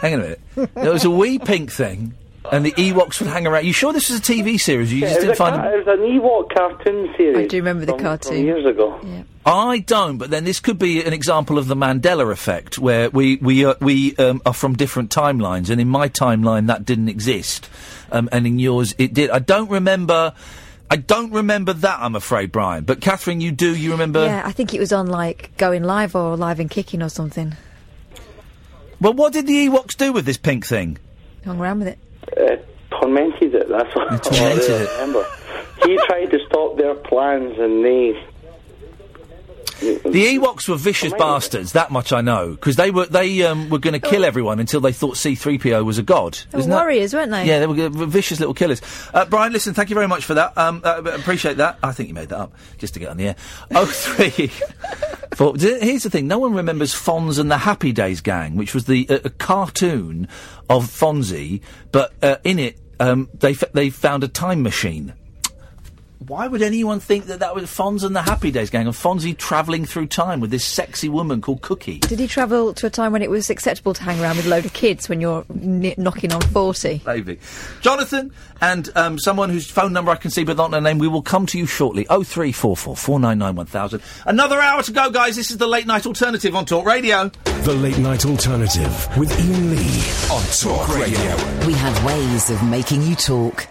S5: Hang on a minute. There was a wee pink thing, and the Ewoks would hang around. You sure this was a TV series? You just
S23: it,
S5: didn't
S23: was a
S5: find
S23: car-
S5: them.
S23: it was an Ewok cartoon series.
S6: I do remember the
S23: from-
S6: cartoon.
S23: From years ago.
S5: I don't, but then this could be an example of the Mandela effect, where we we uh, we um, are from different timelines, and in my timeline that didn't exist, um, and in yours it did. I don't remember. I don't remember that. I'm afraid, Brian. But Catherine, you do. You remember?
S6: yeah, I think it was on like going live or live and kicking or something.
S5: Well, what did the Ewoks do with this pink thing?
S6: Hung around with it.
S23: Uh, tormented it. That's what
S5: tormented
S23: I
S5: it.
S23: remember. he tried to stop their plans, and they
S5: The Ewoks were vicious bastards. That much I know, because they were they um, were
S6: Oh.
S5: going to kill everyone until they thought C-3PO was a god.
S6: They were
S5: Isn't that-
S6: warriors, weren't they?
S5: Yeah, they were, g- were vicious little killers. Uh, Brian, listen, thank you very much for that. Um, uh, b- appreciate that. I think you made that up just to get on the air. Oh three. Four, d- here's the thing: no one remembers Fonz and the Happy Days Gang, which was the uh, a cartoon of Fonzie, but uh, in it um, they f- they found a time machine. Why would anyone think that that was Fonz and the Happy Days Gang and Fonzie travelling through time with this sexy woman called Cookie?
S6: Did he travel to a time when it was acceptable to hang around with a load of kids when you're n- knocking on 40?
S5: Maybe. Jonathan and um, someone whose phone number I can see but not their name, we will come to you shortly. 0344 499 1000. Another hour to go, guys. This is the late night alternative on Talk Radio.
S24: The Late Night Alternative with Ian Lee on Talk Radio.
S1: We have ways of making you talk.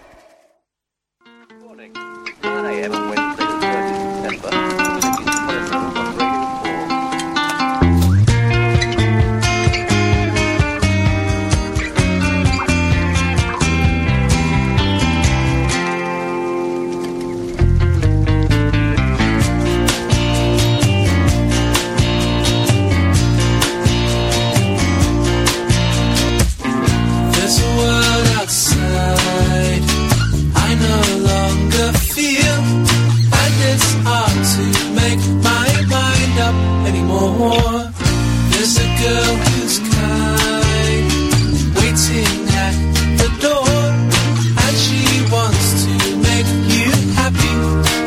S8: There's a world outside. I no longer feel, and it's hard to make my mind up anymore. There's a girl who's kind, waiting at the door, and she wants to make you happy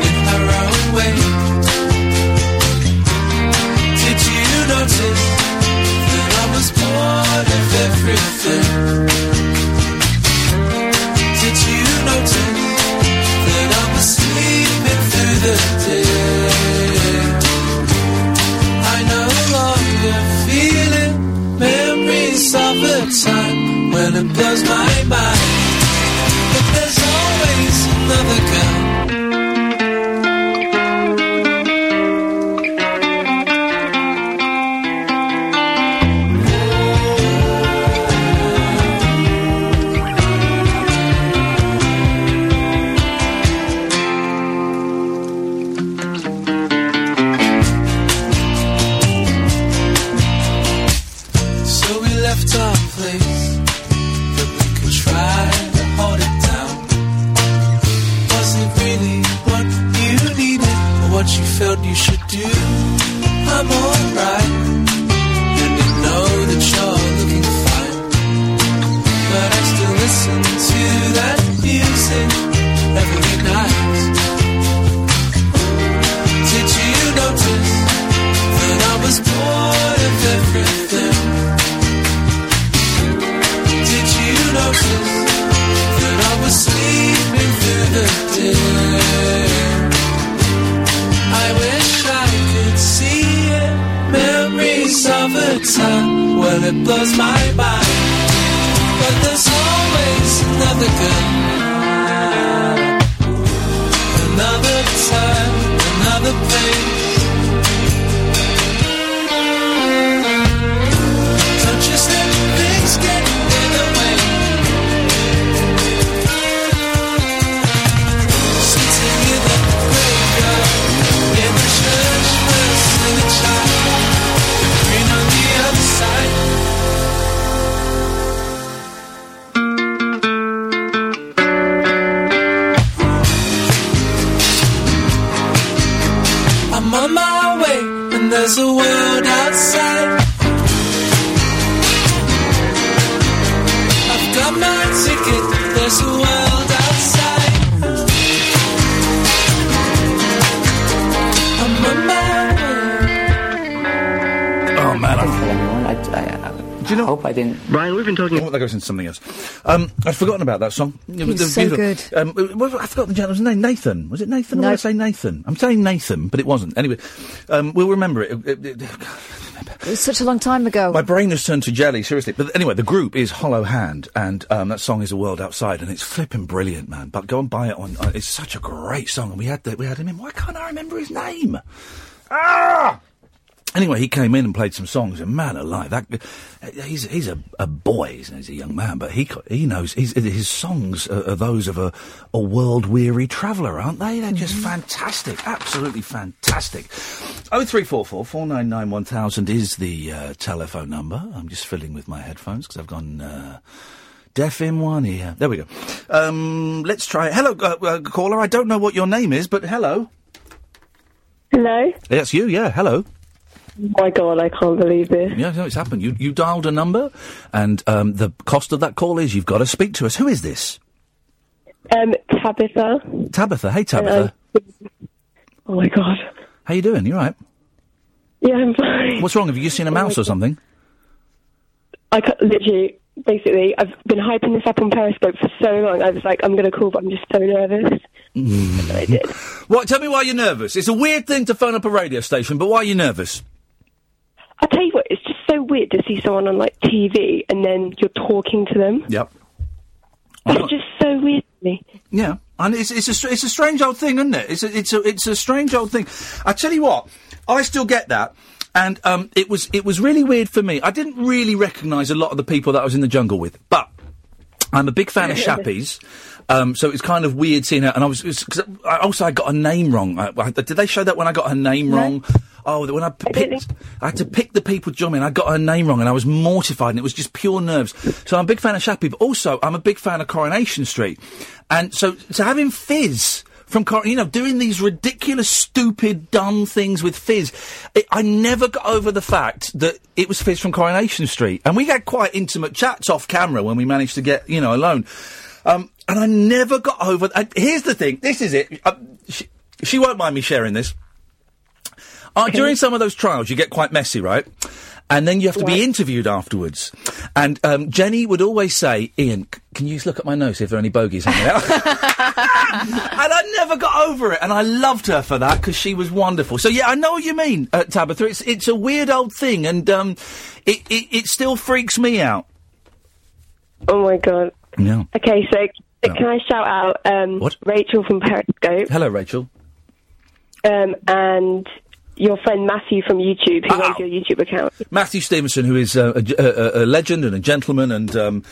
S8: in her own way. Did you notice that I was bored of everything? Did you notice that I was sleeping through the day? I no longer feel it. Memories of the time when it blows my mind. But there's always another girl. So we left our place that we could try to hold it down. Was it really what you needed or what you felt you should do? I'm alright, and I know that you're looking fine. But I still listen to that music every night. Did you notice that I was bored of everything? Did you notice that I was sleeping through the day? I wish I could see it. Memories of a time when it blows my mind. But there's always another girl. Another time, another place. Don't you let things get in the way. Sitting in the graveyard, in the church, nursing a child, the green on the other side. I'm on my way, and there's a world outside.
S3: Grab my ticket, there's a world outside. I'm a
S5: Oh man, I, do you know? I hope I didn't. Ryan, we've been talking. Oh, that goes into something else. Um, I'd forgotten about that song. It
S6: It's
S5: was
S6: so
S5: beautiful. Um, it- well, I forgot the gentleman's name. Nathan was it Nathan? Or
S6: No.
S5: did I say Nathan? I'm saying Nathan, but it wasn't. Anyway, um, we'll remember it. It- it- it-
S6: It was such a long time ago.
S5: My brain has turned to jelly, seriously. But anyway, the group is Hollow Hand, and um, that song is "A World Outside," and it's flipping brilliant, man. But go and buy it on. Uh, it's such a great song, and we had the, we had him in. Why can't I remember his name? Ah! Anyway, he came in and played some songs, and man alive, that he's he's a, a boy, isn't he? he's a young man, but he co- he knows he's, his songs are, are those of a, a world weary traveller, aren't they? They're just fantastic, absolutely fantastic. Oh three four four four nine nine one thousand is the uh, telephone number. I'm just fiddling with my headphones because I've gone. Uh, Deaf in one ear. There we go. Um, let's try. Hello, uh, uh, caller. I don't know what your name is, but hello.
S4: Hello?
S5: That's you. Yeah. Hello.
S4: my god, I can't believe this.
S5: Yeah, no, it's happened. You you dialed a number, and um, the cost of that call is you've got to speak to us. Who is this?
S4: Um, Tabitha. Um,
S5: Tabitha. Hey, Tabitha.
S4: Uh, Oh my god.
S5: How you doing? You all right?
S4: Yeah, I'm fine.
S5: What's wrong? Have you just seen a mouse or something?
S4: I ca- literally, basically, I've been hyping this up on Periscope for so long. I was like, I'm going to call, but I'm just so nervous.
S5: I did. What? Tell me why you're nervous. It's a weird thing to phone up a radio station, but why are you nervous?
S4: I tell you what, it's just so weird to see someone on like TV and then you're talking to them.
S5: Yep.
S4: It's just so weird to me.
S5: Yeah, and it's it's a str- it's a strange old thing, isn't it? It's a, it's a it's a strange old thing. I tell you what, I still get that, and um, it was it was really weird for me. I didn't really recognise a lot of the people that I was in the jungle with, but I'm a big fan of Shappies. Um, so it's kind of weird seeing her, and I was it was- cause I, also I got her name wrong. I, I- did they show that when I got her name wrong? Oh, when I p- picked, I had to pick the people to join me, and I got her name wrong, and I was mortified, and it was just pure nerves. So I'm a big fan of Shappy, but also I'm a big fan of Coronation Street, and so so having Fizz from Cor- you know doing these ridiculous, stupid, dumb things with Fizz. It, I never got over the fact that it was Fizz from Coronation Street, and we had quite intimate chats off camera when we managed to get you know alone. Um, and I never got over. I, here's the thing. This is it. Uh, she, she won't mind me sharing this. Uh, during some of those trials, you get quite messy, right? And then you have to be interviewed afterwards. And um, Jenny would always say, Ian, c- can you just look at my nose, see if there are any bogeys hanging out? and I never got over it. And I loved her for that because she was wonderful. So, yeah, I know what you mean, uh, Tabitha. It's, it's a weird old thing and um, it, it, it still freaks me out.
S4: Oh my god.
S5: Yeah.
S4: Okay, so
S5: Yeah.
S4: can I shout out um,
S5: What?
S4: Rachel from Periscope
S5: Hello, Rachel.
S4: um, and your friend Matthew from YouTube who runs your YouTube account?
S5: Matthew Stevenson, who is uh, a, g- a- a- a legend and a gentleman, and um,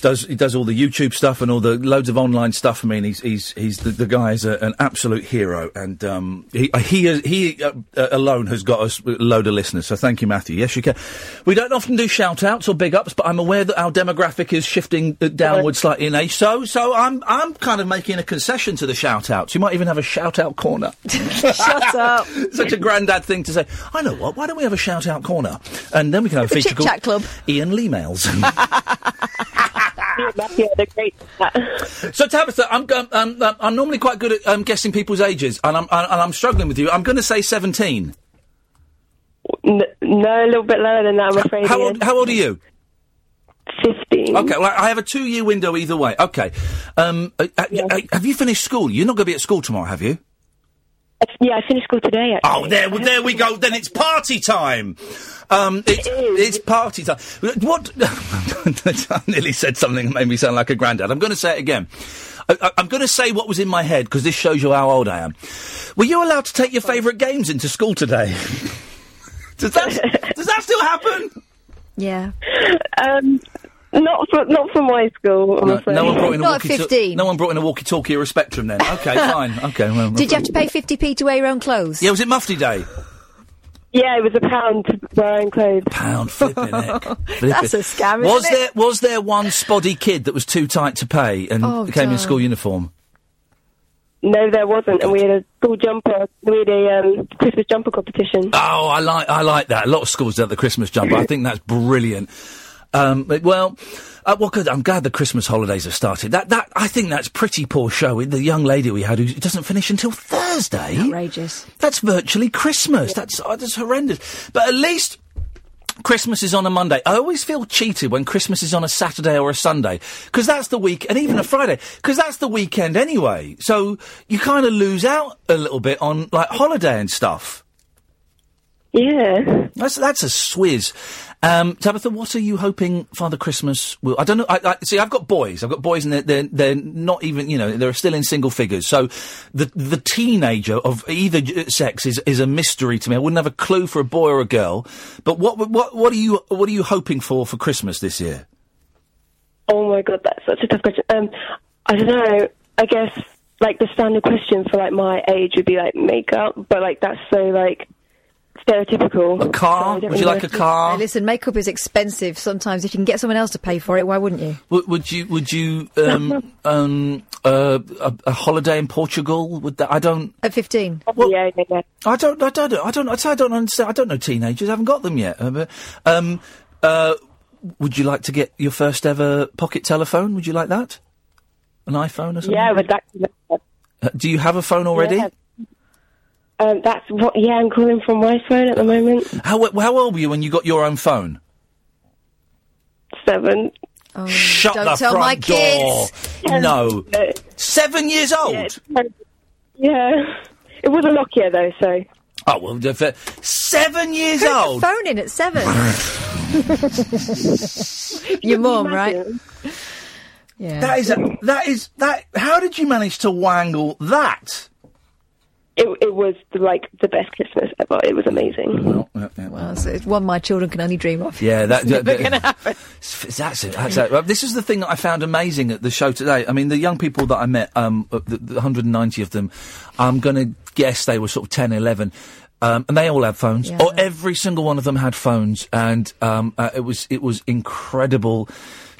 S5: does he does all the YouTube stuff and all the loads of online stuff. I mean, he's he's he's the, the guy is a, an absolute hero, and um, he he is- he uh, uh, alone has got us a load of listeners. So thank you, Matthew. Yes, you can. We don't often do shout outs or big ups, but I'm aware that our demographic is shifting uh, downwards slightly in age. So so I'm I'm kind of making a concession to the shout outs. You might even have a shout out corner.
S6: Shut up.
S5: Such a grandad thing to say. I know what. Why don't we have a shout out corner, and then we can have a
S6: The
S5: feature
S6: Chit
S5: called
S6: Chat Club.
S5: Ian Lee mails. so Tabitha, I'm um, um, um, I'm normally quite good at um, guessing people's ages, and I'm and I'm struggling with you. I'm going to say seventeen.
S4: N- no, a little bit lower than that, I'm afraid.
S5: How old, how old are you?
S4: Fifteen.
S5: Okay, well, I have a two year window either way. Okay, um, uh, uh, uh, have you finished school? You're not going to be at school tomorrow, have you?
S4: Yeah, I finished school today.
S5: Oh, there, well, there we go. Then it's party time. Um, it's, it's party time. What? I nearly said something that made me sound like a granddad. I'm going to say it again. I, I, I'm going to say what was in my head because this shows you how old I am. Were you allowed to take your favourite games into school today? does that does that still happen?
S4: Yeah. Um, not for, not for my school. I'm
S5: No,
S4: afraid.
S5: no one brought in a walkie-talkie. No one brought in a walkie-talkie or a spectrum. Then okay, fine. Okay. Well,
S6: Did you have to pay 50p to wear your own clothes?
S5: Yeah, was it Mufti Day?
S4: Yeah, it was a pound to wear own clothes.
S5: Pound flipping heck.
S6: That's a scam, isn't
S5: was
S6: it?
S5: there was there one spotty kid that was too tight to pay and
S4: Oh,
S5: came in
S4: darn.
S5: school uniform?
S4: No, there wasn't, and we had a school jumper. We had a um, Christmas jumper competition.
S5: Oh, I like I like that. A lot of schools do the Christmas jumper. I think that's brilliant. Um, but- well, uh, well, good. I'm glad the Christmas holidays have started. That, that I think that's pretty poor showing. The young lady we had who doesn't finish until Thursday.
S6: Outrageous.
S5: That's virtually Christmas. That's uh, that's horrendous. But at least Christmas is on a Monday. I always feel cheated when Christmas is on a Saturday or a Sunday because that's the week, and even a Friday because that's the weekend anyway. So you kind of lose out a little bit on like holiday and stuff.
S25: Yeah.
S5: That's that's a swizz. Um, Tabitha, what are you hoping Father Christmas will? I don't know. I, I see. I've got boys. I've got boys, and they're, they're they're not even. You know, they're still in single figures. So the the teenager of either j- sex is is a mystery to me. I wouldn't have a clue for a boy or a girl. But what what what are you what are you hoping for for Christmas this year?
S25: Oh my god, that's such a tough question. Um, I don't know. I guess like the standard question for like my age would be like makeup, but like that's so like stereotypical. A
S5: car? Would you like a car?
S6: Hey, listen, makeup is expensive sometimes. If you can get someone else to pay for it, why wouldn't you?
S5: Would, would you would you um um uh, a, a holiday in Portugal? Would that I don't.
S6: At 15.
S25: yeah, yeah, yeah.
S5: I don't, I don't, I don't, I say I don't understand. I don't know teenagers. I haven't got them yet. Uh, but, Um, uh, would you like to get your first ever pocket telephone? Would you like that? An iPhone or something?
S25: Yeah, but that.
S5: Uh, do you have a phone already?
S25: Yeah. Um, that's what. Yeah, I'm calling from my phone at the moment.
S5: How how old were you when you got your own phone?
S25: Seven.
S5: Shut
S25: Don't
S5: the
S25: tell
S5: front
S25: my
S5: door.
S25: kids.
S5: No. Seven years old.
S25: Yeah, yeah. it was a Nokia though, so.
S5: Oh well, the f- seven years
S6: Who put
S5: old.
S6: the phone in at seven. Your mum, right? Yeah.
S5: That is a, that is that. How did you manage to wangle that?
S25: It, it was like the best Christmas ever. It was amazing.
S6: Well, so it's one my children can only dream of.
S5: Yeah, that-
S6: It's never
S5: that-
S6: gonna happen.
S5: F- That's it. That's it. Well, This is the thing that I found amazing at the show today. I mean, the young people that I met, um, uh, the, the 190 of them, I'm going to guess they were sort of 10, 11. Um, and they all had phones,
S4: Yeah.
S5: or Oh, every single one of them had phones, and um, uh, it was it was incredible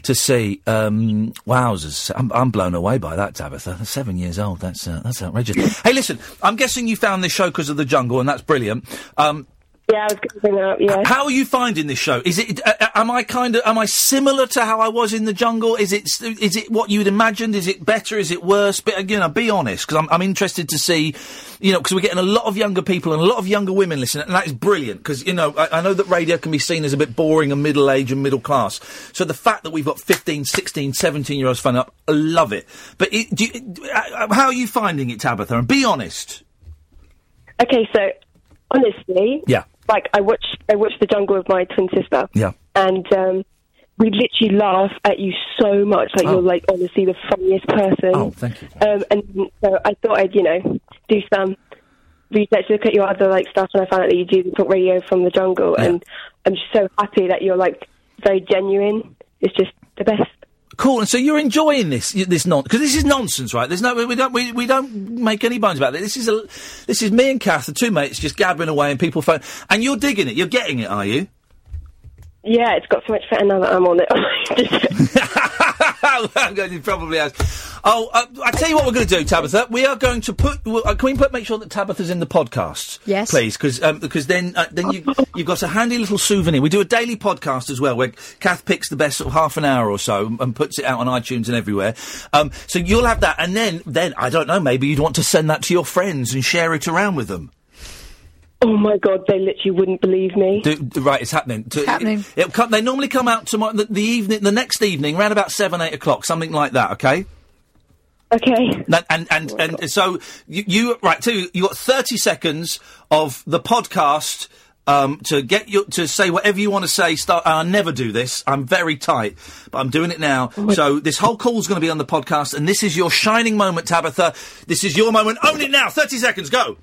S5: to see. Um, wowzers, I'm, I'm blown away by that, Tabitha. They're Seven years old, that's uh, that's outrageous. hey, listen, I'm guessing you found this show because of the jungle, and that's brilliant. Um,
S25: Yeah, I was going to bring that up. Yeah.
S5: how are you finding this show? Is it? Uh, uh, am I kind of? Am I similar to how I was in the jungle? Is it? s- Is it what you'd imagined? Is it better? Is it worse? But again, you know, be honest because I'm, I'm interested to see, you know, because we're getting a lot of younger people and a lot of younger women listening, and that is brilliant because you know I, I know that radio can be seen as a bit boring and middle age and middle class. So the fact that we've got 15, 16, 17 year olds phoning up, I love it. But it, do you, d- uh, uh, how are you finding it, Tabitha? And be honest.
S25: Okay, so honestly,
S5: Yeah.
S25: like I watched I watched The Jungle with my twin sister.
S5: Yeah.
S25: and um, we literally laugh at you so much. Like
S5: Oh.
S25: you're like honestly the funniest person.
S5: Oh, thank you.
S25: Um, and so I thought I'd you know do some research, look at your other like stuff, and I found out that you do the talk radio from the jungle, and I'm just so happy that you're like very genuine. It's just the best.
S5: Cool. And so you're enjoying this y- this non because this is nonsense, right? There's no we- we don't we, we don't make any bones about it. This is a this is me and Kath, the two mates, just gabbing away and people phone. And you're digging it. You're getting it, are you?
S25: Yeah, it's got so much better now that I'm on it.
S5: it probably has. Oh, uh, I tell you what we're going to do, Tabitha. We are going to put. well, Uh, can we put make sure that Tabitha's in the podcast?
S11: Yes.
S5: please, because because then uh, then you you've got a handy little souvenir. We do a daily podcast as well, where Kath picks the best sort of half an hour or so and puts it out on iTunes and everywhere. Um, so you'll have that, and then then I don't know, maybe you'd want to send that to your friends and share it around with them.
S25: oh my god, they literally wouldn't believe me.
S5: Do, do- right, it's happening. To-
S25: happening.
S5: It, will come, they normally come out tomorrow, the, the evening, the next evening, around about seven, eight o'clock, something like that. Okay.
S25: Okay.
S5: And and and, and so you, you right too. You got thirty seconds of the podcast um, to get you to say whatever you want to say. Start. And I never do this. I'm very tight, but I'm doing it now.
S25: Oh
S5: so this whole call's going to be on the podcast, and this is your shining moment, Tabitha. This is your moment. Own it now. Thirty seconds. Go.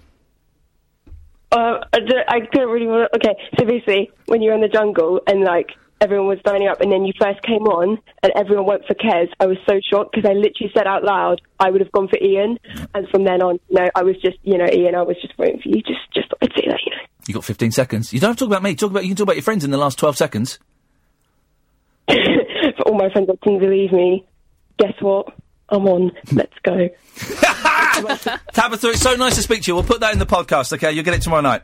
S25: Uh, I, don't, I don't really want to. Okay, so basically, when you're in the jungle and like everyone was lining up, and then you first came on and everyone went for Kez, I was so shocked because I literally said out loud I would have gone for Ian, and from then on, no, I was just you know Ian, I was just waiting for you. Just just I'd say that you know.
S5: You got fifteen seconds. You don't have to talk about me. Talk about you can talk about your friends in the last twelve seconds.
S25: For all my friends that didn't believe me, guess what? I'm on. Let's go.
S5: Tabitha, it's so nice to speak to you. We'll put that in the podcast. Okay, you'll get it tomorrow night.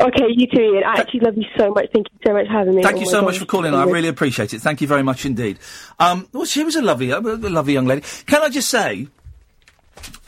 S4: Okay, you too, Ian. I actually love you so much. Thank you so much for having me.
S5: Thank
S4: Oh
S5: you
S4: my
S5: so much
S4: gosh.
S5: for calling. I really appreciate it. Thank you very much indeed. Um, well, she was a lovely, a lovely young lady. Can I just say,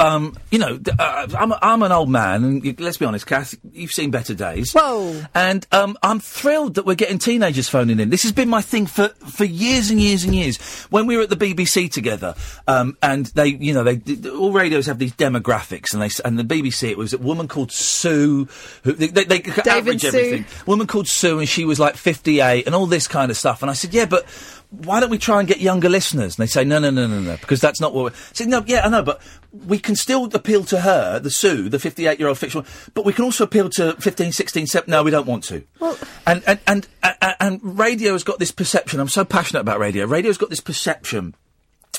S5: um, you know, th- uh, I'm, I'm an old man, and you, let's be honest, Kath, you've seen better days. Whoa! And um, I'm thrilled that we're getting teenagers phoning in. This has been my thing for, for years and years and years. When we were at the BBC together, um, and they, you know, they d- all radios have these demographics, and they s- and the BBC it was a woman called Sue, who they, they, they
S8: Dave
S5: average
S8: and Sue.
S5: everything woman called Sue, and she was like 58, and all this kind of stuff. And I said, yeah, but why don't we try and get younger listeners? And they say, no, no, no, no, no, because that's not what. We're... I said, no, yeah, I know, but we can still appeal to her, the Sue, the 58 year old fictional, but we can also appeal to 15, 16, 17. No, we don't want to.
S6: Well,
S5: And and and and, and radio has got this perception. I'm so passionate about radio. Radio's got this perception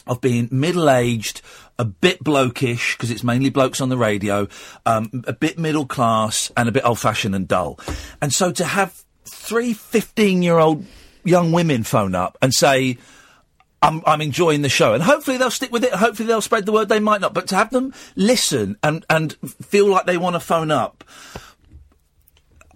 S5: of being middle-aged, a bit blokish because it's mainly blokes on the radio, um, a bit middle class and a bit old-fashioned and dull. And so to have three 15-year-old young women phone up and say. I'm, I'm enjoying the show, and hopefully they'll stick with it. Hopefully they'll spread the word. They might not, but to have them listen and and feel like they want to phone up,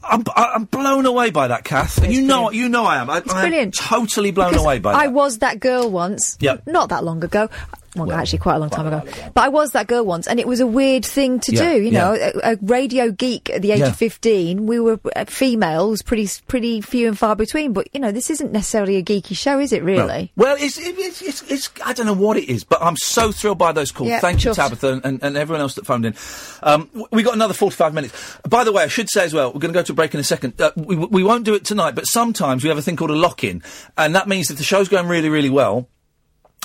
S5: I'm I- I'm blown away by that, Kath. And you know, you know, I am. I, I am
S6: brilliant.
S5: totally blown
S6: Because
S5: away by
S6: I
S5: that.
S6: was that girl once.
S5: Yep.
S6: Not that long ago. Well, actually, quite a long time ago. But I was that girl once, and it was a weird thing to
S5: Yeah,
S6: do. You know,
S5: yeah.
S6: a, a radio geek at the age
S5: Yeah.
S6: of fifteen. We were uh, females, pretty pretty few and far between. But you know, this isn't necessarily a geeky show, is it? Really?
S5: Well, well, it's, it, it's, it's, it's, I don't know what it is, but I'm so thrilled by those calls.
S6: Yeah,
S5: Thank you,
S6: chuffed.
S5: Tabitha, and, and everyone else that phoned in. Um, w- we got another 45 minutes. By the way, I should say as well, we're going to go to a break in a second. Uh, we, we won't do it tonight, but sometimes we have a thing called a lock-in, and that means if the show's going really, really well,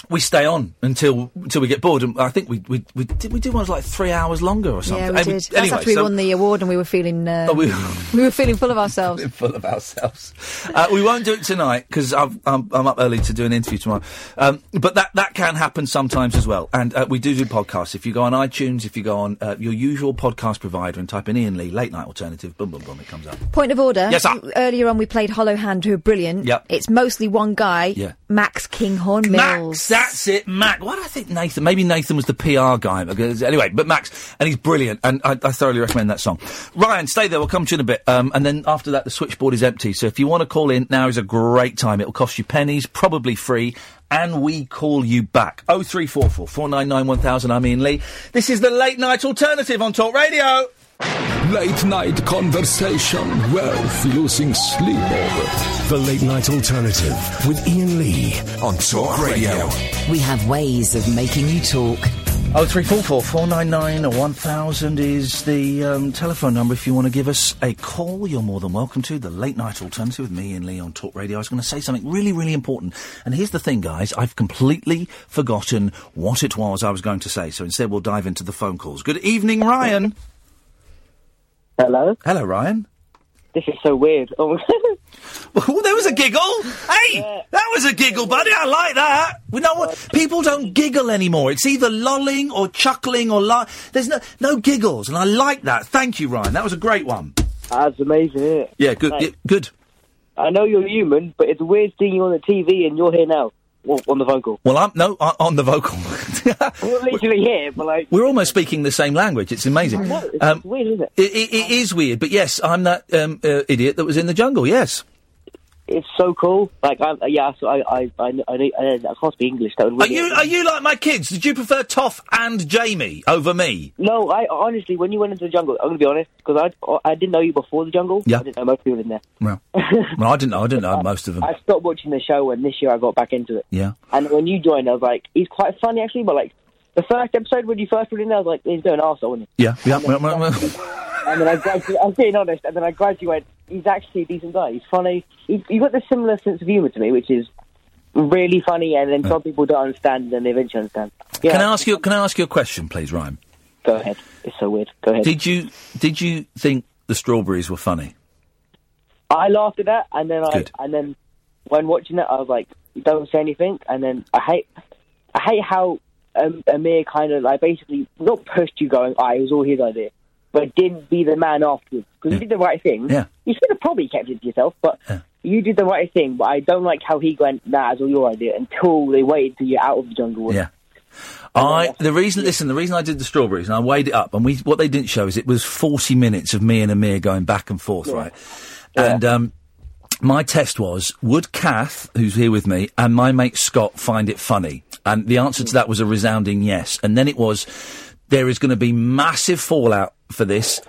S5: we stay on until until we get bored, and I think we we we did we do ones like three hours longer or something.
S6: Yeah, we
S5: Anyway,
S6: did. That's after we
S5: so-
S6: won the award, and we were feeling uh,
S5: Oh, we-
S6: we, were feeling full of ourselves.
S5: full of ourselves. Uh, we won't do it tonight because I'm, I'm up early to do an interview tomorrow. Um, but that, that can happen sometimes as well. And uh, we do do podcasts. If you go on iTunes, if you go on uh, your usual podcast provider and type in Ian Lee, Late Night Alternative, boom, boom, boom, it comes up.
S6: Point of order.
S5: Yes, sir.
S6: Earlier on, we played Hollow Hand, who are brilliant.
S5: Yep.
S6: It's mostly one guy,
S5: Yeah.
S6: Max Kinghorn
S5: Max,
S6: Mills.
S5: that's it, Max. Why do I think Nathan? Maybe Nathan was the PR guy. because- Anyway, but Max, and he's brilliant, and I, I thoroughly recommend that song. Ryan, stay there. We'll come to you in a bit, um, and then after that, the switchboard is empty. So if you want to call in, now is a great time. It'll cost you pennies, probably free, and we call you back. Oh three four four four nine nine one thousand. I'm Ian Lee. This is the late night alternative on Talk Radio.
S1: Late night conversation, wealth, losing sleep over. it.
S2: The Late Night Alternative with Ian Lee on Talk Radio. We have ways of making you talk.
S5: Oh three four four four nine nine one thousand is the um, telephone number if you want to give us a call. You're more than welcome to the late night alternative with me and Lee on Talk Radio. I was going to say something really really important, and here's the thing, guys. I've completely forgotten what it was I was going to say, so instead we'll dive into the phone calls. Good evening, Ryan.
S11: Hello.
S5: Hello, Ryan.
S11: This is so weird. Oh,
S5: Oh, there was a giggle. Hey, that was a giggle, buddy. I like that. We know what people don't giggle anymore. It's either lolling or chuckling or la- there's no no giggles, and I like that. Thank you, Ryan. That was a great one.
S11: that's amazing, isn't it?
S5: Yeah, good,
S11: Right.
S5: yeah, good.
S11: I know you're human, but it's a weird seeing you on the TV and you're here now. Well, on the phone call.
S5: Well, I'm no I- on the vocal.
S11: We're literally here, but like,
S5: We're almost speaking the same language. It's amazing.
S11: I know, it's
S5: Um,
S11: weird, isn't it?
S5: it, it, it is weird, but yes, I'm that um, uh, idiot that was in the jungle. Yes.
S11: It's so cool. Like, I, yeah, so I, I, I, I, I, I can't speak English. That would
S5: Are
S11: really-
S5: you are you like my kids? Did you prefer Toff and Jamie over me?
S11: No, I honestly, when you went into the jungle, I'm gonna be honest, because I, I didn't know you before the jungle.
S5: Yeah.
S11: I didn't know most people in there.
S5: Well, well, I didn't know. I didn't know most of them.
S11: I stopped watching the show, and this year I got back into it.
S5: Yeah.
S11: And when you joined, I was like, he's quite funny actually, but like the first episode when you first put in, there, I was like, he's doing arsehole, isn't he?
S5: Yeah. Yeah. well, well, well.
S11: And then I gradually, I'm being honest, and then I gradually went, he's actually a decent guy. He's funny. He, he got the similar sense of humour to me, which is really funny, and then some people don't understand, and then they eventually understand. Yeah.
S5: Can I ask you? Can I ask you a question, please, Ryan?
S11: Go ahead. It's so weird. Go ahead.
S5: Did you did you think the strawberries were funny?
S11: I laughed at that, and then I,
S5: Good.
S11: and then when watching it, I was like, don't say anything, and then I hate, I hate how um, Amir kind of like basically not pushed you going, ah, it was all his idea, but didn't be the man afterwards because you did the right thing.
S5: Yeah.
S11: You should have probably kept it to yourself, but you did the right thing. But I don't like how he went, nah, it's all your idea until they waited till you're out of the jungle.
S5: Yeah. I the reason listen the reason I did the strawberries and I weighed it up and we what they didn't show is it was forty minutes of me and Amir going back and forth
S8: Yeah.
S5: right and um, my test was would Kath who's here with me and my mate Scott find it funny and the answer
S8: Hmm.
S5: to that was a resounding yes and then it was there is going to be massive fallout for this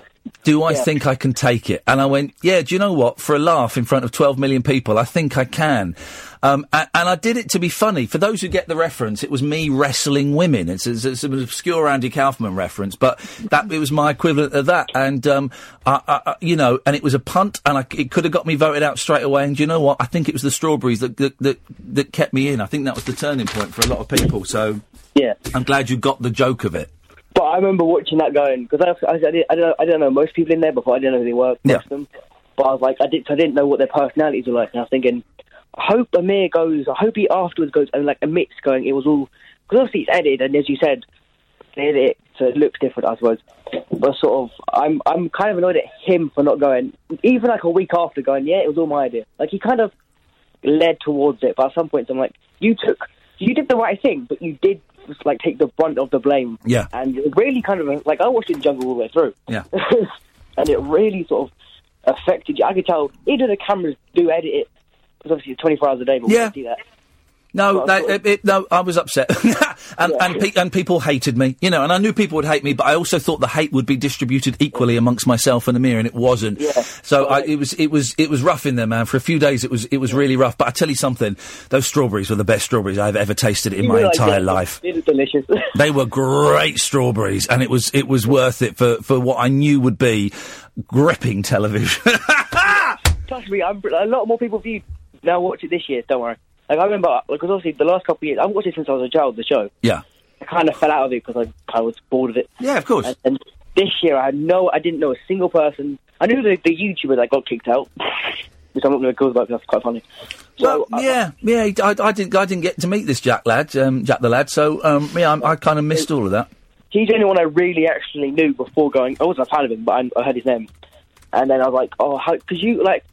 S5: do I
S8: Yeah.
S5: think I can take it? And I went, yeah, do you know what? For a laugh in front of 12 million people, I think I can. Um, and, and I did it to be funny. For those who get the reference, it was me wrestling women. It's, it's, it's an obscure Andy Kaufman reference, but that it was my equivalent of that. And um, I, I, I- you know, and it was a punt, and I, it could have got me voted out straight away. And do you know what? I think it was the strawberries that that, that that kept me in. I think that was the turning point for a lot of people. So
S11: yeah,
S5: I'm glad you got the joke of it.
S11: But I remember watching that going because I, I, I, didn't, I, don't, I don't know most people in there before. I didn't know who they were, most
S5: Yeah.
S11: of them. But I was like, I didn't, I didn't know what their personalities were like. And I was thinking, I hope Amir goes. I hope he afterwards goes and like admits going. It was all because obviously it's edited, and as you said, they edit it so it looks different, I suppose. But sort of, I'm I'm kind of annoyed at him for not going. Even like a week after going, yeah, it was all my idea. Like he kind of led towards it, but at some points I'm like, you took, you did the right thing, but you did just, like take the brunt of the blame.
S5: Yeah.
S11: And it really kind of like I watched it in jungle all the way through,
S5: Yeah.
S11: and it really sort of affected you. I could tell either the cameras do edit it because obviously it's 24 hours a day, but
S5: Yeah.
S11: we can see that.
S5: No, that, it, it- no, I was upset, and and, pe- and people hated me, you know, and I knew people would hate me, but I also thought the hate would be distributed equally amongst myself and Amir, and it wasn't. so I, it was it was it was rough in there, man. For a few days, it was it was really rough. But I tell you something, those strawberries were the best strawberries I've ever tasted in
S11: You
S5: my
S11: realise,
S5: entire
S11: yeah,
S5: life.
S11: It is delicious.
S5: They were great strawberries, and it was it was worth it for for what I knew would be gripping television.
S11: Trust me, I'm, a lot more people viewed now watch it this year. Don't worry. Like I remember, because obviously the last couple of years, I've watched it since I was a child. The show.
S5: yeah.
S11: I kind of fell out of it because I, I was bored of it.
S5: Yeah, of course.
S11: And, and this year, I had no, I didn't know a single person. I knew the, the YouTuber that got kicked out, which I'm not going to go about because that's quite funny.
S5: Well, yeah, yeah. he- I, I didn't. I didn't get to meet this Jack lad, um, Jack the lad. So um, yeah, I, I kind of missed all of that.
S11: He's the only one I really actually knew before going. I wasn't a fan of him, but I, I heard his name, and then I was like, oh, how? Because you like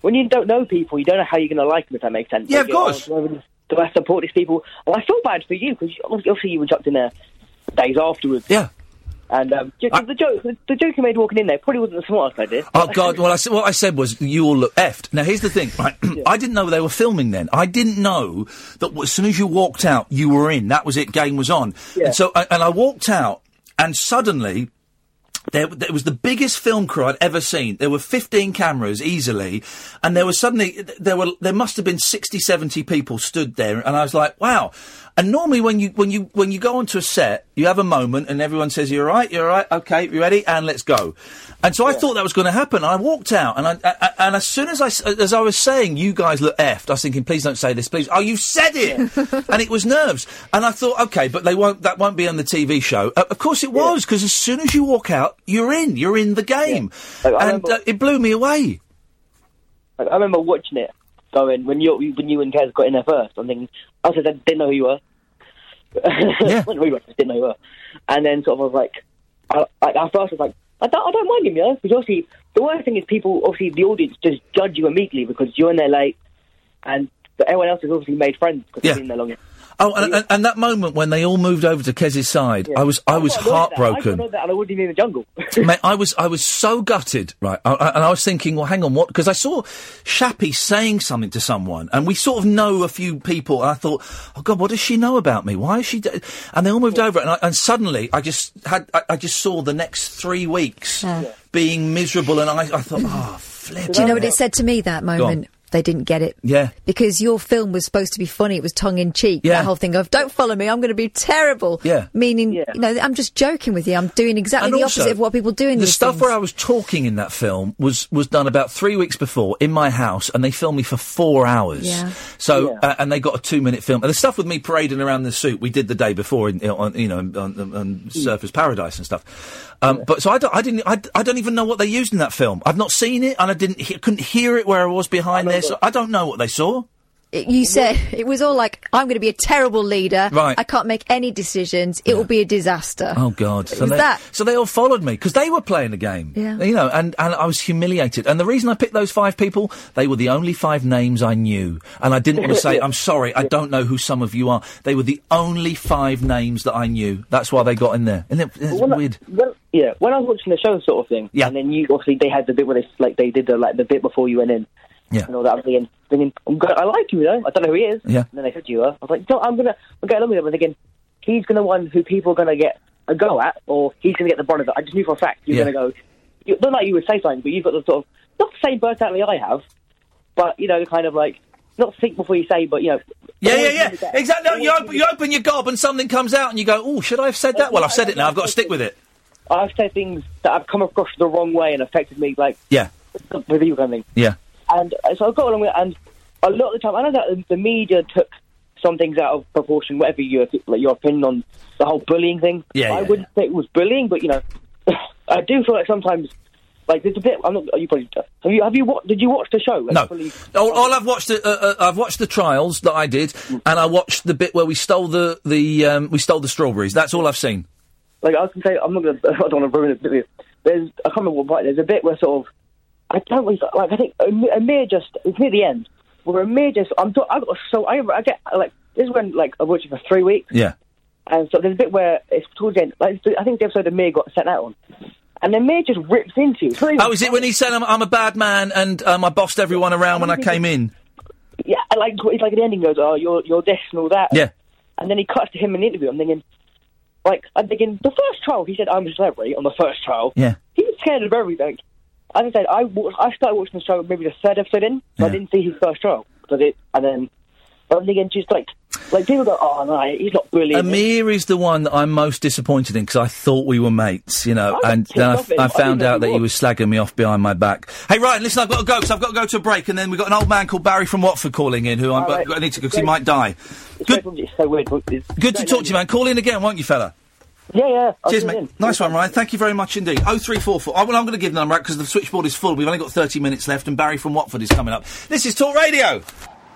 S11: when you don't know people, you don't know how you're going to like them if that makes sense.
S5: Yeah,
S11: Like,
S5: of
S11: you know,
S5: course.
S11: oh, do I- do I support these people? And I feel bad for you because obviously you were chucked in there days afterwards.
S5: Yeah.
S11: And um, ju- the joke, the joke you made walking in there probably wasn't the smartest idea.
S5: Oh God! Well, I, s- what I said was, you all look effed. Now here's the thing. Right, I didn't know they were filming then. I didn't know that w- as soon as you walked out, you were in. That was it. Game was on. And so, I, and I walked out, and suddenly. There, there was the biggest film crew I'd ever seen. There were 15 cameras easily, and there was suddenly, there were, there must have been 60, 70 people stood there, and I was like, wow. And normally when you, when you, when you go onto a set, you have a moment and everyone says, you're all right, you're all right, okay, you ready? And let's go. And so I thought that was going to happen. And I walked out, and I, I, I- and as soon as I, s- as I was saying, you guys look effed, I was thinking, please don't say this, please. Oh, you've said it! and it was nerves. And I thought, okay, but they won't, that won't be on the TV show. Uh, of course it was, because as soon as you walk out, you're in, you're in the game. and uh, it blew me away.
S11: Like, I remember watching it going when you when you and Kaz got in there first. I'm thinking, I said I didn't know who you were. Yeah. we were, didn't know who you were. And then sort of I was like, I, I, at first I was like, I don't, I don't mind him, you know, because obviously the worst thing is people, obviously the audience just judge you immediately because you're in there late, and but everyone else has obviously made friends because
S5: Yeah.
S11: they've been there longer.
S5: Oh, and, and, and that moment when they all moved over to Kez's side, I was, Oh, I was
S11: got annoyed at that. I got
S5: heartbroken.
S11: annoyed at that and I wouldn't even in the jungle.
S5: Mate, I was I was so gutted, right? I, I, and I was thinking, well, hang on, what? Because I saw Shappy saying something to someone, and we sort of know a few people. And I thought, oh God, what does she know about me? Why is she? d And they all moved over, and, I, and suddenly I just had I, I just saw the next three weeks being miserable, and I, I thought, oh, flip.
S6: Do you know what it said to me that
S5: on.
S6: moment? They didn't get it.
S5: Yeah.
S6: Because your film was supposed to be funny, it was tongue in cheek.
S5: Yeah.
S6: That whole thing of "Don't follow me, I'm going to be terrible."
S5: Yeah.
S6: meaning you know I'm just joking with you. I'm doing exactly
S5: And
S6: the
S5: also,
S6: opposite of what people do in
S5: The
S6: these
S5: stuff
S6: things.
S5: where I was talking in that film was was done about three weeks before in my house, and they filmed me for four hours.
S8: Yeah.
S5: So uh, and they got a two minute film. And the stuff with me parading around the suit we did the day before in on you know on, on, on Surfers Paradise and stuff. Um, But so I don't I didn't I, I don't even know what they used in that film. I've not seen it, and I didn't he- couldn't hear it where I was behind there. So I don't know what they saw.
S6: it- you said it was all like, I'm going to be a terrible leader.
S5: Right.
S6: I can't make any decisions. It will be a disaster.
S5: Oh God!
S6: It was
S5: they,
S6: that.
S5: so they all followed me because they were playing the game.
S6: Yeah.
S5: You know, and, and I was humiliated. And the reason I picked those five people, they were the only five names I knew, and I didn't want to say, "I'm sorry, I don't know who some of you are." They were the only five names that I knew. That's why they got in there. And it, it's weird.
S11: Well, yeah, when I was watching the show, sort of thing. Yeah. And then you obviously they had the bit where they like they did the like the bit before you went in.
S5: Yeah.
S11: And all that. I'm thinking, thinking I'm gonna, I like you, though. I don't know who he is.
S5: Yeah.
S11: And then they said you are. I was like, no, I'm gonna I'm going along with him. I'm thinking he's gonna one who people are gonna get a go at, or he's gonna get the brunt of it. I just knew for a fact you're
S5: Yeah.
S11: gonna go. You, not like you would say something, but you've got the sort of not the same personality I have, but you know, kind of like not think before you say, but you know.
S5: Yeah, yeah, yeah. Exactly. No, you, op- you open your gob and something comes out, and you go, "Oh, should I have said that?" Well, I've said it now. I've got to stick with it.
S11: I've said things that have come across the wrong way and affected me, like
S5: Yeah.
S11: with you kind of thing.
S5: Yeah.
S11: And uh, so I got along with it, and a lot of the time, I know that the media took some things out of proportion, whatever your, like your opinion on the whole bullying thing.
S5: Yeah,
S11: I
S5: yeah,
S11: wouldn't say it was bullying, but, you know, I do feel like sometimes, like, there's a bit, I'm not, you probably, have you, have you, wa- did you watch the show? Like,
S5: No,
S11: fully-
S5: all, all I've watched, uh, uh, I've watched the trials that I did, and I watched the bit where we stole the the um, we stole the strawberries. That's all I've seen.
S11: like I can say I'm not gonna I don't want to ruin it. But there's I can't remember what part. There's a bit where sort of I don't really, like I think Am- Amir just it's near the end where Amir just I'm talk, I got so I, I get like this is when like I watched it for three weeks
S5: Yeah.
S11: and so there's a bit where it's towards the end like I think the episode Amir got sent out on and Amir just rips into you.
S5: Oh, is it when he said I'm, I'm a bad man and um, I bossed everyone around when I came in?
S11: yeah and, like it's like at the ending goes oh you're you're this and all that
S5: Yeah.
S11: and then he cuts to him in the interview I'm thinking like I'm thinking the first trial he said I'm a celebrity on the first trial
S5: Yeah.
S11: he was scared of everything. As I said, I, wa- I started watching the show maybe the third episode in, but I didn't see his first trial. But it, and then, but then again, just like, like people go, oh no, he's not bullying. me."
S5: Amir is the one that I'm most disappointed in because I thought we were mates, you know, and
S11: pissed
S5: then I,
S11: off
S5: f-
S11: at him.
S5: I
S11: Oh, I
S5: found
S11: didn't know
S5: out that he was slagging me off behind my back. Hey, Ryan, listen, I've got to go because I've got to go to a break, and then we've got an old man called Barry from Watford calling in who I'm,
S11: All right.
S5: I need to because he might die. Good,
S11: it's so weird. It's
S5: good to talk to you, man. Call in again, won't you, fella?
S11: Yeah, yeah. I'll
S5: Cheers,
S11: tune
S5: mate.
S11: in.
S5: Nice one, Ryan. Thank you very much indeed. Oh three four four. I, well, I'm going to give the number out because the switchboard is full. We've only got 30 minutes left, and Barry from Watford is coming up. This is Talk Radio.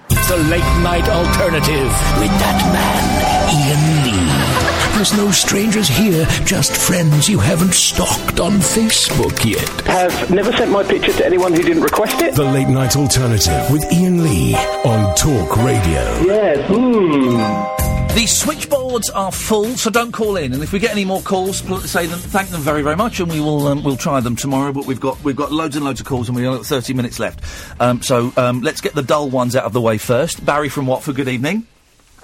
S8: The late night alternative with that man, Ian Lee. There's no strangers here, just friends you haven't stalked on Facebook yet.
S12: Have never sent my picture to anyone who didn't request it.
S1: The Late Night Alternative with Ian Lee on Talk Radio.
S12: Yes. hmm.
S5: The switchboards are full, so don't call in. And if we get any more calls, pl- say them, thank them very, very much, and we will um, we'll try them tomorrow. But we've got we've got loads and loads of calls, and we've only got thirty minutes left. Um, so um, let's get the dull ones out of the way first. Barry from Watford. Good evening.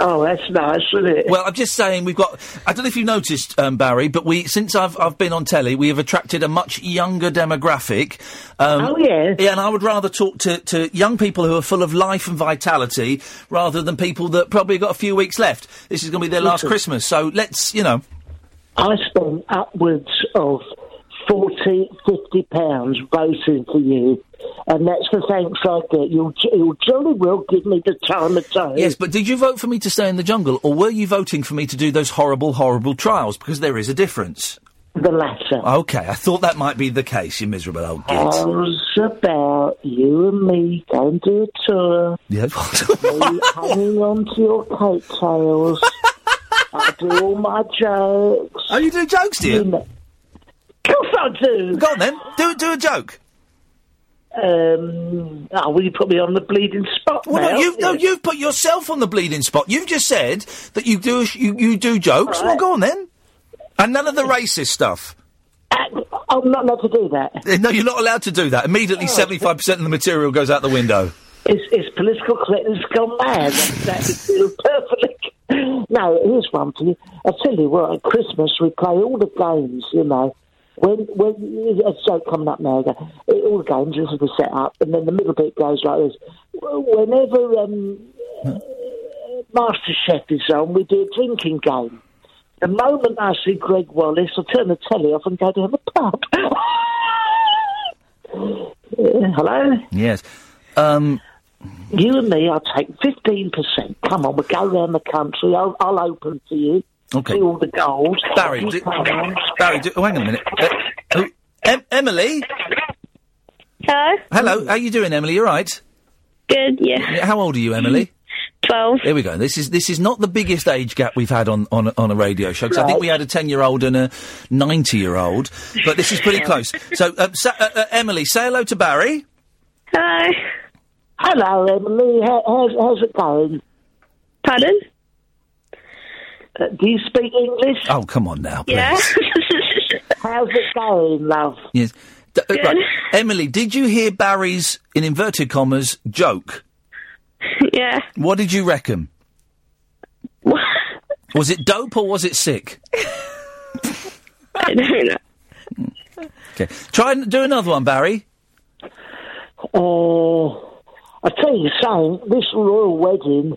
S12: Oh, that's nice, isn't it?
S5: Well, I'm just saying we've got. I don't know if you noticed, um, Barry, but we since I've I've been on telly, we have attracted a much younger demographic. Um,
S12: Oh, yes.
S5: Yeah, and I would rather talk to, to young people who are full of life and vitality rather than people that probably got a few weeks left. This is going to be their last
S12: Listen.
S5: Christmas, so let's you know.
S12: I spent upwards of 40, 50 pounds voting for you, and that's the thanks I get. You'll, you'll jolly well give me the time of day.
S5: Yes, but did you vote for me to stay in the jungle, or were you voting for me to do those horrible, horrible trials? Because there is a difference.
S12: The latter. Oh,
S5: Okay, I thought that might be the case. You miserable old git.
S12: How's about you and me going to a tour?
S5: Yeah.
S12: me hanging on to your coattails. I do all my jokes.
S5: Oh, you do jokes, do you?
S12: know- Of course I do.
S5: Go on then. Do do a joke.
S12: Um, oh, will you put me on the bleeding spot
S5: Well,
S12: now?
S5: no, you've, no, you've put yourself on the bleeding spot. You've just said that you do sh- you, you do jokes. Well, go on then. And none of the racist stuff.
S12: I'm Oh, not allowed to do that.
S5: Eh, No, you're not allowed to do that. Immediately, seventy-five percent of the material goes out the window.
S12: Oh. It's, it's political correctness gone mad. That's perfectly. No, here's one for you. I tell you what, at Christmas we play all the games, you know. When when a joke coming up now, go, all the games this is the set up, and then the middle bit goes like this. Whenever um, Master Chef is on, we do a drinking game. The moment I see Greg Wallace, I turn the telly off and go to have a pub. Yeah, hello.
S5: Yes. Um,
S12: you and me, I'll take 15%. Come on, we'll go round the country. I'll, I'll open for you.
S5: Okay.
S12: Do all the goals.
S5: Barry,
S12: You
S5: do,
S12: come on.
S5: Barry, do, oh, hang on a minute. Eh, oh, em- Emily,
S18: Hello?
S5: hello. How you doing, Emily? You all right?
S18: Good, yeah.
S5: How old are you, Emily?
S17: 12.
S5: Here we go. This is this is not the biggest age gap we've had on on, on a radio show 'cause I think
S17: Right.
S5: we had a ten year old and a ninety year old, but this is pretty close. So, uh, sa- uh, uh, Emily, say hello to Barry.
S17: Hello.
S12: Hello, Emily. How, how's, how's it going?
S17: Pardon?
S12: Uh, do you speak English?
S5: Oh, come on now.
S17: Yeah.
S12: how's it going, love?
S5: Yes. D- uh, right. Emily, did you hear Barry's in inverted commas joke?
S17: Yeah.
S5: What did you reckon? was it dope or was it sick?
S17: I don't know.
S5: Okay. Try and do another one, Barry.
S12: Oh, I tell you something. This royal wedding,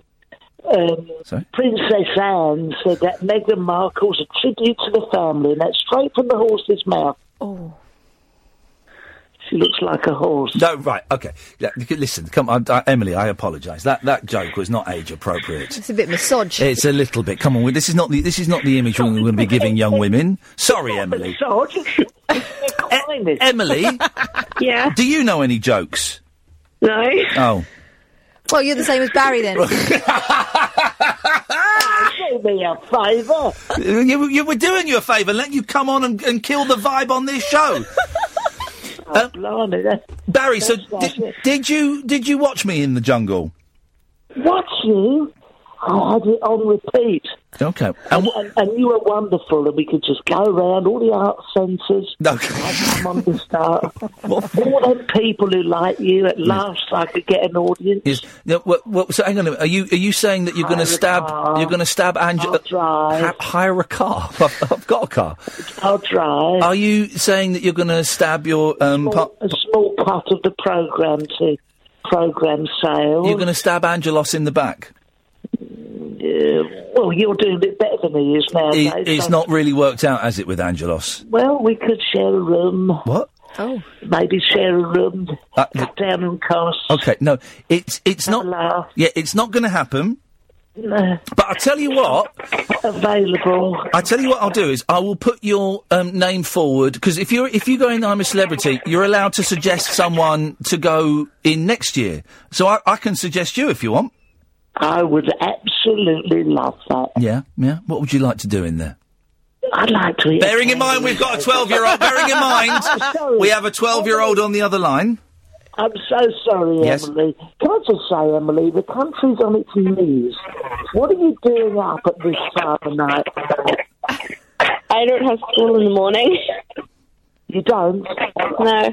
S12: um, Princess Anne said that Meghan Markle's a tribute to the family, and that's straight from the horse's mouth.
S6: Oh.
S12: She looks like a horse.
S5: No, right, okay. Yeah, you can- listen, come on, uh, Emily, I apologise. That that joke was not age appropriate.
S6: It's a bit massage.
S5: It's a little bit. Come on, we- this is not the this is not the image we're going to be giving young women. Sorry, Emily. E, Emily,
S17: yeah.
S5: Do you know any jokes?
S17: No.
S5: Oh,
S6: Well, you're the same as Barry then.
S12: Do me a favour.
S5: Ah, you, you were doing you a favour. Let you come on and, and kill the vibe on this show.
S12: Oh,
S5: Uh, Barry, so did, did you did you watch me in the jungle?
S12: What's you? I had it on repeat.
S5: Okay.
S12: And, and, and you were wonderful, and we could just go around all the art centres.
S5: Okay.
S12: Come on to start. all them people who like you, at last I could get an audience.
S5: Is no, what, what, so hang on a minute. Are you are you saying that you're going to stab you're going to stab Angela? Ha- hire a car. I've, I've got a car.
S12: I'll drive.
S5: Are you saying that you're going to stab your um?
S12: Small-
S5: par-
S12: a small part of the programme to programme sales.
S5: you're going to stab Angelos in the back.
S12: Well, you're doing a bit better than he is now.
S5: It- it's not really worked out, has it, with Angelos?
S12: Well, we could share a room.
S5: What?
S6: Oh.
S12: Maybe share a room.
S5: Uh, th-
S12: Um, down and cast.
S5: Okay, no, it's it's not. Yeah, it's not going to happen.
S12: No.
S5: But I tell you what,
S12: available.
S5: I tell you what, I'll do is I will put your um, name forward because if you're if you go in, I'm a celebrity. You're allowed to suggest someone to go in next year, so I, I can suggest you if you want.
S12: I would absolutely love that.
S5: Yeah, yeah. What would you like to do in there?
S12: I'd like to.
S5: Bearing in mind we've got a 12 year old, bearing in mind we have a 12 year old on the other line.
S12: I'm so sorry,
S5: Yes.
S12: Emily. Can I just say, Emily, the country's on its knees. What are you doing up at this time of night?
S17: I don't have school in the morning.
S12: You don't?
S17: No.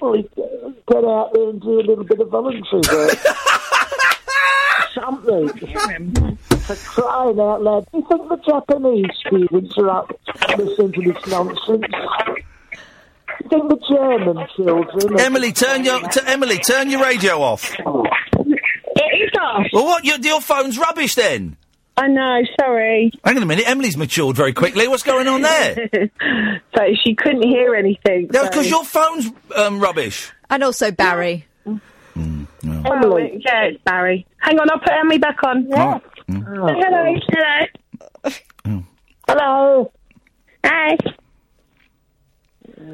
S12: Well, get out there and do a little bit of voluntary work. Something. For crying out loud. Do you think the Japanese students are up listening to this nonsense? Do you think the German children... are-
S5: Emily, turn your t- Emily, turn your radio off. It is off. Well, what? Your, your phone's rubbish then.
S9: I know, sorry.
S5: Hang on a minute. Emily's matured very quickly. What's going on there?
S9: so she couldn't hear anything.
S5: No,
S9: so-
S5: because your phone's um, rubbish.
S9: And also Barry. Well,
S17: Oh,
S9: it- yeah, it's Barry. Mm, Hang on, I'll put Emily back on.
S5: Yeah. Mm.
S9: Hello. Hello.
S17: Oh.
S12: Hello.
S9: Hi.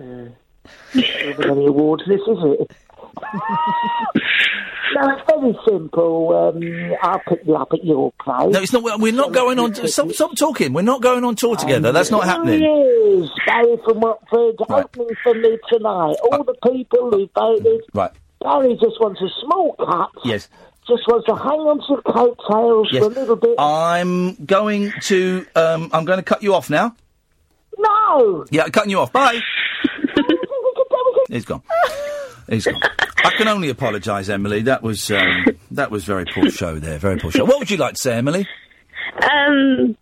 S12: Not gonna be awards this, is it? no, it's very simple. Um, I'll pick you up at your place.
S5: No, it's not. We're not going on. Stop, stop talking. We're not going on tour together. That's
S12: Oh,
S5: not happening.
S12: Yes, Barry from Watford opening for me tonight.
S5: Uh,
S12: All the people who voted.
S5: Right.
S12: Barry just wants a small cut.
S5: Yes.
S12: Just wants to hang on to your coattails
S5: Yes.
S12: for a little bit.
S5: I'm going to. Um, I'm going to cut you off now.
S12: no.
S5: Yeah, cutting you off. Bye. He's gone. He's gone. I can only apologise, Emily. That was um, that was very poor show there. Very poor show. What would you like to say, Emily?
S9: Um.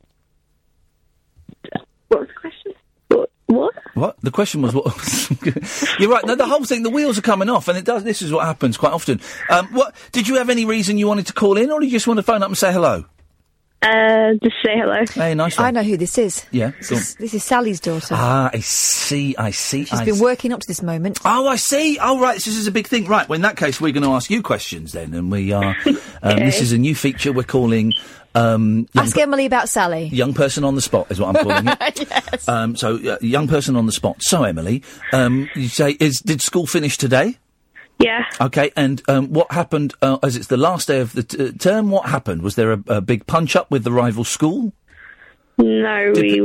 S5: What? What? The question was what? You're right. No, the whole thing. The wheels are coming off, and it does. This is what happens quite often. Um, what? Did you have any reason you wanted to call in, or did you just want to phone up and say hello?
S6: Uh, just say hello.
S5: Hey, nice
S6: I
S5: one.
S6: know who this is.
S5: Yeah.
S6: This
S5: go on.
S6: is, this is Sally's daughter.
S5: Ah, I see. I see.
S6: She's
S5: I
S6: been
S5: see.
S6: working up to this moment.
S5: Oh, I see. Oh, right. So this is a big thing. Right. Well, in that case, we're going to ask you questions then, and we are. Um, This is a new feature we're calling. Um, young,
S6: Ask Emily about Sally.
S5: young person on the spot is what I'm calling it. Um, so, uh, young person on the spot. So, Emily, um, you say, is did school finish today?
S18: Yeah.
S5: Okay, and um, what happened, uh, as it's the last day of the t- uh, term, what happened? Was there a, a big punch up with the rival school?
S18: No, we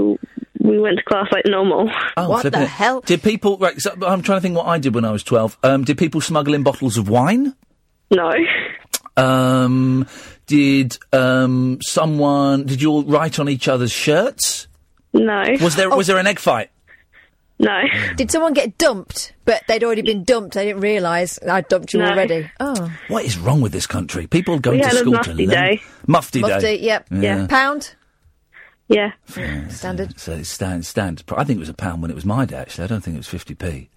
S18: we went to class like normal.
S5: flipping it. Oh, Did people, right, so I'm trying to think what I did when I was 12. Um, did people smuggle in bottles of wine?
S18: No.
S5: Um, did um, someone, did you all write on each other's shirts?
S18: No.
S5: Was there,
S6: Oh.
S5: was there an egg fight?
S18: No.
S6: Did someone get dumped? But they'd already been dumped. They didn't realise I dumped you
S18: No.
S6: already. Oh.
S5: What is wrong with this country? People going
S6: We
S5: to
S6: had a
S5: school to
S6: mufti
S5: learn.
S6: day.
S5: Mufti day.
S6: Mufti, yep. Pound?
S18: Yeah.
S6: Standard.
S5: So it stands, stands. pro- I think it was a pound when it was my day, actually. I don't think it was 50p.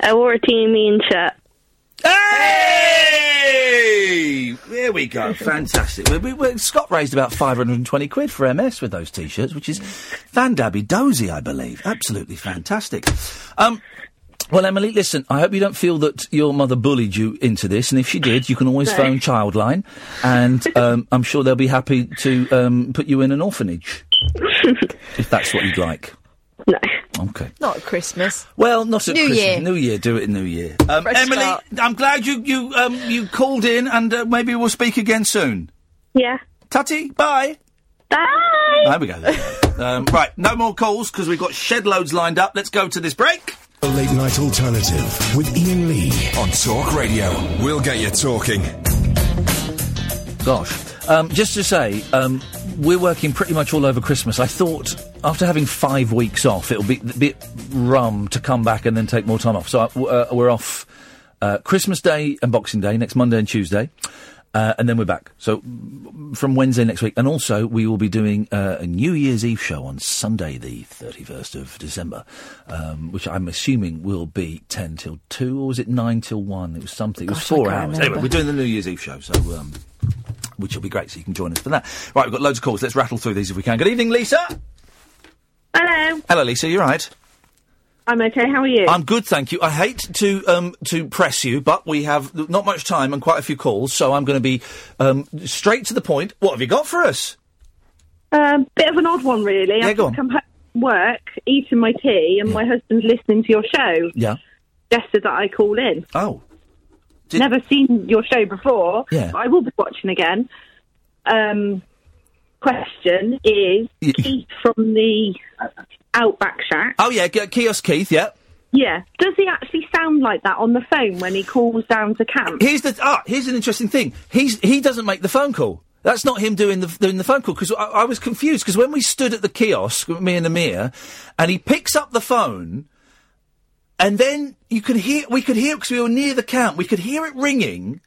S18: I wore a team mean shirt.
S5: Hey! There we go. Fantastic. We, we, we, Scott raised about 520 quid for MS with those t shirts, which is Van Dabby Dozy, I believe. Absolutely fantastic. Um, well, Emily, listen, I hope you don't feel that your mother bullied you into this, and if she did, you can always
S18: No.
S5: phone Childline, and um, I'm sure they'll be happy to um, put you in an orphanage if that's what you'd like. No. Okay.
S6: Not at Christmas.
S5: Well, not at
S6: New
S5: Christmas.
S6: Year.
S5: New Year, do it in New Year. Um,
S6: Fresh
S5: Emily,
S6: start.
S5: I'm glad you you um, you called in, and uh, maybe we'll speak again soon.
S18: Yeah.
S5: Tutty, bye.
S18: Bye.
S5: There we go. um, right, no more calls because we've got shed loads lined up. Let's go to this break.
S1: The Late Night Alternative with Ian Lee on Talk Radio. We'll get you talking.
S5: Gosh. Um, just to say, um, we're working pretty much all over Christmas. I thought after having five weeks off, it'll be a bit rum to come back and then take more time off. So I, w- uh, we're off uh, Christmas Day and Boxing Day next Monday and Tuesday. Uh, and then we're back. So mm, from Wednesday next week. And also, we will be doing uh, a New Year's Eve show on Sunday, the 31st of December, um, which I'm assuming will be 10 till 2, or was it 9 till 1? It was something. It was
S1: Gosh, I
S5: four
S1: can't
S5: hours.
S1: remember.
S5: Anyway, we're doing the New Year's Eve show, so um, which will be great. So you can join us for that. Right, we've got loads of calls. Let's rattle through these if we can. Good evening, Lisa.
S10: Hello.
S5: Hello, Lisa. You're right.
S10: I'm okay. How are you?
S5: I'm good, thank you. I hate to um, to press you, but we have not much time and quite a few calls, so I'm going to be um, straight to the point. What have you got for us?
S10: Um, bit of an odd one, really.
S5: Yeah,
S10: I've
S5: go
S10: just
S5: on.
S10: come home from work, eating my tea, and my husband's listening to your show.
S5: Yeah.
S10: Suggested that I call in.
S5: Oh.
S10: Never seen your show before.
S5: Yeah.
S10: But I will be watching again. Um, question is Keith from the Outback Shack.
S5: Oh yeah, K- kiosk Keith. Yeah.
S10: Yeah. Does he actually sound like that on the phone when he calls down to camp?
S5: Here's the ah. Here's an interesting thing. He's he doesn't make the phone call. That's not him doing the doing the phone call because I, I was confused because when we stood at the kiosk, me and Amir, and he picks up the phone, and then you can hear we could hear because we were near the camp. We could hear it ringing,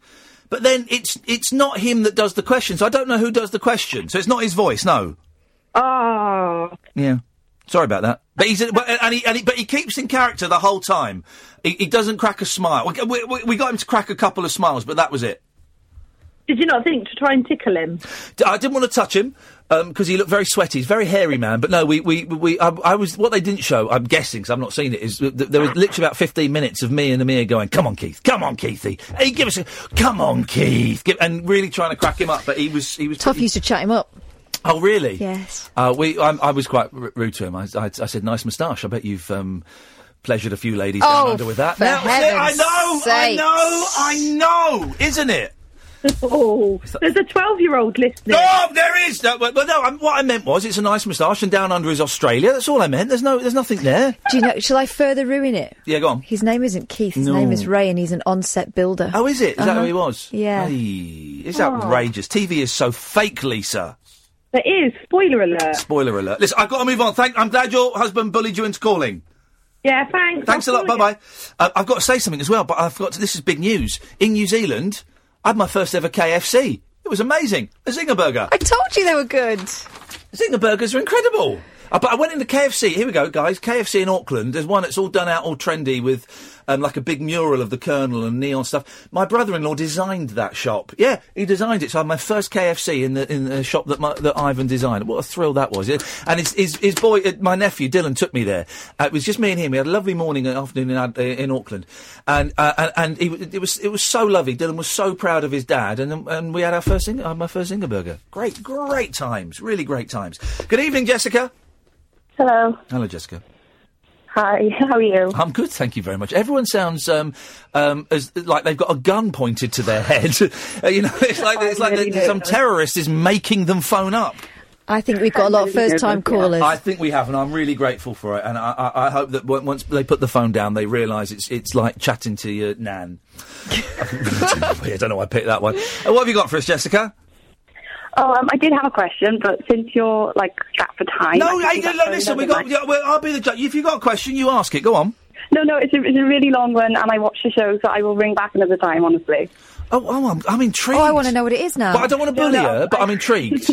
S5: but then it's it's not him that does the question. So I don't know who does the question. So it's not his voice. No.
S14: Ah.
S10: Oh.
S5: Yeah. Sorry about that. But he's but, and he, and he, but he keeps in character the whole time. He, he doesn't crack a smile. We, we, we got him to crack a couple of smiles, but that was it.
S10: Did you not think to try and tickle him?
S5: D- I didn't want to touch him because he looked very sweaty. He's a very hairy man. But no, we we, we I, I was what they didn't show. I'm guessing because I've not seen it. Is th- th- there was
S10: Ah.
S5: literally about 15 minutes of me and Amir going, "Come on, Keith. Come on, Keithy. Hey, give us a. Come on, Keith." Give, and really trying to crack him up. But he was he was
S6: Tough used to chat him up.
S5: Oh, really?
S6: Yes.
S5: Uh, we, I, I was quite r- rude to him. I, I, I said, "Nice moustache. I bet you've um, pleasured a few ladies down
S6: Oh,
S5: under with that."
S6: for
S5: Now, I
S6: heaven's
S5: know,
S6: sakes.
S5: I know, I know, isn't it?
S10: Oh, there's a 12 year old listening.
S5: No, there is. No, well, no. I'm, what I meant was, it's a nice moustache, and down under is Australia. That's all I meant. There's no, there's nothing there.
S6: Do you know? Shall I further ruin it?
S5: Yeah, go on.
S6: His name isn't Keith. His
S5: No.
S6: name is Ray, and he's an on-set builder.
S5: Oh, is it? Is that
S6: Uh-huh.
S5: who he was?
S6: Yeah.
S5: Hey, it's
S6: Oh.
S5: outrageous. TV is so fake, Lisa.
S10: There is. Spoiler alert.
S5: Spoiler alert. Listen, I've got to move on. Thank. I'm glad your husband bullied you into calling.
S10: Yeah, thanks.
S5: Thanks a lot. Bye bye. Uh, I've got to say something as well, but I forgot. To, this is big news. In New Zealand, I had my first ever KFC. It was amazing. A Zinger burger.
S6: I told you they were good.
S5: Zinger burgers are incredible. Uh, but I went into KFC. Here we go, guys. KFC in Auckland. There's one that's all done out, all trendy, with um, like a big mural of the Colonel and neon stuff. My brother-in-law designed that shop. Yeah, he designed it. So I had my first KFC in the in the shop that my, that Ivan designed. What a thrill that was! Yeah. And his his, his boy, uh, my nephew Dylan, took me there. Uh, it was just me and him. We had a lovely morning and afternoon in, Ad- uh, in Auckland, and uh, and, and he, w- it was it was so lovely. Dylan was so proud of his dad, and and we had our first Zinger, I had my first Zinger burger. Great, great times, really great times. Good evening, Jessica.
S14: Hello.
S5: Hello, Jessica.
S14: Hi, how are you?
S5: I'm good, thank you very much. Everyone sounds um, um, as like they've got a gun pointed to their head. Uh, you know, it's like it's like
S6: really
S5: that some
S6: do.
S5: terrorist is making them phone up.
S6: I think we've got a lot of first time callers.
S5: I think we have, and I'm really grateful for it. And I, I, I hope that w- once they put the phone down, they realise it's it's like chatting to your nan. I don't know why I picked that one. Uh, what have you got for us, Jessica?
S14: Oh, um, I did have a question, but since you're like strapped for time,
S5: no,
S14: I
S5: hey,
S14: think
S5: no,
S14: that's
S5: no,
S14: for
S5: listen, we
S14: another
S5: got. yeah, well, I'll be the judge. If you've got a question, you ask it. Go on.
S14: No, no, it's a, it's a really long one, and I watch the show, so I will ring back another time. Honestly,
S5: Oh, oh I'm, I'm intrigued.
S6: Oh, I want to know what it is now.
S5: But I don't want to bully her. But I'm intrigued.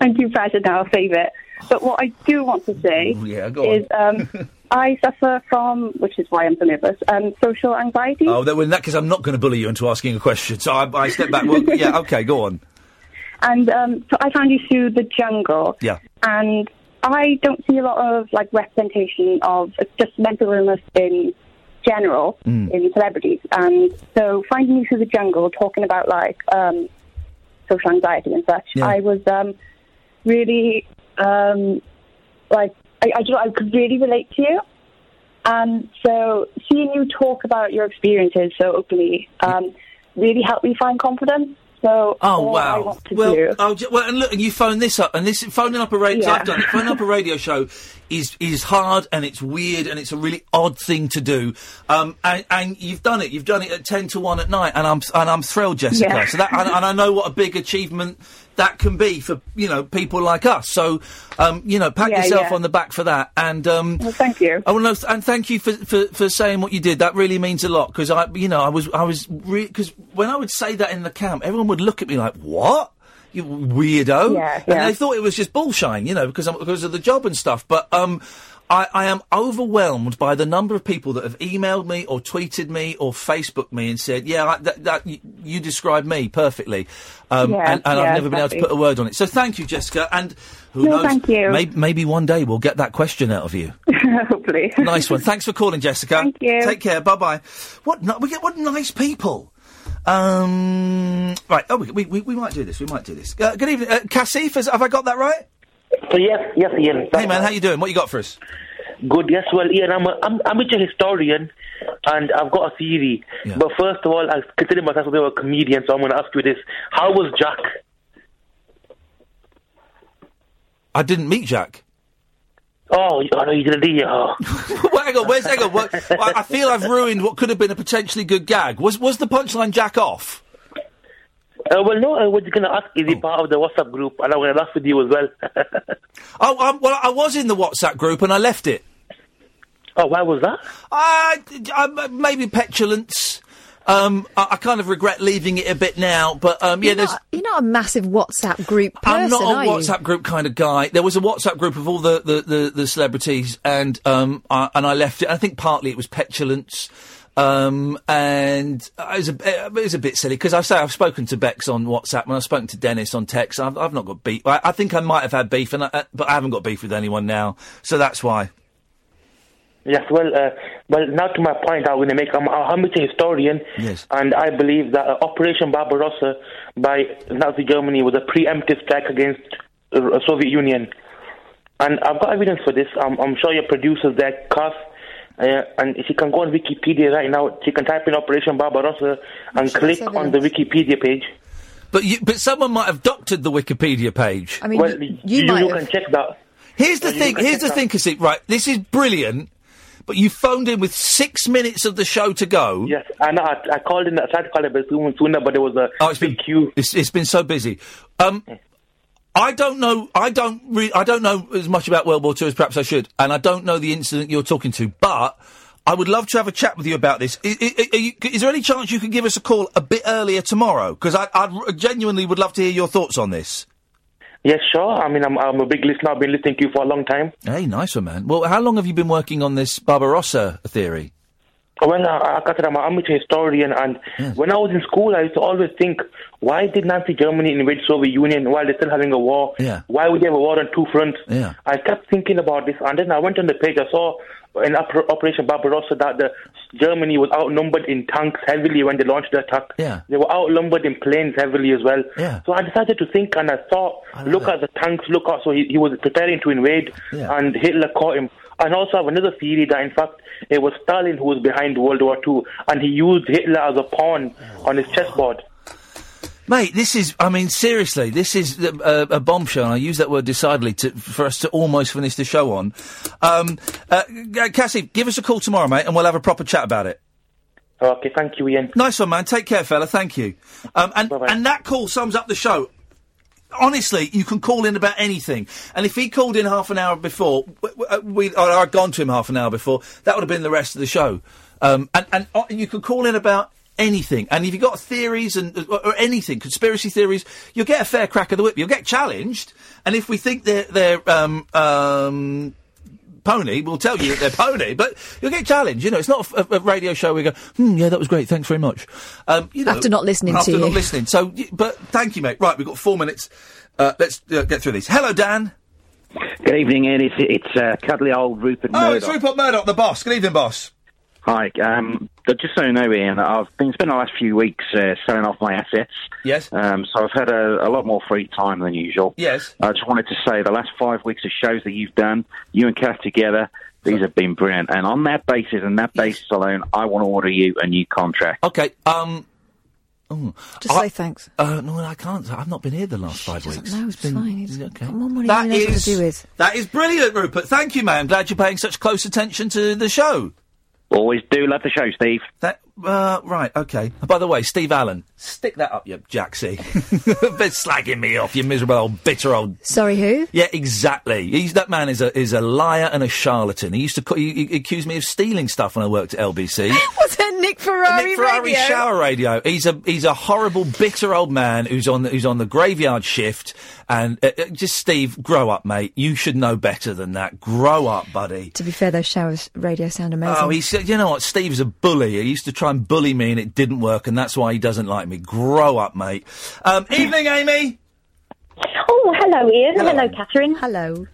S14: I'm too pressured now. I'll save it. But what I do want to say
S5: Oh, yeah, go on.
S14: is, um, I suffer from, which is why I'm so nervous, um, social anxiety.
S5: Oh, that, well, in that case, I'm not going to bully you into asking a question. So I, I step back. Well, yeah, okay, go on.
S14: And um, so I found you through the jungle,
S5: Yeah.
S14: and I don't see a lot of like representation of just mental illness in general
S15: Mm.
S14: in celebrities. And so finding you through the jungle, talking about like um, social anxiety and such,
S15: Yeah.
S14: I was um, really um, like I, I, don't know, I could really relate to you. And so seeing you talk about your experiences so openly um, really helped me find confidence. So
S5: Oh
S14: all I
S5: wow!
S14: want to
S5: Well,
S14: do-
S5: oh, j- well, and look, and you phone this up, and this phoning up a radio.
S14: Yeah.
S5: I've done it. Phoning up a radio show is is hard, and it's weird, and it's a really odd thing to do. Um, and, and you've done it. You've done it at ten to one at night, and I'm and I'm thrilled, Jessica.
S26: Yeah.
S5: So that and, and I know what a big achievement that can be for you know people like us. So um, you know, pat
S14: Yeah,
S5: yourself
S14: yeah.
S5: on the back for that, and um,
S14: Well, thank you.
S5: Oh no, th- and thank you for, for, for saying what you did. That really means a lot because I, you know, I was I was because when I would say that in the camp, everyone would look at me like, "What, you weirdo?"
S26: Yeah,
S5: And
S26: yeah.
S5: they thought it was just bullshine, you know, because I'm, because of the job and stuff. But um, I, I am overwhelmed by the number of people that have emailed me or tweeted me or Facebooked me and said, "Yeah, I, that, that you, you described me perfectly," um,
S26: Yeah,
S5: and, and I've
S26: yeah,
S5: never been able to
S26: exactly.
S5: put a word on it. So thank you, Jessica, and who
S26: No,
S5: knows?
S26: thank you.
S5: may- maybe one day we'll get that question out of you.
S14: Hopefully.
S5: nice one. Thanks for calling, Jessica. Thank
S14: you.
S5: Take care. Bye bye. What ni- we get? What nice people. Um, right. Oh, we, we, we, we might do this. We might do this. Uh, good evening, uh, Cassif. Is, have I got that right?
S26: Uh, yes, yes, Ian.
S5: Hey man, how you doing? What you got for us?
S26: Good. Yes, well, Ian, I'm a I'm, amateur historian, and I've got a theory. But first of all, I consider myself a bit of a comedian, so I'm going to ask you this: How was Jack?
S5: I didn't meet Jack.
S26: Oh, you- oh no, you're going to do oh.
S5: Well, hang on. Where's hang on? What, I, I feel I've ruined what could have been a potentially good gag. Was was the punchline Jack off?
S26: Uh, well, no, I was going to ask: Is he part of the WhatsApp group? And I'm going to laugh with you as well.
S5: Oh, um, well, I was in the WhatsApp group and I left it.
S26: Oh, why was that?
S5: Uh, I, maybe petulance. Um, I, I kind of regret leaving it a bit now, but um, yeah, there's.
S6: You're not a massive WhatsApp group person,
S5: I'm not
S6: are
S5: a
S6: you?
S5: WhatsApp group kind of guy. There was a WhatsApp group of all the, the, the, the celebrities, and um, I, and I left it. I think partly it was petulance, um, and I was a, it was a bit silly because I say I've spoken to Bex on WhatsApp, and I've spoken to Dennis on text. I've, I've not got beef. I, I think I might have had beef, and I, uh, but I haven't got beef with anyone now, so that's why.
S26: Yes, well, uh, well, now to my point, I'm going to make. I'm, I'm a historian,
S5: Yes.
S26: and I believe that uh, Operation Barbarossa by Nazi Germany was a preemptive strike against uh, Soviet Union. And I've got evidence for this. I'm, I'm sure your producer's there, Kath, uh, and she can go on Wikipedia right now. She can type in Operation Barbarossa and
S5: Sure,
S26: click
S5: that's
S26: on the Wikipedia page.
S5: But you, but someone might have doctored the Wikipedia page.
S26: I mean, Well, you- you you- might you have. can check that.
S5: Here's the
S26: Yeah, you
S5: thing.
S26: can
S5: Here's the
S26: check
S5: thing, Kasik. Right, this is brilliant. But you phoned in with six minutes of the show to go.
S26: Yes, I know. I, I called in. I tried to call it but soon- sooner, but there was a
S5: Oh, it's been
S26: queue.
S5: It's, it's been so busy. Um, I don't know. I don't. Re- I don't know as much about World War Two as perhaps I should, and I don't know the incident you're talking to. But I would love to have a chat with you about this. I- I- are you- is there any chance you can give us a call a bit earlier tomorrow? Because I I'd, genuinely would love to hear your thoughts on this.
S26: Yes, sure. I mean, I'm, I'm a big listener. I've been listening to you for a long time.
S5: Hey, nice one, man. Well, how long have you been working on this Barbarossa theory?
S26: Well, uh, like I said, I'm an amateur historian, and when I was in school, I used to always think, why did Nazi Germany invade Soviet Union while they're still having a war?
S5: Yeah.
S26: Why would they have a war on two fronts?
S5: Yeah.
S26: I kept thinking about this, and then I went on the page. I saw in Oper- Operation Barbarossa that the Germany was outnumbered in tanks heavily when they launched the attack.
S5: Yeah.
S26: They were outnumbered in planes heavily as well.
S5: Yeah.
S26: So I decided to think, and I thought,
S5: I love
S26: look
S5: that.
S26: at the tanks, look at. So he, he was preparing to invade,
S5: Yeah.
S26: and Hitler caught him. And also, I have another theory that, in fact, it was Stalin who was behind World War II, and he used Hitler as a pawn
S5: Oh,
S26: on his chessboard.
S5: Mate, this is, I mean, seriously, this is the- uh, a, a bombshell, and I use that word decidedly to, for us to almost finish the show on. Um, uh, G- Cassie, give us a call tomorrow, mate, and we'll have a proper chat about it.
S26: Okay, thank you, Ian.
S5: Nice one, man. Take care, fella. Thank you. Um, and, and that call sums up the show. Honestly, you can call in about anything. And if he called in half an hour before, w- w- uh, we, or I'd gone to him half an hour before, that would have been the rest of the show. Um, and and uh, you can call in about anything. And if you've got theories and uh, or, or anything, conspiracy theories, you'll get a fair crack of the whip. You'll get challenged. And if we think they're, they're um, um, pony. We'll tell you that they're pony, but you'll get challenged. You know, it's not a, a- a radio show where you go, hmm, yeah, that was great. Thanks very much. Um, you know,
S6: After not listening to
S5: after not
S6: you.
S5: listening. So, y- but thank you, mate. Right, we've got four minutes. Uh, let's uh, get through these. Hello, Dan.
S27: Good evening, Ian. It's, it's uh, cuddly old Rupert
S5: Oh,
S27: Murdoch.
S5: it's Rupert Murdoch, the boss. Good evening, boss.
S27: Hi. Um, but just so you know, Ian, I've been spending the last few weeks uh, selling off my assets.
S5: Yes.
S27: Um, so I've had a, a lot more free time than usual.
S5: Yes.
S27: I just wanted to say the last five weeks of shows that you've done, you and Kath together, these have been brilliant. And on that basis and that basis alone, I want to order you a new contract.
S5: Okay. Um. oh,
S6: Just
S5: I-
S6: say thanks.
S5: Uh, no, I can't. I've not been here the last five weeks.
S6: No, it's fine. It's, Come on, what
S5: That
S6: do you know what
S5: is
S6: to do with?
S5: that is brilliant, Rupert. Thank you, man. I'm glad you're paying such close attention to the show.
S27: Always do love the show, Steve.
S5: That uh, right, okay. By the way, Steve Allen, stick that up, you jacksy. Been slagging me off, you miserable old bitter old.
S6: Sorry, who?
S5: Yeah, exactly. He's, that man is a is a liar and a charlatan. He used to cu- he, he accused me of stealing stuff when I worked at LBC.
S6: What's that, Nick Ferrari?
S5: Nick Ferrari
S6: radio?
S5: shower radio. He's a he's a horrible, bitter old man who's on the, who's on the graveyard shift. And uh, uh, just Steve, grow up, mate. You should know better than that. Grow up, buddy.
S6: To be fair, those showers radio sound amazing.
S5: Oh, he said, you know what? Steve's a bully. He used to try and bully me, and it didn't work, and that's why he doesn't like me. Grow up, mate. Um, evening, Amy.
S17: Oh, hello, Ian.
S5: Hello.
S17: Hello, Catherine.
S6: Hello.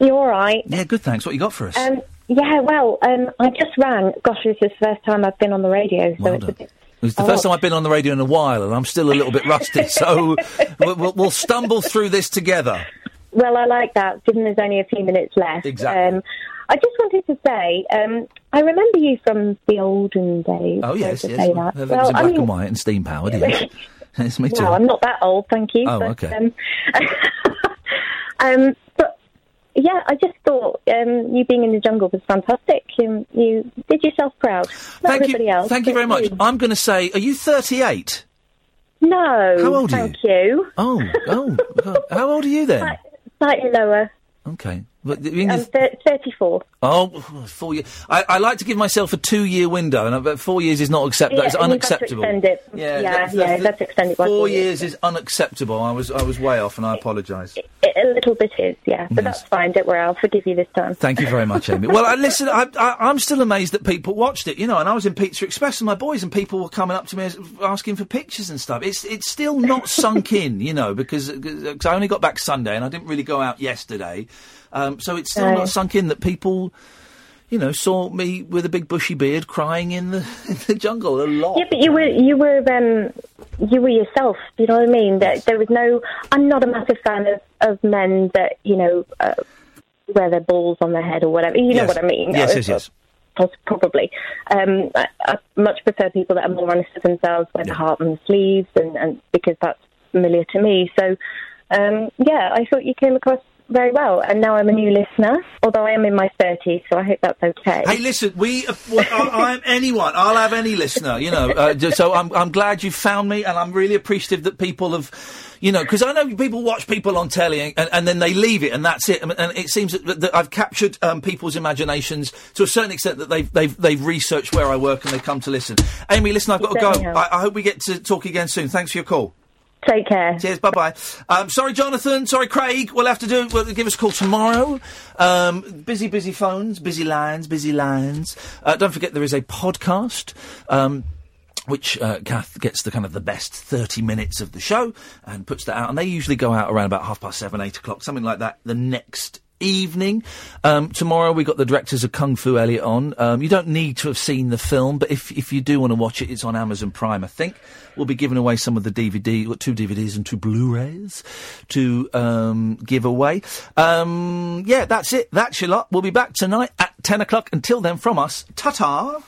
S17: You all right?
S5: Yeah, good. Thanks. What you got for us?
S17: Um, yeah, well, um, I just rang. Gosh, this is the first time I've been on the radio, so
S5: Well
S17: it's a
S5: done.
S17: bit.
S5: it was the
S17: oh.
S5: first time I've been on the radio in a while, and I'm still a little bit rusty. So we'll, we'll, we'll stumble through this together.
S17: Well, I like that, given there's only a few minutes left.
S5: Exactly.
S17: Um, I just wanted to say, um, I remember you from the olden days.
S5: Oh yes,
S17: so to
S5: yes.
S17: say
S5: Well, it
S17: that.
S5: was
S17: Well,
S5: in
S17: I
S5: black
S17: mean,
S5: and white and steam powered. Yes, it's me too.
S17: No, I'm not that old, thank you.
S5: Oh,
S17: but,
S5: okay.
S17: Um, um, but yeah, I just thought um, you being in the jungle was fantastic. You, you did yourself proud. Not
S5: Thank
S17: everybody
S5: you.
S17: else.
S5: Thank you very
S17: but
S5: much. I'm going to say, are you 38?
S17: No.
S5: How old are
S17: thank you?
S5: Oh, oh. God. How old are you then?
S17: Slightly lower.
S5: Okay. But the- in
S17: I'm
S5: the-
S17: thir- 34.
S5: Oh, four years. I, I like to give myself a two-year window, and about four years is not acceptable.
S17: Yeah,
S5: That's
S17: and you've got to
S5: unacceptable.
S17: extend it.
S5: Yeah,
S17: yeah,
S5: that's-
S17: yeah,
S5: that's-
S17: that's extended. by
S5: Four years is unacceptable. I was I was way off, and I apologise.
S17: It- A little bit is, yeah, but that's fine. Don't worry, I'll forgive you this time.
S5: Mm. Thank you very much, Amy. well, I, listen, I, I, I'm still amazed that people watched it, you know. And I was in Pizza Express with my boys, and people were coming up to me as- asking for pictures and stuff. It's it's still not sunk in, you know, because uh, cause I only got back Sunday and I didn't really go out yesterday, um, so it's still
S17: No.
S5: not sunk in that people, you know, saw me with a big bushy beard crying in the in the jungle a lot.
S17: Yeah, but you were you were um, you were yourself. You know what I mean? That there was no. I'm not a massive fan of, of men that you know uh, wear their balls on their head or whatever. You know
S5: Yes.
S17: what I mean?
S5: Yes,
S17: Uh,
S5: yes, yes.
S17: pos- Probably. Um, I, I much prefer people that are more honest with themselves, wear the heart on the sleeves, and, and because that's familiar to me. So, um, yeah, I thought you came across very well, and now I'm a new listener. Although I am in my 30s, so I hope that's okay.
S5: Hey, listen, we. uh, Well, I, I'm anyone. I'll have any listener, you know. Uh, ju- so I'm, I'm glad you found me, and I'm really appreciative that people have, you know, because I know people watch people on telly and, and, and then they leave it, and that's it. And, and it seems that, that I've captured um, people's imaginations to a certain extent that they've, they've, they've researched where I work and they come to listen. Amy, listen, I've got to
S17: certainly
S5: go.
S17: have.
S5: I, I hope we get to talk again soon. Thanks for your call.
S17: Take care.
S5: Cheers. Bye bye. Um, sorry, Jonathan. Sorry, Craig. We'll have to do. Well, give us a call tomorrow. Um, busy, busy phones, busy lines, busy lines. Uh, don't forget there is a podcast. Um, which uh, Kath gets the kind of the best 30 minutes of the show and puts that out. And they usually go out around about half past seven, eight o'clock, something like that, the next evening. Um, tomorrow we got the directors of Kung Fu Elliot on. Um, you don't need to have seen the film, but if if you do want to watch it, it's on Amazon Prime. I think we'll be giving away some of the DVD, well, two DVDs and two Blu-rays to um, give away. Um, yeah, that's it. That's your lot. We'll be back tonight at ten o'clock. Until then, from us, ta ta.